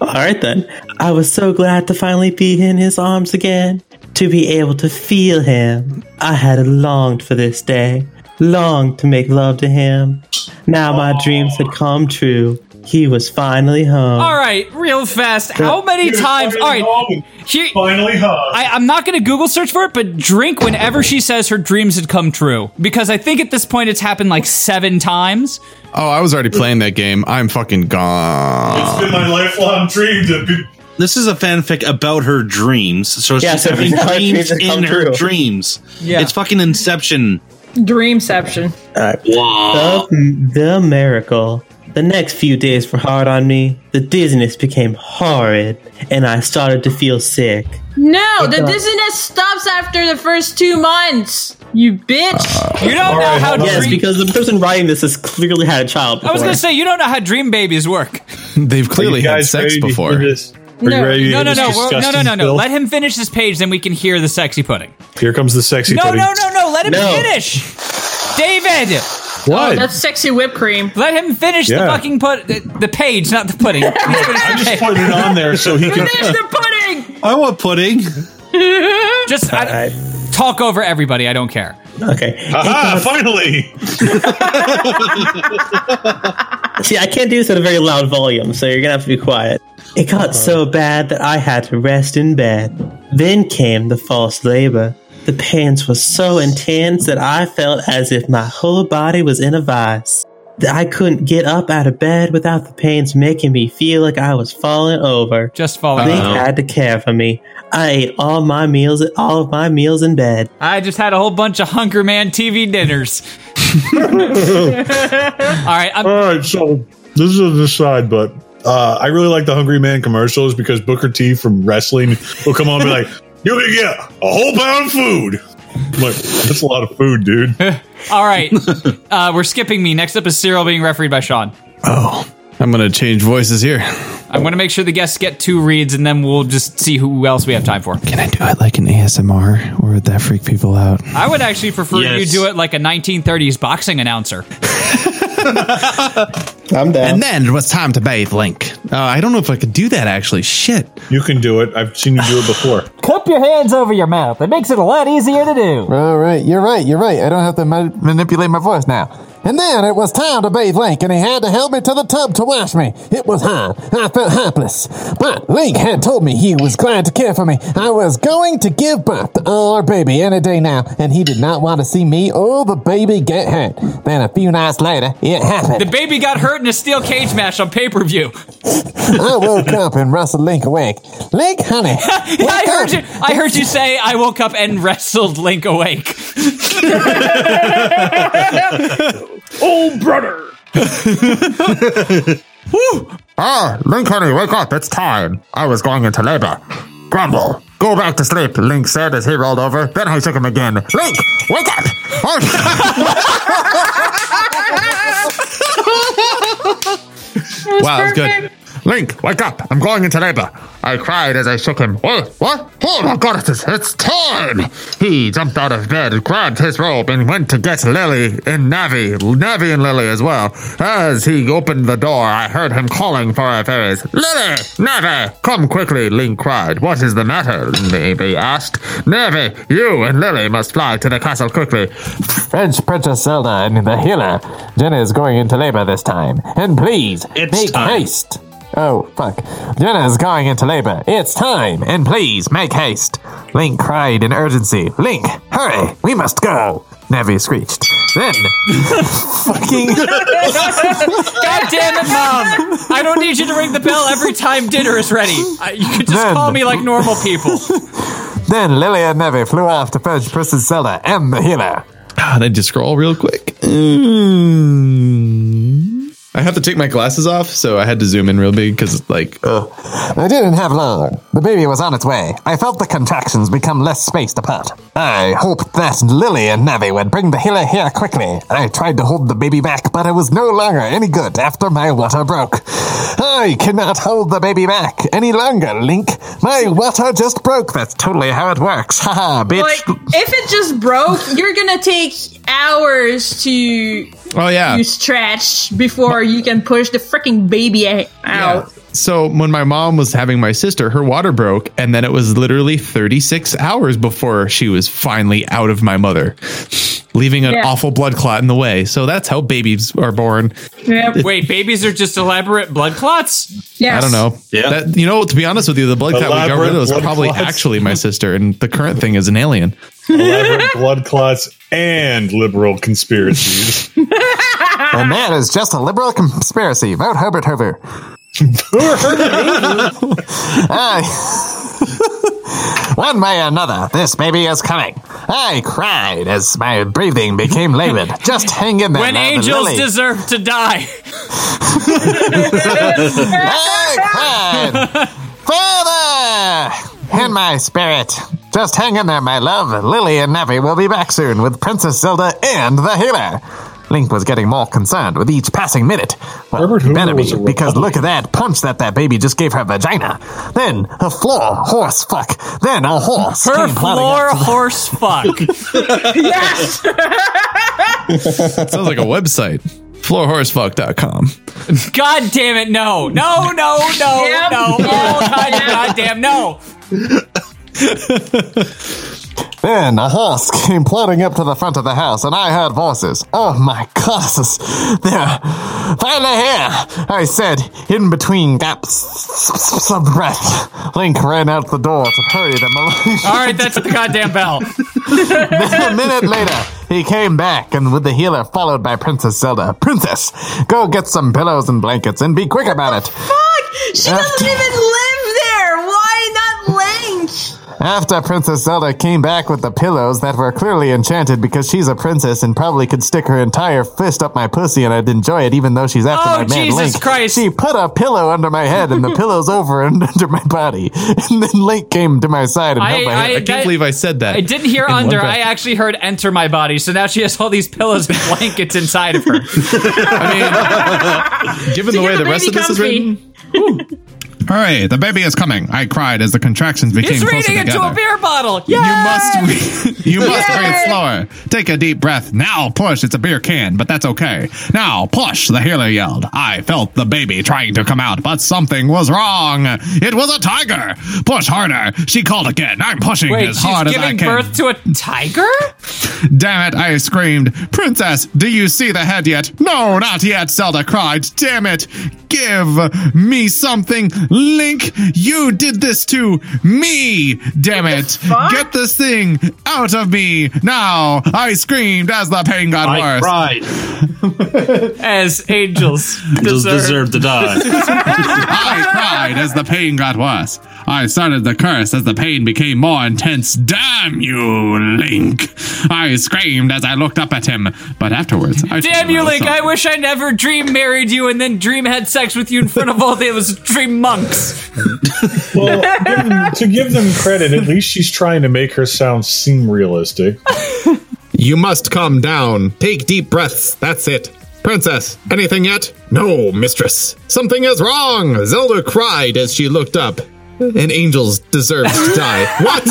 [SPEAKER 12] All right then. I was so glad to finally be in his arms again, to be able to feel him. I had longed for this day, longed to make love to him. Now my dreams had come true. He was finally home.
[SPEAKER 3] (laughs) All right, real fast. How many
[SPEAKER 12] Dude,
[SPEAKER 3] times? All
[SPEAKER 12] finally
[SPEAKER 3] right, here,
[SPEAKER 4] finally home.
[SPEAKER 3] I, I'm not going to Google search for it, but drink whenever she says her dreams had come true because I think at this point it's happened like seven times.
[SPEAKER 11] Oh, I was already playing that game. I'm fucking gone.
[SPEAKER 4] been my lifelong dream to be.
[SPEAKER 9] This is a fanfic about her dreams, so she's
[SPEAKER 8] Yeah, so (laughs)
[SPEAKER 9] having
[SPEAKER 8] now
[SPEAKER 9] dreams
[SPEAKER 8] dreams have come
[SPEAKER 9] in her
[SPEAKER 8] true.
[SPEAKER 9] dreams.
[SPEAKER 8] Yeah.
[SPEAKER 9] It's fucking Inception.
[SPEAKER 8] Dreamception.
[SPEAKER 12] The, the miracle. The next few days were hard on me. The dizziness became horrid, and I started to feel sick.
[SPEAKER 8] No, the
[SPEAKER 12] God.
[SPEAKER 8] dizziness stops after the first two months. You bitch.
[SPEAKER 3] You don't know how
[SPEAKER 12] Yes,
[SPEAKER 3] dream-
[SPEAKER 12] because the person writing this has clearly had a
[SPEAKER 3] (laughs)
[SPEAKER 12] child.
[SPEAKER 3] I was
[SPEAKER 12] before.
[SPEAKER 3] going to say you don't know how dream babies work.
[SPEAKER 11] They've
[SPEAKER 12] clearly had sex before.
[SPEAKER 3] No, no, no, no, we're- no, no, no, no. Let him finish this page, then we can hear the sexy pudding.
[SPEAKER 4] Here comes the sexy
[SPEAKER 3] no,
[SPEAKER 4] pudding.
[SPEAKER 3] no, no, no. Let him finish, David.
[SPEAKER 4] What?
[SPEAKER 8] Oh, That's sexy whipped cream.
[SPEAKER 3] Let him finish the
[SPEAKER 4] Yeah.
[SPEAKER 3] fucking put the, the page, not the
[SPEAKER 4] (laughs)
[SPEAKER 3] pudding. I
[SPEAKER 4] just put
[SPEAKER 3] (laughs)
[SPEAKER 4] it on there so he can. (laughs)
[SPEAKER 9] I want pudding.
[SPEAKER 3] Just I- talk over everybody. I don't care.
[SPEAKER 12] Okay.
[SPEAKER 4] Aha, (laughs) finally.
[SPEAKER 12] See, I can't do this at a very loud volume, so you're gonna have to be quiet. It got so bad that I had to rest in bed. Then came the false labor. The pains were so intense that I felt as if my whole body was in a vice. That I couldn't get up out of bed without the pains making me feel like I was falling over.
[SPEAKER 3] Just falling
[SPEAKER 12] They
[SPEAKER 3] over.
[SPEAKER 12] had to care for me. I ate all my meals, all of my meals in bed.
[SPEAKER 3] I just had a whole bunch of Hunker Man TV dinners. All right,
[SPEAKER 4] All right. So this is an aside, but uh, I really like the Hungry Man commercials because Booker T from wrestling will come on and be like, (laughs) "You can get a whole pound of food." I'm like that's a lot of food, dude.
[SPEAKER 3] (laughs) All
[SPEAKER 4] (laughs)
[SPEAKER 3] right, uh, we're skipping me. Next up is Cyril being refereed by Sean.
[SPEAKER 4] Oh,
[SPEAKER 11] I'm gonna change voices here.
[SPEAKER 3] I'm going to make sure the guests get two reads, and then we'll just see who else we have time for. Can
[SPEAKER 11] I do it like an ASMR, or would that freak people out?
[SPEAKER 3] I would actually prefer
[SPEAKER 11] Yes.
[SPEAKER 3] you do it like a 1930s boxing
[SPEAKER 11] (laughs)
[SPEAKER 3] announcer.
[SPEAKER 12] I'm down.
[SPEAKER 11] And then it was time to bathe Link. Uh, I don't know if I could do that actually. Shit.
[SPEAKER 4] You can do it. I've seen you do it before.
[SPEAKER 3] Cup your hands over your mouth. It makes it a lot easier to do.
[SPEAKER 20] All right, you're right, you're right. I don't have to ma- manipulate my voice now. And then it was time to bathe Link, and he had to help me to the tub to wash me. It was hard. I felt helpless. But Link had told me he was glad to care for me. I was going to give birth to our baby any day now, and he did not want to see me or the baby get hurt. Then a few nights later, it happened.
[SPEAKER 3] The baby got hurt in a steel cage match on pay per view.
[SPEAKER 20] I woke up and wrestled Link awake. Link, honey.
[SPEAKER 3] (laughs) I heard you. I heard you say I woke up and wrestled Link
[SPEAKER 11] (laughs)
[SPEAKER 3] awake.
[SPEAKER 18] oh, brother.
[SPEAKER 20] (laughs) Woo! Ah, Link, honey, wake up. It's time. I was going into labor. Grumble. Go back to sleep, Link said as he rolled over. Then I shook him again. Link, wake up!
[SPEAKER 11] Wow, that's good.
[SPEAKER 20] Link, wake up. I'm going into labor. I cried as I shook him. What? What? Oh my god, it's, it's time! He jumped out of bed, grabbed his robe, and went to get Lily and Navi. Navi and Lily as well. As he opened the door, I heard him calling for our fairies. Lily! Navi! Come quickly, Link cried. What is the matter? Navi asked. Navi, you and Lily must fly to the castle quickly. French Princess Zelda and the healer. Jenna is going into labor this time. And please, make haste. Oh, fuck. Jenna is going into labor. It's time. And please, make haste. Link cried in urgency. Link, hurry. We must go. Navi screeched.
[SPEAKER 3] (laughs)
[SPEAKER 20] Then. fucking.
[SPEAKER 3] God damn it, mom! I don't need you to ring the bell every time dinner is ready. I, you can just
[SPEAKER 20] Then-
[SPEAKER 3] call me like normal people.
[SPEAKER 20] Then Lily and Navi flew off to fetch Princess Zelda and the healer.
[SPEAKER 11] God, I just scroll real quick.
[SPEAKER 12] Mm.
[SPEAKER 11] I have to take my glasses off, so I had to zoom in real big because, like, oh,
[SPEAKER 20] I didn't have long. The baby was on its way. I felt the contractions become less spaced apart. I hoped that Lily and Navi would bring the healer here quickly. I tried to hold the baby back, but it was no longer any good after my water broke. I cannot hold the baby back any longer, Link. My water just broke. That's totally how it works. (laughs) Haha, bitch.
[SPEAKER 8] Like, if it just broke, you're gonna take hours to
[SPEAKER 11] oh yeah.
[SPEAKER 8] you stretch before you can push the freaking baby a- out.
[SPEAKER 11] So when my mom was having my sister, her water broke, and then it was literally 36 hours before she was finally out of my mother. leaving an
[SPEAKER 3] Yeah.
[SPEAKER 11] awful blood clot in the way. So that's how babies are born.
[SPEAKER 3] Wait, babies are just elaborate blood clots?
[SPEAKER 11] I don't know. That- you know, to be honest with you, the blood clot we got
[SPEAKER 4] Elaborate
[SPEAKER 11] rid of was
[SPEAKER 4] blood
[SPEAKER 11] probably
[SPEAKER 4] clots.
[SPEAKER 11] actually my sister, and the current thing is
[SPEAKER 4] (laughs)
[SPEAKER 11] an alien.
[SPEAKER 4] Elaborate blood clots and liberal conspiracies.
[SPEAKER 20] and that is just a liberal conspiracy. Vote Herbert Hoover. (laughs) Aye. One way or another, this baby is coming. I cried as my breathing became labored. Just hang in there.
[SPEAKER 3] When
[SPEAKER 20] now, the
[SPEAKER 3] angels
[SPEAKER 20] lily.
[SPEAKER 3] deserve to die.
[SPEAKER 11] (laughs)
[SPEAKER 20] (laughs) I cried. Father! (sighs) In my spirit. Just hang in there, my love. Lily and Navi will be back soon with Princess Zelda and the healer. Link was getting more concerned with each passing minute. Well, he better be, because look at that punch that that baby just gave her vagina. Then a floor horse fuck. Then a horse.
[SPEAKER 3] Her
[SPEAKER 20] came plodding up
[SPEAKER 3] floor
[SPEAKER 20] to the-
[SPEAKER 3] horse fuck.
[SPEAKER 20] yes!
[SPEAKER 11] Sounds like a website. Floorhorsefuck.com.
[SPEAKER 3] (laughs) God damn it, no. No, no, no,
[SPEAKER 10] Yep.
[SPEAKER 3] no. All kinds of goddamn no.
[SPEAKER 20] Then a horse (laughs) came plodding up to the front of the house, and I heard voices. Oh my goddesses! They're finally here! I said, in between gaps of breath. Link ran out the door to hurry them along. (laughs)
[SPEAKER 3] All right, that's the goddamn bell.
[SPEAKER 20] a minute
[SPEAKER 3] (laughs)
[SPEAKER 20] later, he came back, and with the healer followed by Princess Zelda. Princess, go get some pillows and blankets, and be quick about it.
[SPEAKER 10] Fuck! She doesn't even live there! Why not Link?
[SPEAKER 20] After Princess Zelda came back with the pillows that were clearly enchanted because she's a princess and probably could stick her entire fist up my pussy and I'd enjoy it even though she's after
[SPEAKER 3] Oh,
[SPEAKER 20] my man
[SPEAKER 3] Jesus
[SPEAKER 20] Link.
[SPEAKER 3] Christ.
[SPEAKER 20] She put a pillow under my
[SPEAKER 3] (laughs)
[SPEAKER 20] head and the pillow's over and (laughs) under my body. And then Link came to my side and held my hand.
[SPEAKER 3] that- I didn't hear
[SPEAKER 20] in one
[SPEAKER 3] under.
[SPEAKER 20] breath.
[SPEAKER 3] I actually heard enter my body. So now she has all these pillows and blankets inside of her.
[SPEAKER 11] I mean, given the way the rest of this is written,
[SPEAKER 21] Hooray, the baby is coming. I cried as the contractions became
[SPEAKER 3] It's
[SPEAKER 21] closer
[SPEAKER 3] reading into
[SPEAKER 21] together.
[SPEAKER 3] a beer bottle. You must.
[SPEAKER 21] You must breathe slower. Take a deep breath. Now push. It's a beer can, but that's okay. Now push, the healer yelled. I felt the baby trying to come out, but something was wrong. It was a tiger. Push harder. She called again. I'm pushing
[SPEAKER 3] Wait,
[SPEAKER 21] as
[SPEAKER 3] she's
[SPEAKER 21] hard as I
[SPEAKER 3] giving
[SPEAKER 21] can.
[SPEAKER 3] birth to a tiger?
[SPEAKER 21] Damn it, I screamed. Princess, do you see the head yet? No, not yet, Zelda cried. Damn it. Give me something. Link, you did this to me. Damn it. Get this thing out of me now. I screamed as the pain got
[SPEAKER 9] I
[SPEAKER 21] worse.
[SPEAKER 9] cried.
[SPEAKER 3] (laughs) As angels
[SPEAKER 9] Angels deserve to
[SPEAKER 20] Uh,
[SPEAKER 10] (laughs)
[SPEAKER 9] die.
[SPEAKER 21] I cried as the pain got worse. I started to curse as the pain became more intense. Damn you, Link. I screamed as I looked up at him, but afterwards, I
[SPEAKER 3] Damn you, Link! I wish I never dream married you and then dream had sex with you in front of all those dream monks.
[SPEAKER 4] well, give them- to give them credit, at least she's trying to make her sound seem realistic.
[SPEAKER 22] You must calm down. Take deep breaths. That's it. Princess, anything yet? No, mistress. Something is wrong. Zelda cried as she looked up. And angels deserve to die. What?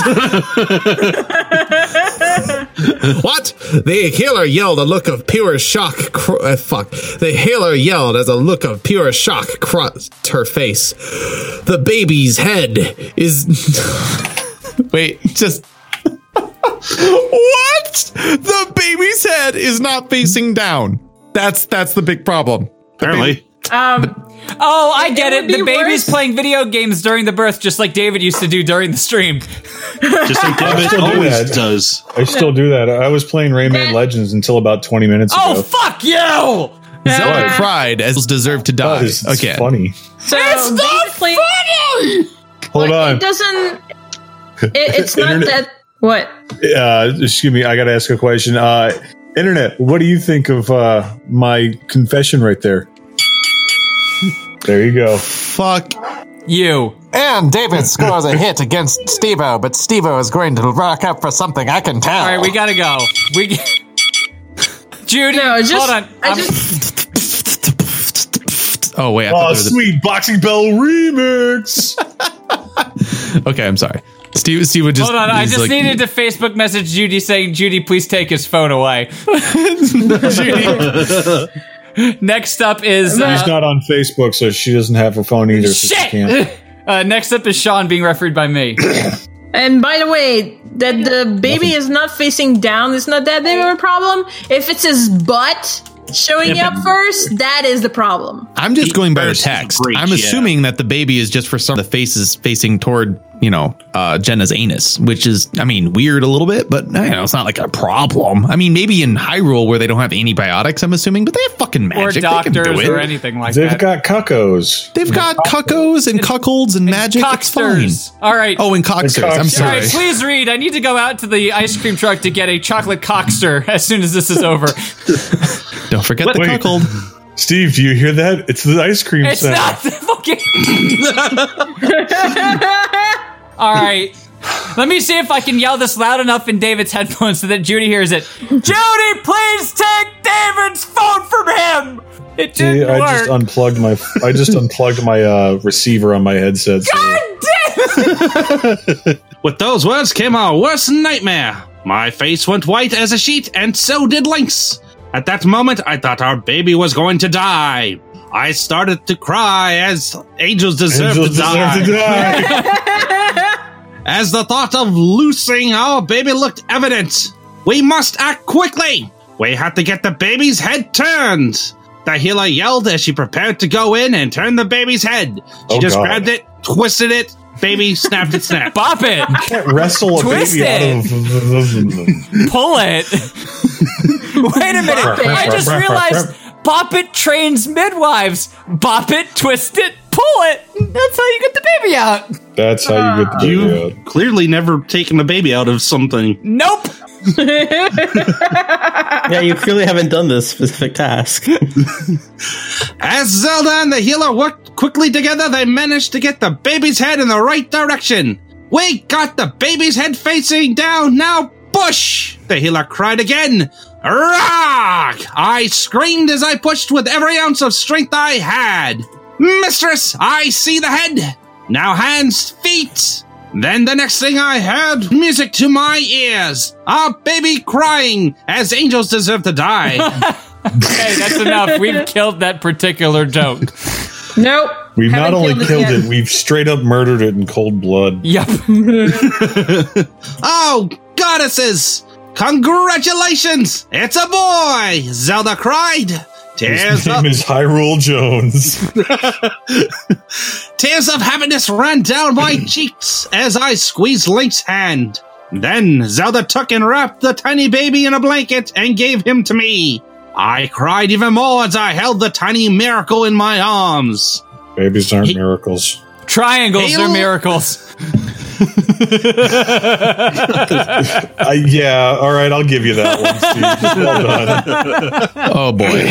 [SPEAKER 22] what? The healer yelled a look of pure shock. Cr- uh, fuck. The healer yelled as a look of pure shock crossed her face. The baby's head is. (laughs)
[SPEAKER 11] Wait, just. (laughs) what? The baby's head is not facing down. That's that's the big problem. Apparently.
[SPEAKER 3] Um. Oh, I get
[SPEAKER 11] would
[SPEAKER 3] it. The
[SPEAKER 11] be
[SPEAKER 3] baby's playing video games during the birth, just like David used to do during the
[SPEAKER 4] (laughs)
[SPEAKER 3] stream.
[SPEAKER 9] Just like
[SPEAKER 4] I
[SPEAKER 9] David
[SPEAKER 4] still do
[SPEAKER 9] always
[SPEAKER 4] that.
[SPEAKER 9] does.
[SPEAKER 4] I still do that. I was playing Rayman Legends until about 20 minutes
[SPEAKER 3] Oh,
[SPEAKER 4] ago.
[SPEAKER 3] fuck you!
[SPEAKER 11] Zelda
[SPEAKER 4] Yeah.
[SPEAKER 11] cried as deserved to die. Okay.
[SPEAKER 4] Funny.
[SPEAKER 8] So it's not funny.
[SPEAKER 4] Hold on.
[SPEAKER 8] It doesn't. It, it's not
[SPEAKER 4] Internet-
[SPEAKER 8] that. What?
[SPEAKER 4] Uh, excuse me. I got to ask a question. Uh, Internet, what do you think of uh, my confession right there? There you go.
[SPEAKER 11] Fuck
[SPEAKER 3] you.
[SPEAKER 20] And David scores a hit against Stevo, but Stevo is going to rock up for something I can tell.
[SPEAKER 3] All right, we gotta go.
[SPEAKER 4] (laughs)
[SPEAKER 3] We. Judy, hold on. I
[SPEAKER 11] Oh wait, I thought
[SPEAKER 4] Oh,
[SPEAKER 11] there was a-
[SPEAKER 4] sweet boxing bell remix.
[SPEAKER 11] Okay, I'm sorry. Steve Steve would just
[SPEAKER 3] Hold on, I
[SPEAKER 11] he's
[SPEAKER 3] just
[SPEAKER 11] like-
[SPEAKER 3] needed to Facebook message Judy saying, Judy, please take his phone
[SPEAKER 4] (laughs)
[SPEAKER 3] away. (laughs) Judy. Next up (laughs) is. uh,
[SPEAKER 4] She's not on Facebook,
[SPEAKER 3] (laughs)
[SPEAKER 4] so she doesn't have her phone either. so she
[SPEAKER 3] shit!
[SPEAKER 4] can't. (coughs)
[SPEAKER 3] Uh, next up is Sean being refereed by me.
[SPEAKER 8] And by the way, that the baby is not facing down is not that big of a problem. If it's his butt showing
[SPEAKER 11] Yeah,
[SPEAKER 8] up first, that is the problem.
[SPEAKER 11] I'm just going by the text. I'm assuming that the baby is just for some the face is facing toward, you know, uh, Jenna's anus, which is, I mean, weird a little bit, but you know, it's not like a problem. I mean, maybe in Hyrule where they don't have antibiotics, I'm assuming, but they have fucking magic. They can do it.
[SPEAKER 4] They've got cuckoos.
[SPEAKER 11] They've got cuckoos and cuckolds and magic. It's fine.
[SPEAKER 3] All right.
[SPEAKER 11] Oh, and cocksters. I'm
[SPEAKER 3] All
[SPEAKER 11] sorry.
[SPEAKER 3] right, please read. I need to go out to the ice cream truck to get a chocolate cockster as soon as this is over.
[SPEAKER 11] Don't forget
[SPEAKER 3] the
[SPEAKER 11] cuckold.
[SPEAKER 4] (laughs) Steve, do you hear that? It's the ice cream
[SPEAKER 3] it's
[SPEAKER 4] sound.
[SPEAKER 3] not the fucking. (laughs) All right. Let me see if I can yell this loud enough in David's headphones so that Judy hears it. Judy, please take David's phone from him. It
[SPEAKER 4] See,
[SPEAKER 3] didn't
[SPEAKER 4] I
[SPEAKER 3] work.
[SPEAKER 4] just unplugged my I just unplugged my uh, receiver on my
[SPEAKER 11] (laughs)
[SPEAKER 4] headset. so-
[SPEAKER 18] With those words came our worst nightmare. My face went white as a sheet, and so did Link's. At that moment, I thought our baby was going to die. I started to cry as angels deserve,
[SPEAKER 4] Angels
[SPEAKER 18] to,
[SPEAKER 4] deserve
[SPEAKER 18] die.
[SPEAKER 4] to die.
[SPEAKER 18] as the thought of losing our baby looked evident, we must act quickly. We had to get the baby's head turned. The healer yelled as she prepared to go in and turn the baby's head. She
[SPEAKER 4] Oh,
[SPEAKER 18] just
[SPEAKER 4] God.
[SPEAKER 18] grabbed it, twisted it, baby snapped it snap.
[SPEAKER 3] Bop it!
[SPEAKER 4] You can't wrestle a
[SPEAKER 3] Twist
[SPEAKER 4] baby out of.
[SPEAKER 3] Pull it. Wait a minute. I just realized Bop It trains midwives. Bop It, twist it, pull it. That's how you get the baby out.
[SPEAKER 4] That's how you get the baby
[SPEAKER 18] You've clearly never taken a baby out of something.
[SPEAKER 3] Nope.
[SPEAKER 12] yeah, you clearly haven't done this specific task.
[SPEAKER 18] (laughs) As Zelda and the healer worked quickly together, they managed to get the baby's head in the right direction. We got the baby's head facing down, now push! The healer cried again. Rock! I screamed as I pushed with every ounce of strength I had. Mistress, I see the head! Now hands, feet! Then the next thing I heard, music to my ears. Our baby crying, as angels deserve to die.
[SPEAKER 3] Okay, that's enough. We've killed that particular joke.
[SPEAKER 8] Nope.
[SPEAKER 4] (laughs) We've not only killed, it, we've straight up murdered it in cold blood.
[SPEAKER 3] Yep.
[SPEAKER 18] (laughs) Oh, goddesses! Congratulations! It's a boy! Zelda cried.
[SPEAKER 4] His
[SPEAKER 18] Tears
[SPEAKER 4] name
[SPEAKER 18] of,
[SPEAKER 4] is Hyrule Jones. (laughs)
[SPEAKER 18] tears of happiness ran down
[SPEAKER 4] (laughs)
[SPEAKER 18] my cheeks as I squeezed Link's hand. Then Zelda took and wrapped the tiny baby in a blanket and gave him to me. I cried even more as I held the tiny miracle in my arms.
[SPEAKER 4] Babies aren't miracles.
[SPEAKER 3] Triangles are
[SPEAKER 18] Hail-
[SPEAKER 3] miracles.
[SPEAKER 4] I, yeah, all right, I'll give you that one, Steve. Well done.
[SPEAKER 11] (laughs) Oh boy.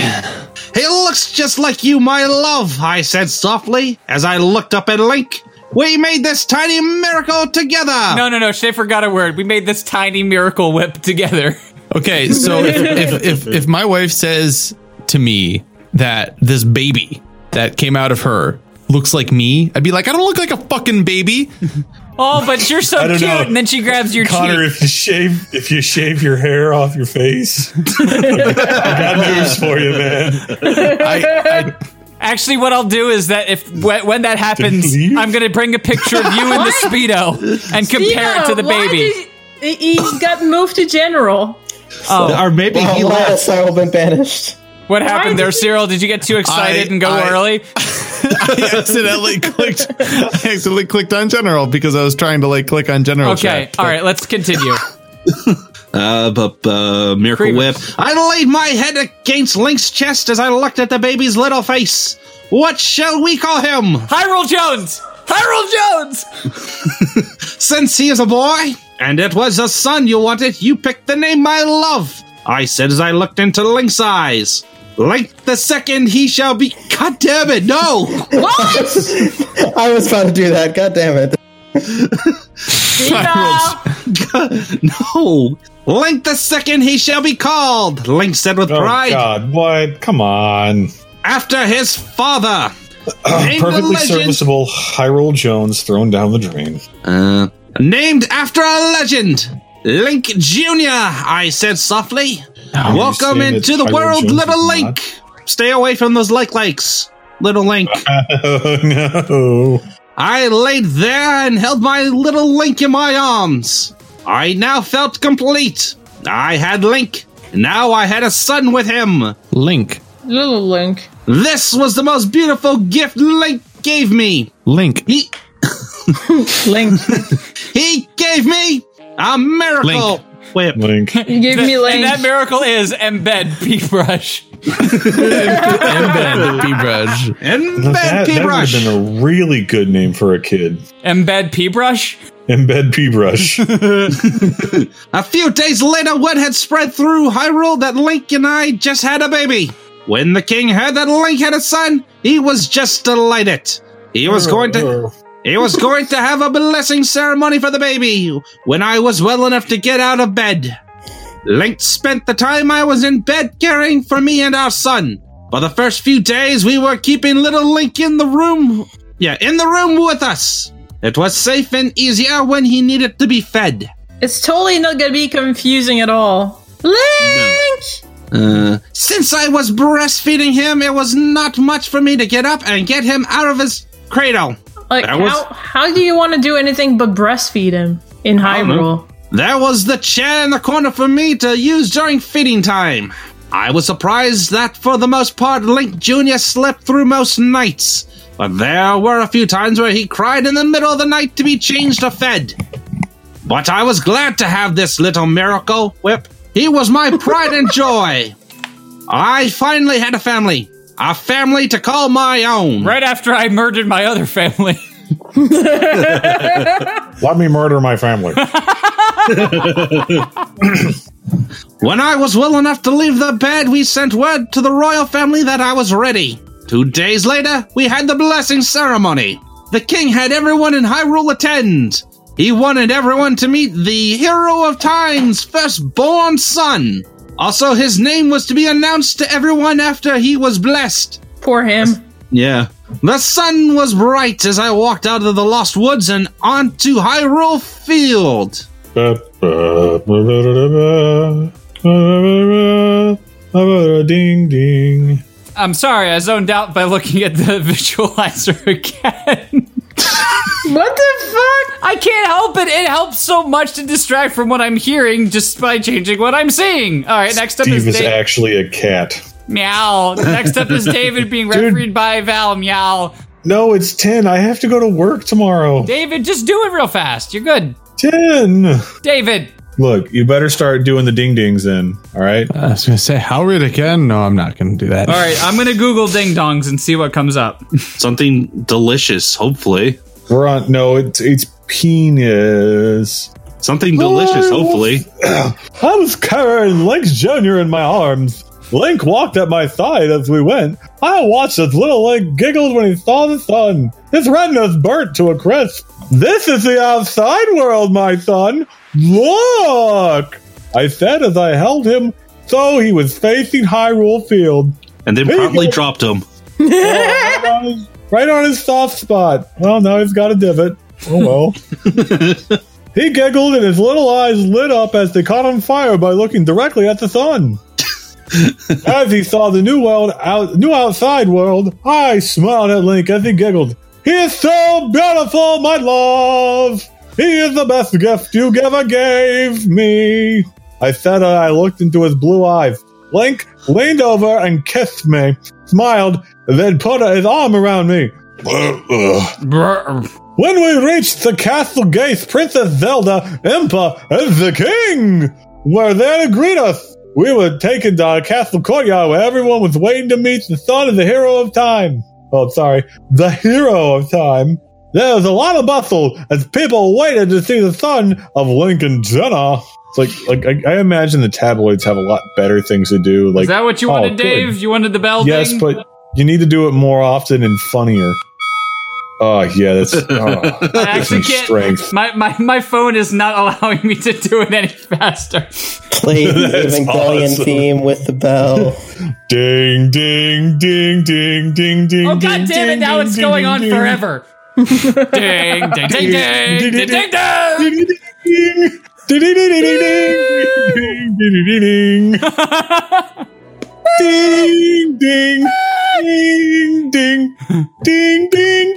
[SPEAKER 18] He looks just like you, my love, I said softly as I looked up at Link. We made this tiny miracle
[SPEAKER 11] Ah.
[SPEAKER 18] together.
[SPEAKER 3] No, no, no. Shay forgot a word. We made this tiny miracle whip together.
[SPEAKER 11] (laughs) Okay, so if, if, if, if my wife says to me that this baby that came out of her looks like me, I'd be like, I don't look like a fucking baby.
[SPEAKER 3] Oh, but you're
[SPEAKER 11] (laughs)
[SPEAKER 3] so
[SPEAKER 4] I don't
[SPEAKER 3] cute.
[SPEAKER 4] know.
[SPEAKER 3] And then she grabs your
[SPEAKER 4] Connor,
[SPEAKER 3] cheek.
[SPEAKER 4] if you shave if you shave your hair off your face, (laughs) I got news for you, (laughs) man.
[SPEAKER 3] Actually, what I'll do is that if when, when that happens, I'm gonna bring a picture of you in the speedo and compare it to the
[SPEAKER 8] Why
[SPEAKER 3] baby.
[SPEAKER 8] did- he he got moved to general.
[SPEAKER 3] Oh.
[SPEAKER 18] Or maybe
[SPEAKER 12] he left. Cyril been banished.
[SPEAKER 3] What happened there, Cyril? Did you get too excited
[SPEAKER 11] I-
[SPEAKER 3] and go
[SPEAKER 11] I-
[SPEAKER 3] early?
[SPEAKER 11] (laughs) I accidentally clicked. I accidentally clicked on general because I was trying to like click on general.
[SPEAKER 3] Okay, all right, let's
[SPEAKER 4] (laughs)
[SPEAKER 3] continue.
[SPEAKER 18] Uh, but, uh, Miracle Whip. I laid my head against Link's chest as I looked at the baby's little face. What shall we call him?
[SPEAKER 3] Hyrule Jones! Hyrule Jones!
[SPEAKER 18] (laughs) Since he is a boy, and it was a son you wanted, you picked the name my love. I said as I looked into Link's eyes. Link the second he shall be. God damn it, no!
[SPEAKER 12] What? (laughs) I was about to do that. God damn it.
[SPEAKER 18] no! Link the Oh, second he shall be called, Link said with
[SPEAKER 4] Oh
[SPEAKER 18] pride.
[SPEAKER 4] God, what? Come on. Uh,
[SPEAKER 18] After his father. Name the
[SPEAKER 4] Perfectly
[SPEAKER 18] legend-
[SPEAKER 4] serviceable Hyrule Jones thrown down the drain.
[SPEAKER 18] Uh, named after a legend, Link Jr., I said softly.
[SPEAKER 4] Now you're
[SPEAKER 18] Welcome
[SPEAKER 4] saying
[SPEAKER 18] into
[SPEAKER 4] that
[SPEAKER 18] the
[SPEAKER 4] Hyrule
[SPEAKER 18] world,
[SPEAKER 4] Jones
[SPEAKER 18] little
[SPEAKER 4] is
[SPEAKER 18] Link. Stay away from those like likes, little Link.
[SPEAKER 4] Oh no.
[SPEAKER 18] I laid there and held my little Link in my arms. I now felt complete. I had Link. Now I had a son with him.
[SPEAKER 23] Link.
[SPEAKER 8] Little Link.
[SPEAKER 18] This was the most beautiful gift Link gave me.
[SPEAKER 23] Link.
[SPEAKER 8] (laughs)
[SPEAKER 18] He. Link. (laughs) he gave me a miracle. Whip.
[SPEAKER 3] (laughs)
[SPEAKER 4] Link.
[SPEAKER 8] He gave me
[SPEAKER 3] And that miracle is embed paintbrush.
[SPEAKER 23] Embed paintbrush.
[SPEAKER 4] Look, that, that would have been a really good name for a kid.
[SPEAKER 3] Embed paintbrush.
[SPEAKER 4] Embed P-Brush.
[SPEAKER 18] A few days later, word had spread through Hyrule that Link and I just had a baby. When the king heard that Link had a son, he was just delighted. He was going to he was going to have a blessing ceremony for the baby when I was well enough to get out of bed. Link spent the time I was in bed caring for me and our son. For the first few days, we were keeping little Link in the room. Yeah, in the room with us. It was safe and easier when he needed to be fed.
[SPEAKER 8] It's totally not gonna be confusing at all. Link!
[SPEAKER 18] Uh, since I was breastfeeding him, it was not much for me to get up and get him out of his cradle.
[SPEAKER 8] Like,
[SPEAKER 18] That
[SPEAKER 8] how,
[SPEAKER 18] was-
[SPEAKER 8] how do you want to do anything but breastfeed him in Hyrule?
[SPEAKER 18] There was the chair in the corner for me to use during feeding time. I was surprised that for the most part Link Jr. slept through most nights, but there were a few times where he cried in the middle of the night to be changed or fed. But I was glad to have this little miracle whip. He was my pride and joy. I finally had a family. A family to call my own.
[SPEAKER 3] Right after I murdered my other family. (laughs)
[SPEAKER 4] Let me murder my family. (laughs)
[SPEAKER 18] (laughs) When I was well enough to leave the bed, we sent word to the royal family that I was ready. Two days later, we had the blessing ceremony. The king had everyone in Hyrule attend. He wanted everyone to meet the hero of time's firstborn son. Also, his name was to be announced to everyone after he was blessed.
[SPEAKER 8] Poor him.
[SPEAKER 18] Yeah. The sun was bright as I walked out of the Lost Woods and onto Hyrule Field.
[SPEAKER 4] ding ding.
[SPEAKER 3] I'm sorry, I zoned out by looking at the (laughs) visualizer again.
[SPEAKER 8] what the fuck?
[SPEAKER 3] I can't help it. It helps so much to distract from what I'm hearing just by changing what I'm seeing. All right, next up
[SPEAKER 4] Steve
[SPEAKER 3] is
[SPEAKER 4] is
[SPEAKER 3] Dave.
[SPEAKER 4] actually a cat.
[SPEAKER 3] meow. Next up is David
[SPEAKER 4] (laughs)
[SPEAKER 3] being refereed by Val. Meow.
[SPEAKER 4] No, it's 10. I have to go to work tomorrow.
[SPEAKER 3] David, just do it real fast. You're good.
[SPEAKER 4] 10.
[SPEAKER 3] David.
[SPEAKER 4] Look, you better start doing the ding dings then, all right?
[SPEAKER 23] I was going to say, how rude again? No, I'm not going to do that.
[SPEAKER 3] All right, I'm gonna Google ding dongs and see what comes up.
[SPEAKER 18] Something delicious, hopefully.
[SPEAKER 4] We're on. No, it's it's penis.
[SPEAKER 18] Something delicious, hopefully.
[SPEAKER 4] (clears throat) I was carrying Link Jr. in my arms. Link walked at my side as we went. I watched as little Link giggled when he saw the sun. His retinas burnt to a crisp. This is the outside world, my son. Look! I said as I held him, so he was facing Hyrule Field.
[SPEAKER 18] And then
[SPEAKER 4] There you
[SPEAKER 18] promptly
[SPEAKER 4] go.
[SPEAKER 18] dropped him.
[SPEAKER 4] Oh, right, on his, right on his soft spot. Well, now he's got a divot. Oh well. he giggled and his little eyes lit up as they caught on fire by looking directly at the sun. as he saw the new world out, new outside world, I smiled at Link as he giggled. He is so beautiful, my love. He is the best gift you ever gave me. I said, and I looked into his blue eyes. Link leaned over and kissed me, smiled, then put his arm around me. when we reached the castle gates, Princess Zelda, Impa, and the king were there to greet us. We were taken to our castle courtyard where everyone was waiting to meet the son of the hero of time. Oh, sorry, the hero of time. There was a lot of bustle as people waited to see the son of Lincoln Jenner. It's like, like I, I imagine the tabloids have a lot better things to do. Like,
[SPEAKER 3] is that what you
[SPEAKER 4] oh,
[SPEAKER 3] wanted,
[SPEAKER 4] good.
[SPEAKER 3] Dave? You wanted the bell
[SPEAKER 4] Yes,
[SPEAKER 3] thing?
[SPEAKER 4] but you need to do it more often and funnier. Oh
[SPEAKER 3] (laughs)
[SPEAKER 4] yeah, (laughs) that's oh,
[SPEAKER 3] I actually
[SPEAKER 4] gives me
[SPEAKER 3] can't.
[SPEAKER 4] strength.
[SPEAKER 3] My, my my phone is not (laughs) allowing me to do it any faster. (laughs)
[SPEAKER 12] Play (laughs) the
[SPEAKER 4] That's
[SPEAKER 12] Evangelion
[SPEAKER 4] awesome.
[SPEAKER 12] theme with the bell.
[SPEAKER 4] Ding ding ding ding ding ding.
[SPEAKER 3] Oh god damn it! Now it's going on forever. Ding ding
[SPEAKER 10] (laughs)
[SPEAKER 3] ding ding ding ding ding.
[SPEAKER 4] Ding ding ding ding ding ding ding ding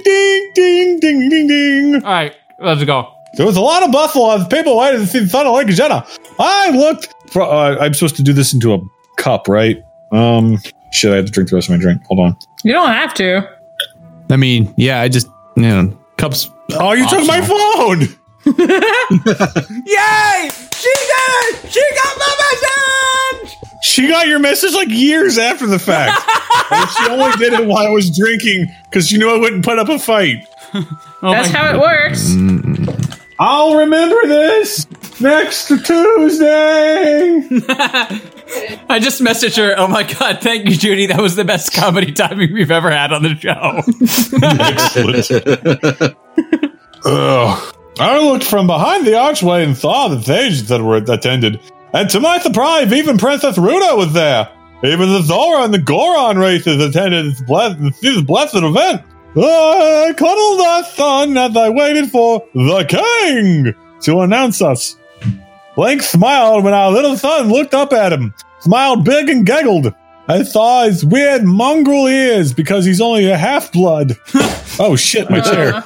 [SPEAKER 4] ding ding ding
[SPEAKER 3] All right, let's go.
[SPEAKER 4] There was a lot of buffalo on the people why didn't see the tunnel like a Jedi. I looked for, uh, I'm supposed to do this into a cup, right? Um shit, I have to drink the rest of my drink. Hold on.
[SPEAKER 8] You don't have to.
[SPEAKER 11] I mean, yeah, I just you know cups.
[SPEAKER 4] Oh, you took my phone.
[SPEAKER 10] (laughs) Yay! She got it! She
[SPEAKER 3] (laughs)
[SPEAKER 10] got (laughs) my message!
[SPEAKER 4] She got your message like years after the fact. and she only did it while I was drinking because she knew I wouldn't put up a fight.
[SPEAKER 3] Oh
[SPEAKER 18] Oh
[SPEAKER 8] That's how it works.
[SPEAKER 4] I'll remember this next Tuesday.
[SPEAKER 3] I just messaged her. Oh my god, thank you, Judy. That was the best comedy timing we've ever had on the (laughs) show.
[SPEAKER 4] Ugh. I looked from behind the archway and saw the pages that were attended, and to my surprise, even Princess Ruta was there. Even the Zora and the Goron races attended this blessed, this blessed event. I cuddled our son as I waited for the king to announce us. Link smiled when our little son looked up at him, smiled big and giggled. I saw his weird mongrel ears because he's only a half blood. oh shit, my
[SPEAKER 10] Uh-huh.
[SPEAKER 4] chair.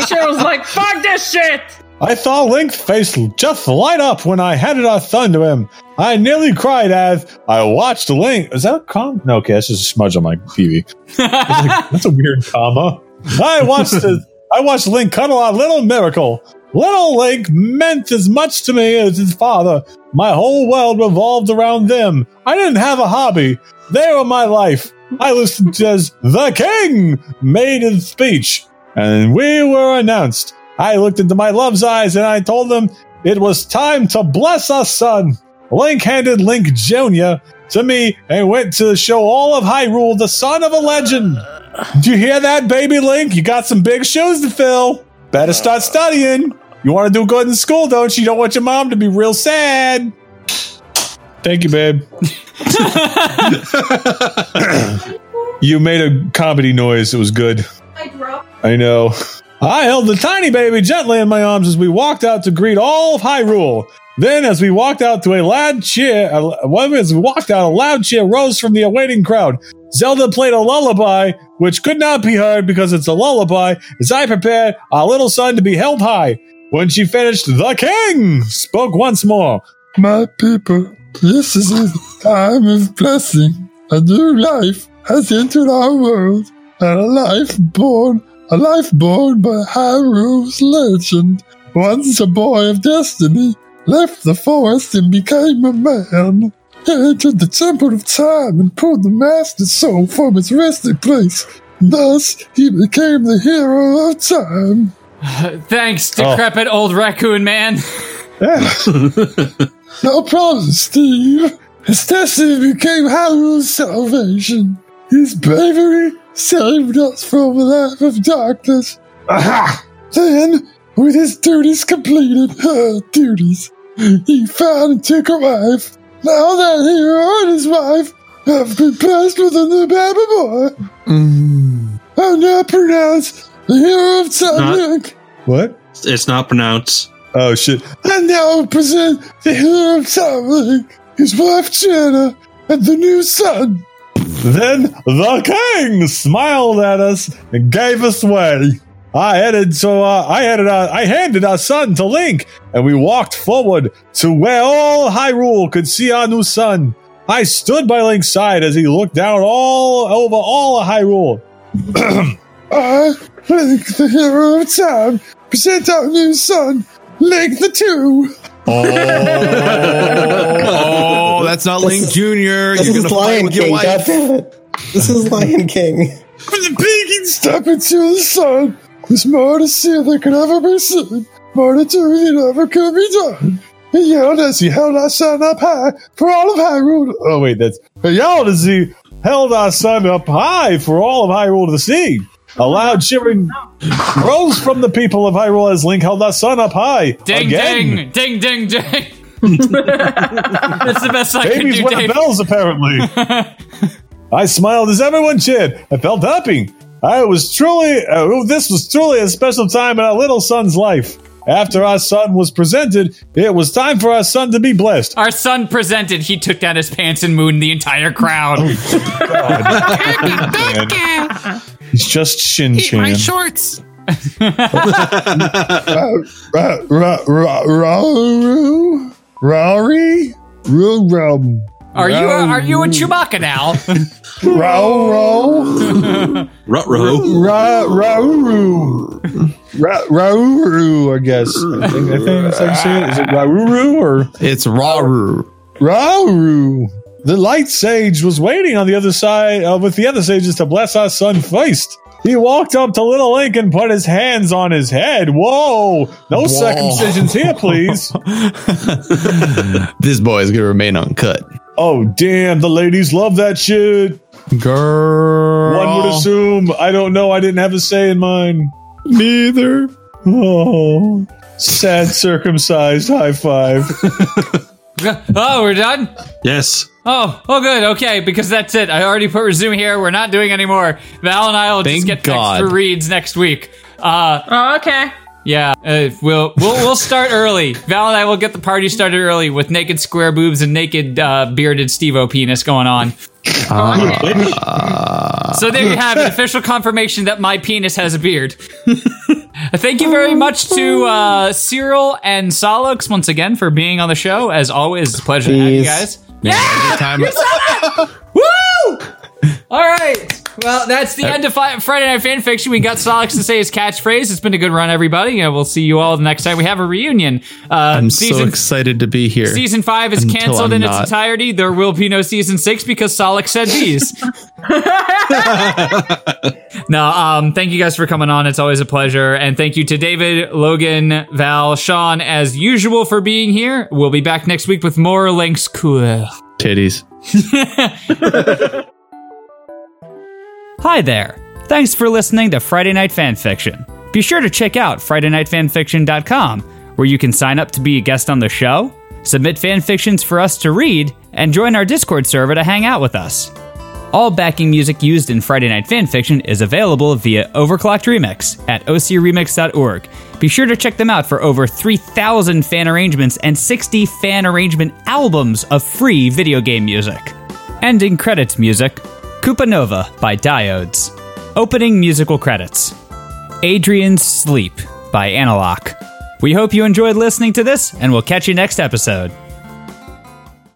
[SPEAKER 8] Teacher was like, fuck this shit!
[SPEAKER 4] I saw Link's face just light up when I handed our son to him. I nearly cried as I watched Link. Is that a comma? No, okay, that's just a smudge on my TV. I was like, that's a weird comma. I watched the, I watched Link cuddle our little miracle. Little Link meant as much to me as his father. My whole world revolved around them. I didn't have a hobby. They were my life. I listened as the king made his speech, and we were announced. I looked into my love's eyes and I told them it was time to bless us, son. Link handed Link Jr. to me and went to show all of Hyrule the son of a legend. Do you hear that, baby Link? You got some big shoes to fill. Better start studying. You want to do good in school, don't you? You don't want your mom to be real sad. Thank you, babe. (coughs) you made a comedy noise. It was good. I know. I held the tiny baby gently in my arms as we walked out to greet all of Hyrule. Then, as we walked out to a loud cheer, a- well, as we walked out, a loud cheer rose from the awaiting crowd. Zelda played a lullaby, which could not be heard because it's a lullaby, as I prepared our little son to be held high. When she finished, the king spoke once more.
[SPEAKER 24] My people, this is a time of blessing. A new life has entered our world, and a life born, a life born by Hyrule's legend. Once a boy of destiny, left the forest and became a man. He entered the temple of time and pulled the master's soul from its resting place. Thus, he became the hero of time.
[SPEAKER 3] Thanks, decrepit old raccoon man.
[SPEAKER 24] No problem, Steve. His destiny became Harold's salvation. His bravery saved us from a life of darkness. Aha! Then, with his duties completed, her duties, he found and took a wife. Now that he and his wife have been blessed with a new baby boy, I'm now pronounced the hero of
[SPEAKER 9] Not-
[SPEAKER 24] time.
[SPEAKER 4] What?
[SPEAKER 9] It's not pronounced.
[SPEAKER 4] Oh shit.
[SPEAKER 24] And now present the hero of Tamlin, his wife Jenna, and the new son.
[SPEAKER 4] Then the king smiled at us and gave us way. I headed so uh, I headed uh, I handed our son to Link, and we walked forward to where all Hyrule could see our new son. I stood by Link's side as he looked down all over all of Hyrule.
[SPEAKER 24] I, Link, the hero of time, present our new son, Link the Two.
[SPEAKER 11] Oh, that's not Link Junior.
[SPEAKER 24] this
[SPEAKER 11] You're
[SPEAKER 24] is
[SPEAKER 11] gonna fight
[SPEAKER 24] Lion
[SPEAKER 11] with your
[SPEAKER 24] King,
[SPEAKER 11] wife.
[SPEAKER 24] goddammit. This is Lion King. From the beginning, step into the sun. There's more to see than can ever be seen, more to do than ever can be done. He yelled as he held our son up high for all of Hyrule.
[SPEAKER 4] oh wait, that's yelled as he held our son up high for all of Hyrule to see. A loud shivering rose from the people of Hyrule as Link held our son up high.
[SPEAKER 3] Ding
[SPEAKER 4] again.
[SPEAKER 3] ding ding ding ding. That's the (laughs) best I
[SPEAKER 4] Babies
[SPEAKER 3] can
[SPEAKER 4] with
[SPEAKER 3] do, Dave. (laughs)
[SPEAKER 4] bells, apparently. I smiled as everyone cheered. I felt happy. I was truly, uh, this was truly a special time in our little son's life. After our son was presented, it was time for our son to be blessed.
[SPEAKER 3] Our son presented. He took
[SPEAKER 4] Oh,
[SPEAKER 3] down his pants and mooned the entire crowd.
[SPEAKER 25] It's just Shin
[SPEAKER 11] Eat my
[SPEAKER 25] Chan.
[SPEAKER 11] shorts.
[SPEAKER 24] Rauru? Rauri? Real rum.
[SPEAKER 3] Are you are you a Chewbacca
[SPEAKER 4] (laughs)
[SPEAKER 3] now?
[SPEAKER 24] Rauro?
[SPEAKER 26] Rutrow.
[SPEAKER 24] Rauru. Rauru, I guess. I think, I think that's how you say it. Is it Rauru or?
[SPEAKER 11] It's Rauru.
[SPEAKER 4] Rauru. The light sage was waiting on the other side uh, with the other sages to bless our son Feist. He walked up to Little Link and put his hands on his head. Whoa! No
[SPEAKER 11] Whoa.
[SPEAKER 4] circumcisions here, please.
[SPEAKER 11] (laughs) This boy is gonna remain uncut.
[SPEAKER 3] Uh,
[SPEAKER 4] oh, damn. The ladies love that shit.
[SPEAKER 11] Girl.
[SPEAKER 4] One would assume. I don't know. I didn't have a say in mine. Neither. Oh. Sad circumcised high five.
[SPEAKER 3] (laughs) oh, we're done.
[SPEAKER 26] Yes.
[SPEAKER 3] Oh, oh, good. Okay, because that's it. I already put resume here. We're not doing any more. Val and I will just get
[SPEAKER 11] God.
[SPEAKER 3] extra reads next week. Uh,
[SPEAKER 27] oh, okay.
[SPEAKER 3] Yeah, uh, we'll we'll we'll start early. Val and I will get the party started early with naked square boobs and naked uh, bearded Stevo penis going on. so there you have it, official confirmation that my penis has a beard. Thank you very much to uh, Cyril and Solux once again for being on the show. As always, it's a pleasure to have you
[SPEAKER 11] Please.
[SPEAKER 3] guys.
[SPEAKER 11] Yeah, anytime.
[SPEAKER 3] you said it! Woo! All right. Well, that's the end of Fi- Friday Night Fan Fiction. We got Solix to say his catchphrase. It's been a good run, everybody. And we'll see you all the next time we have a reunion. Uh,
[SPEAKER 11] I'm so
[SPEAKER 3] season
[SPEAKER 11] excited to be here.
[SPEAKER 3] Season five is
[SPEAKER 11] Until
[SPEAKER 3] canceled in
[SPEAKER 11] I'm not.
[SPEAKER 3] its entirety. There will be no season six because Solix said these. no, um, thank you guys for coming on. It's always a pleasure. And thank you to David, Logan, Val, Sean, as usual, for being here. We'll be back next week with more Links Cool.
[SPEAKER 11] Titties.
[SPEAKER 28] Hi there. Thanks for listening to Friday Night Fanfiction. Be sure to check out FridayNightFanfiction.com, where you can sign up to be a guest on the show, submit fanfictions for us to read, and join our Discord server to hang out with us. All backing music used in Friday Night Fanfiction is available via Overclocked Remix at ocremix.org. Be sure to check them out for over 3,000 fan arrangements and 60 fan arrangement albums of free video game music. Ending credits music Koopa Nova by Diodes. Opening musical credits Adrian's Sleep by Analog. We hope you enjoyed listening to this, and we'll catch you next episode.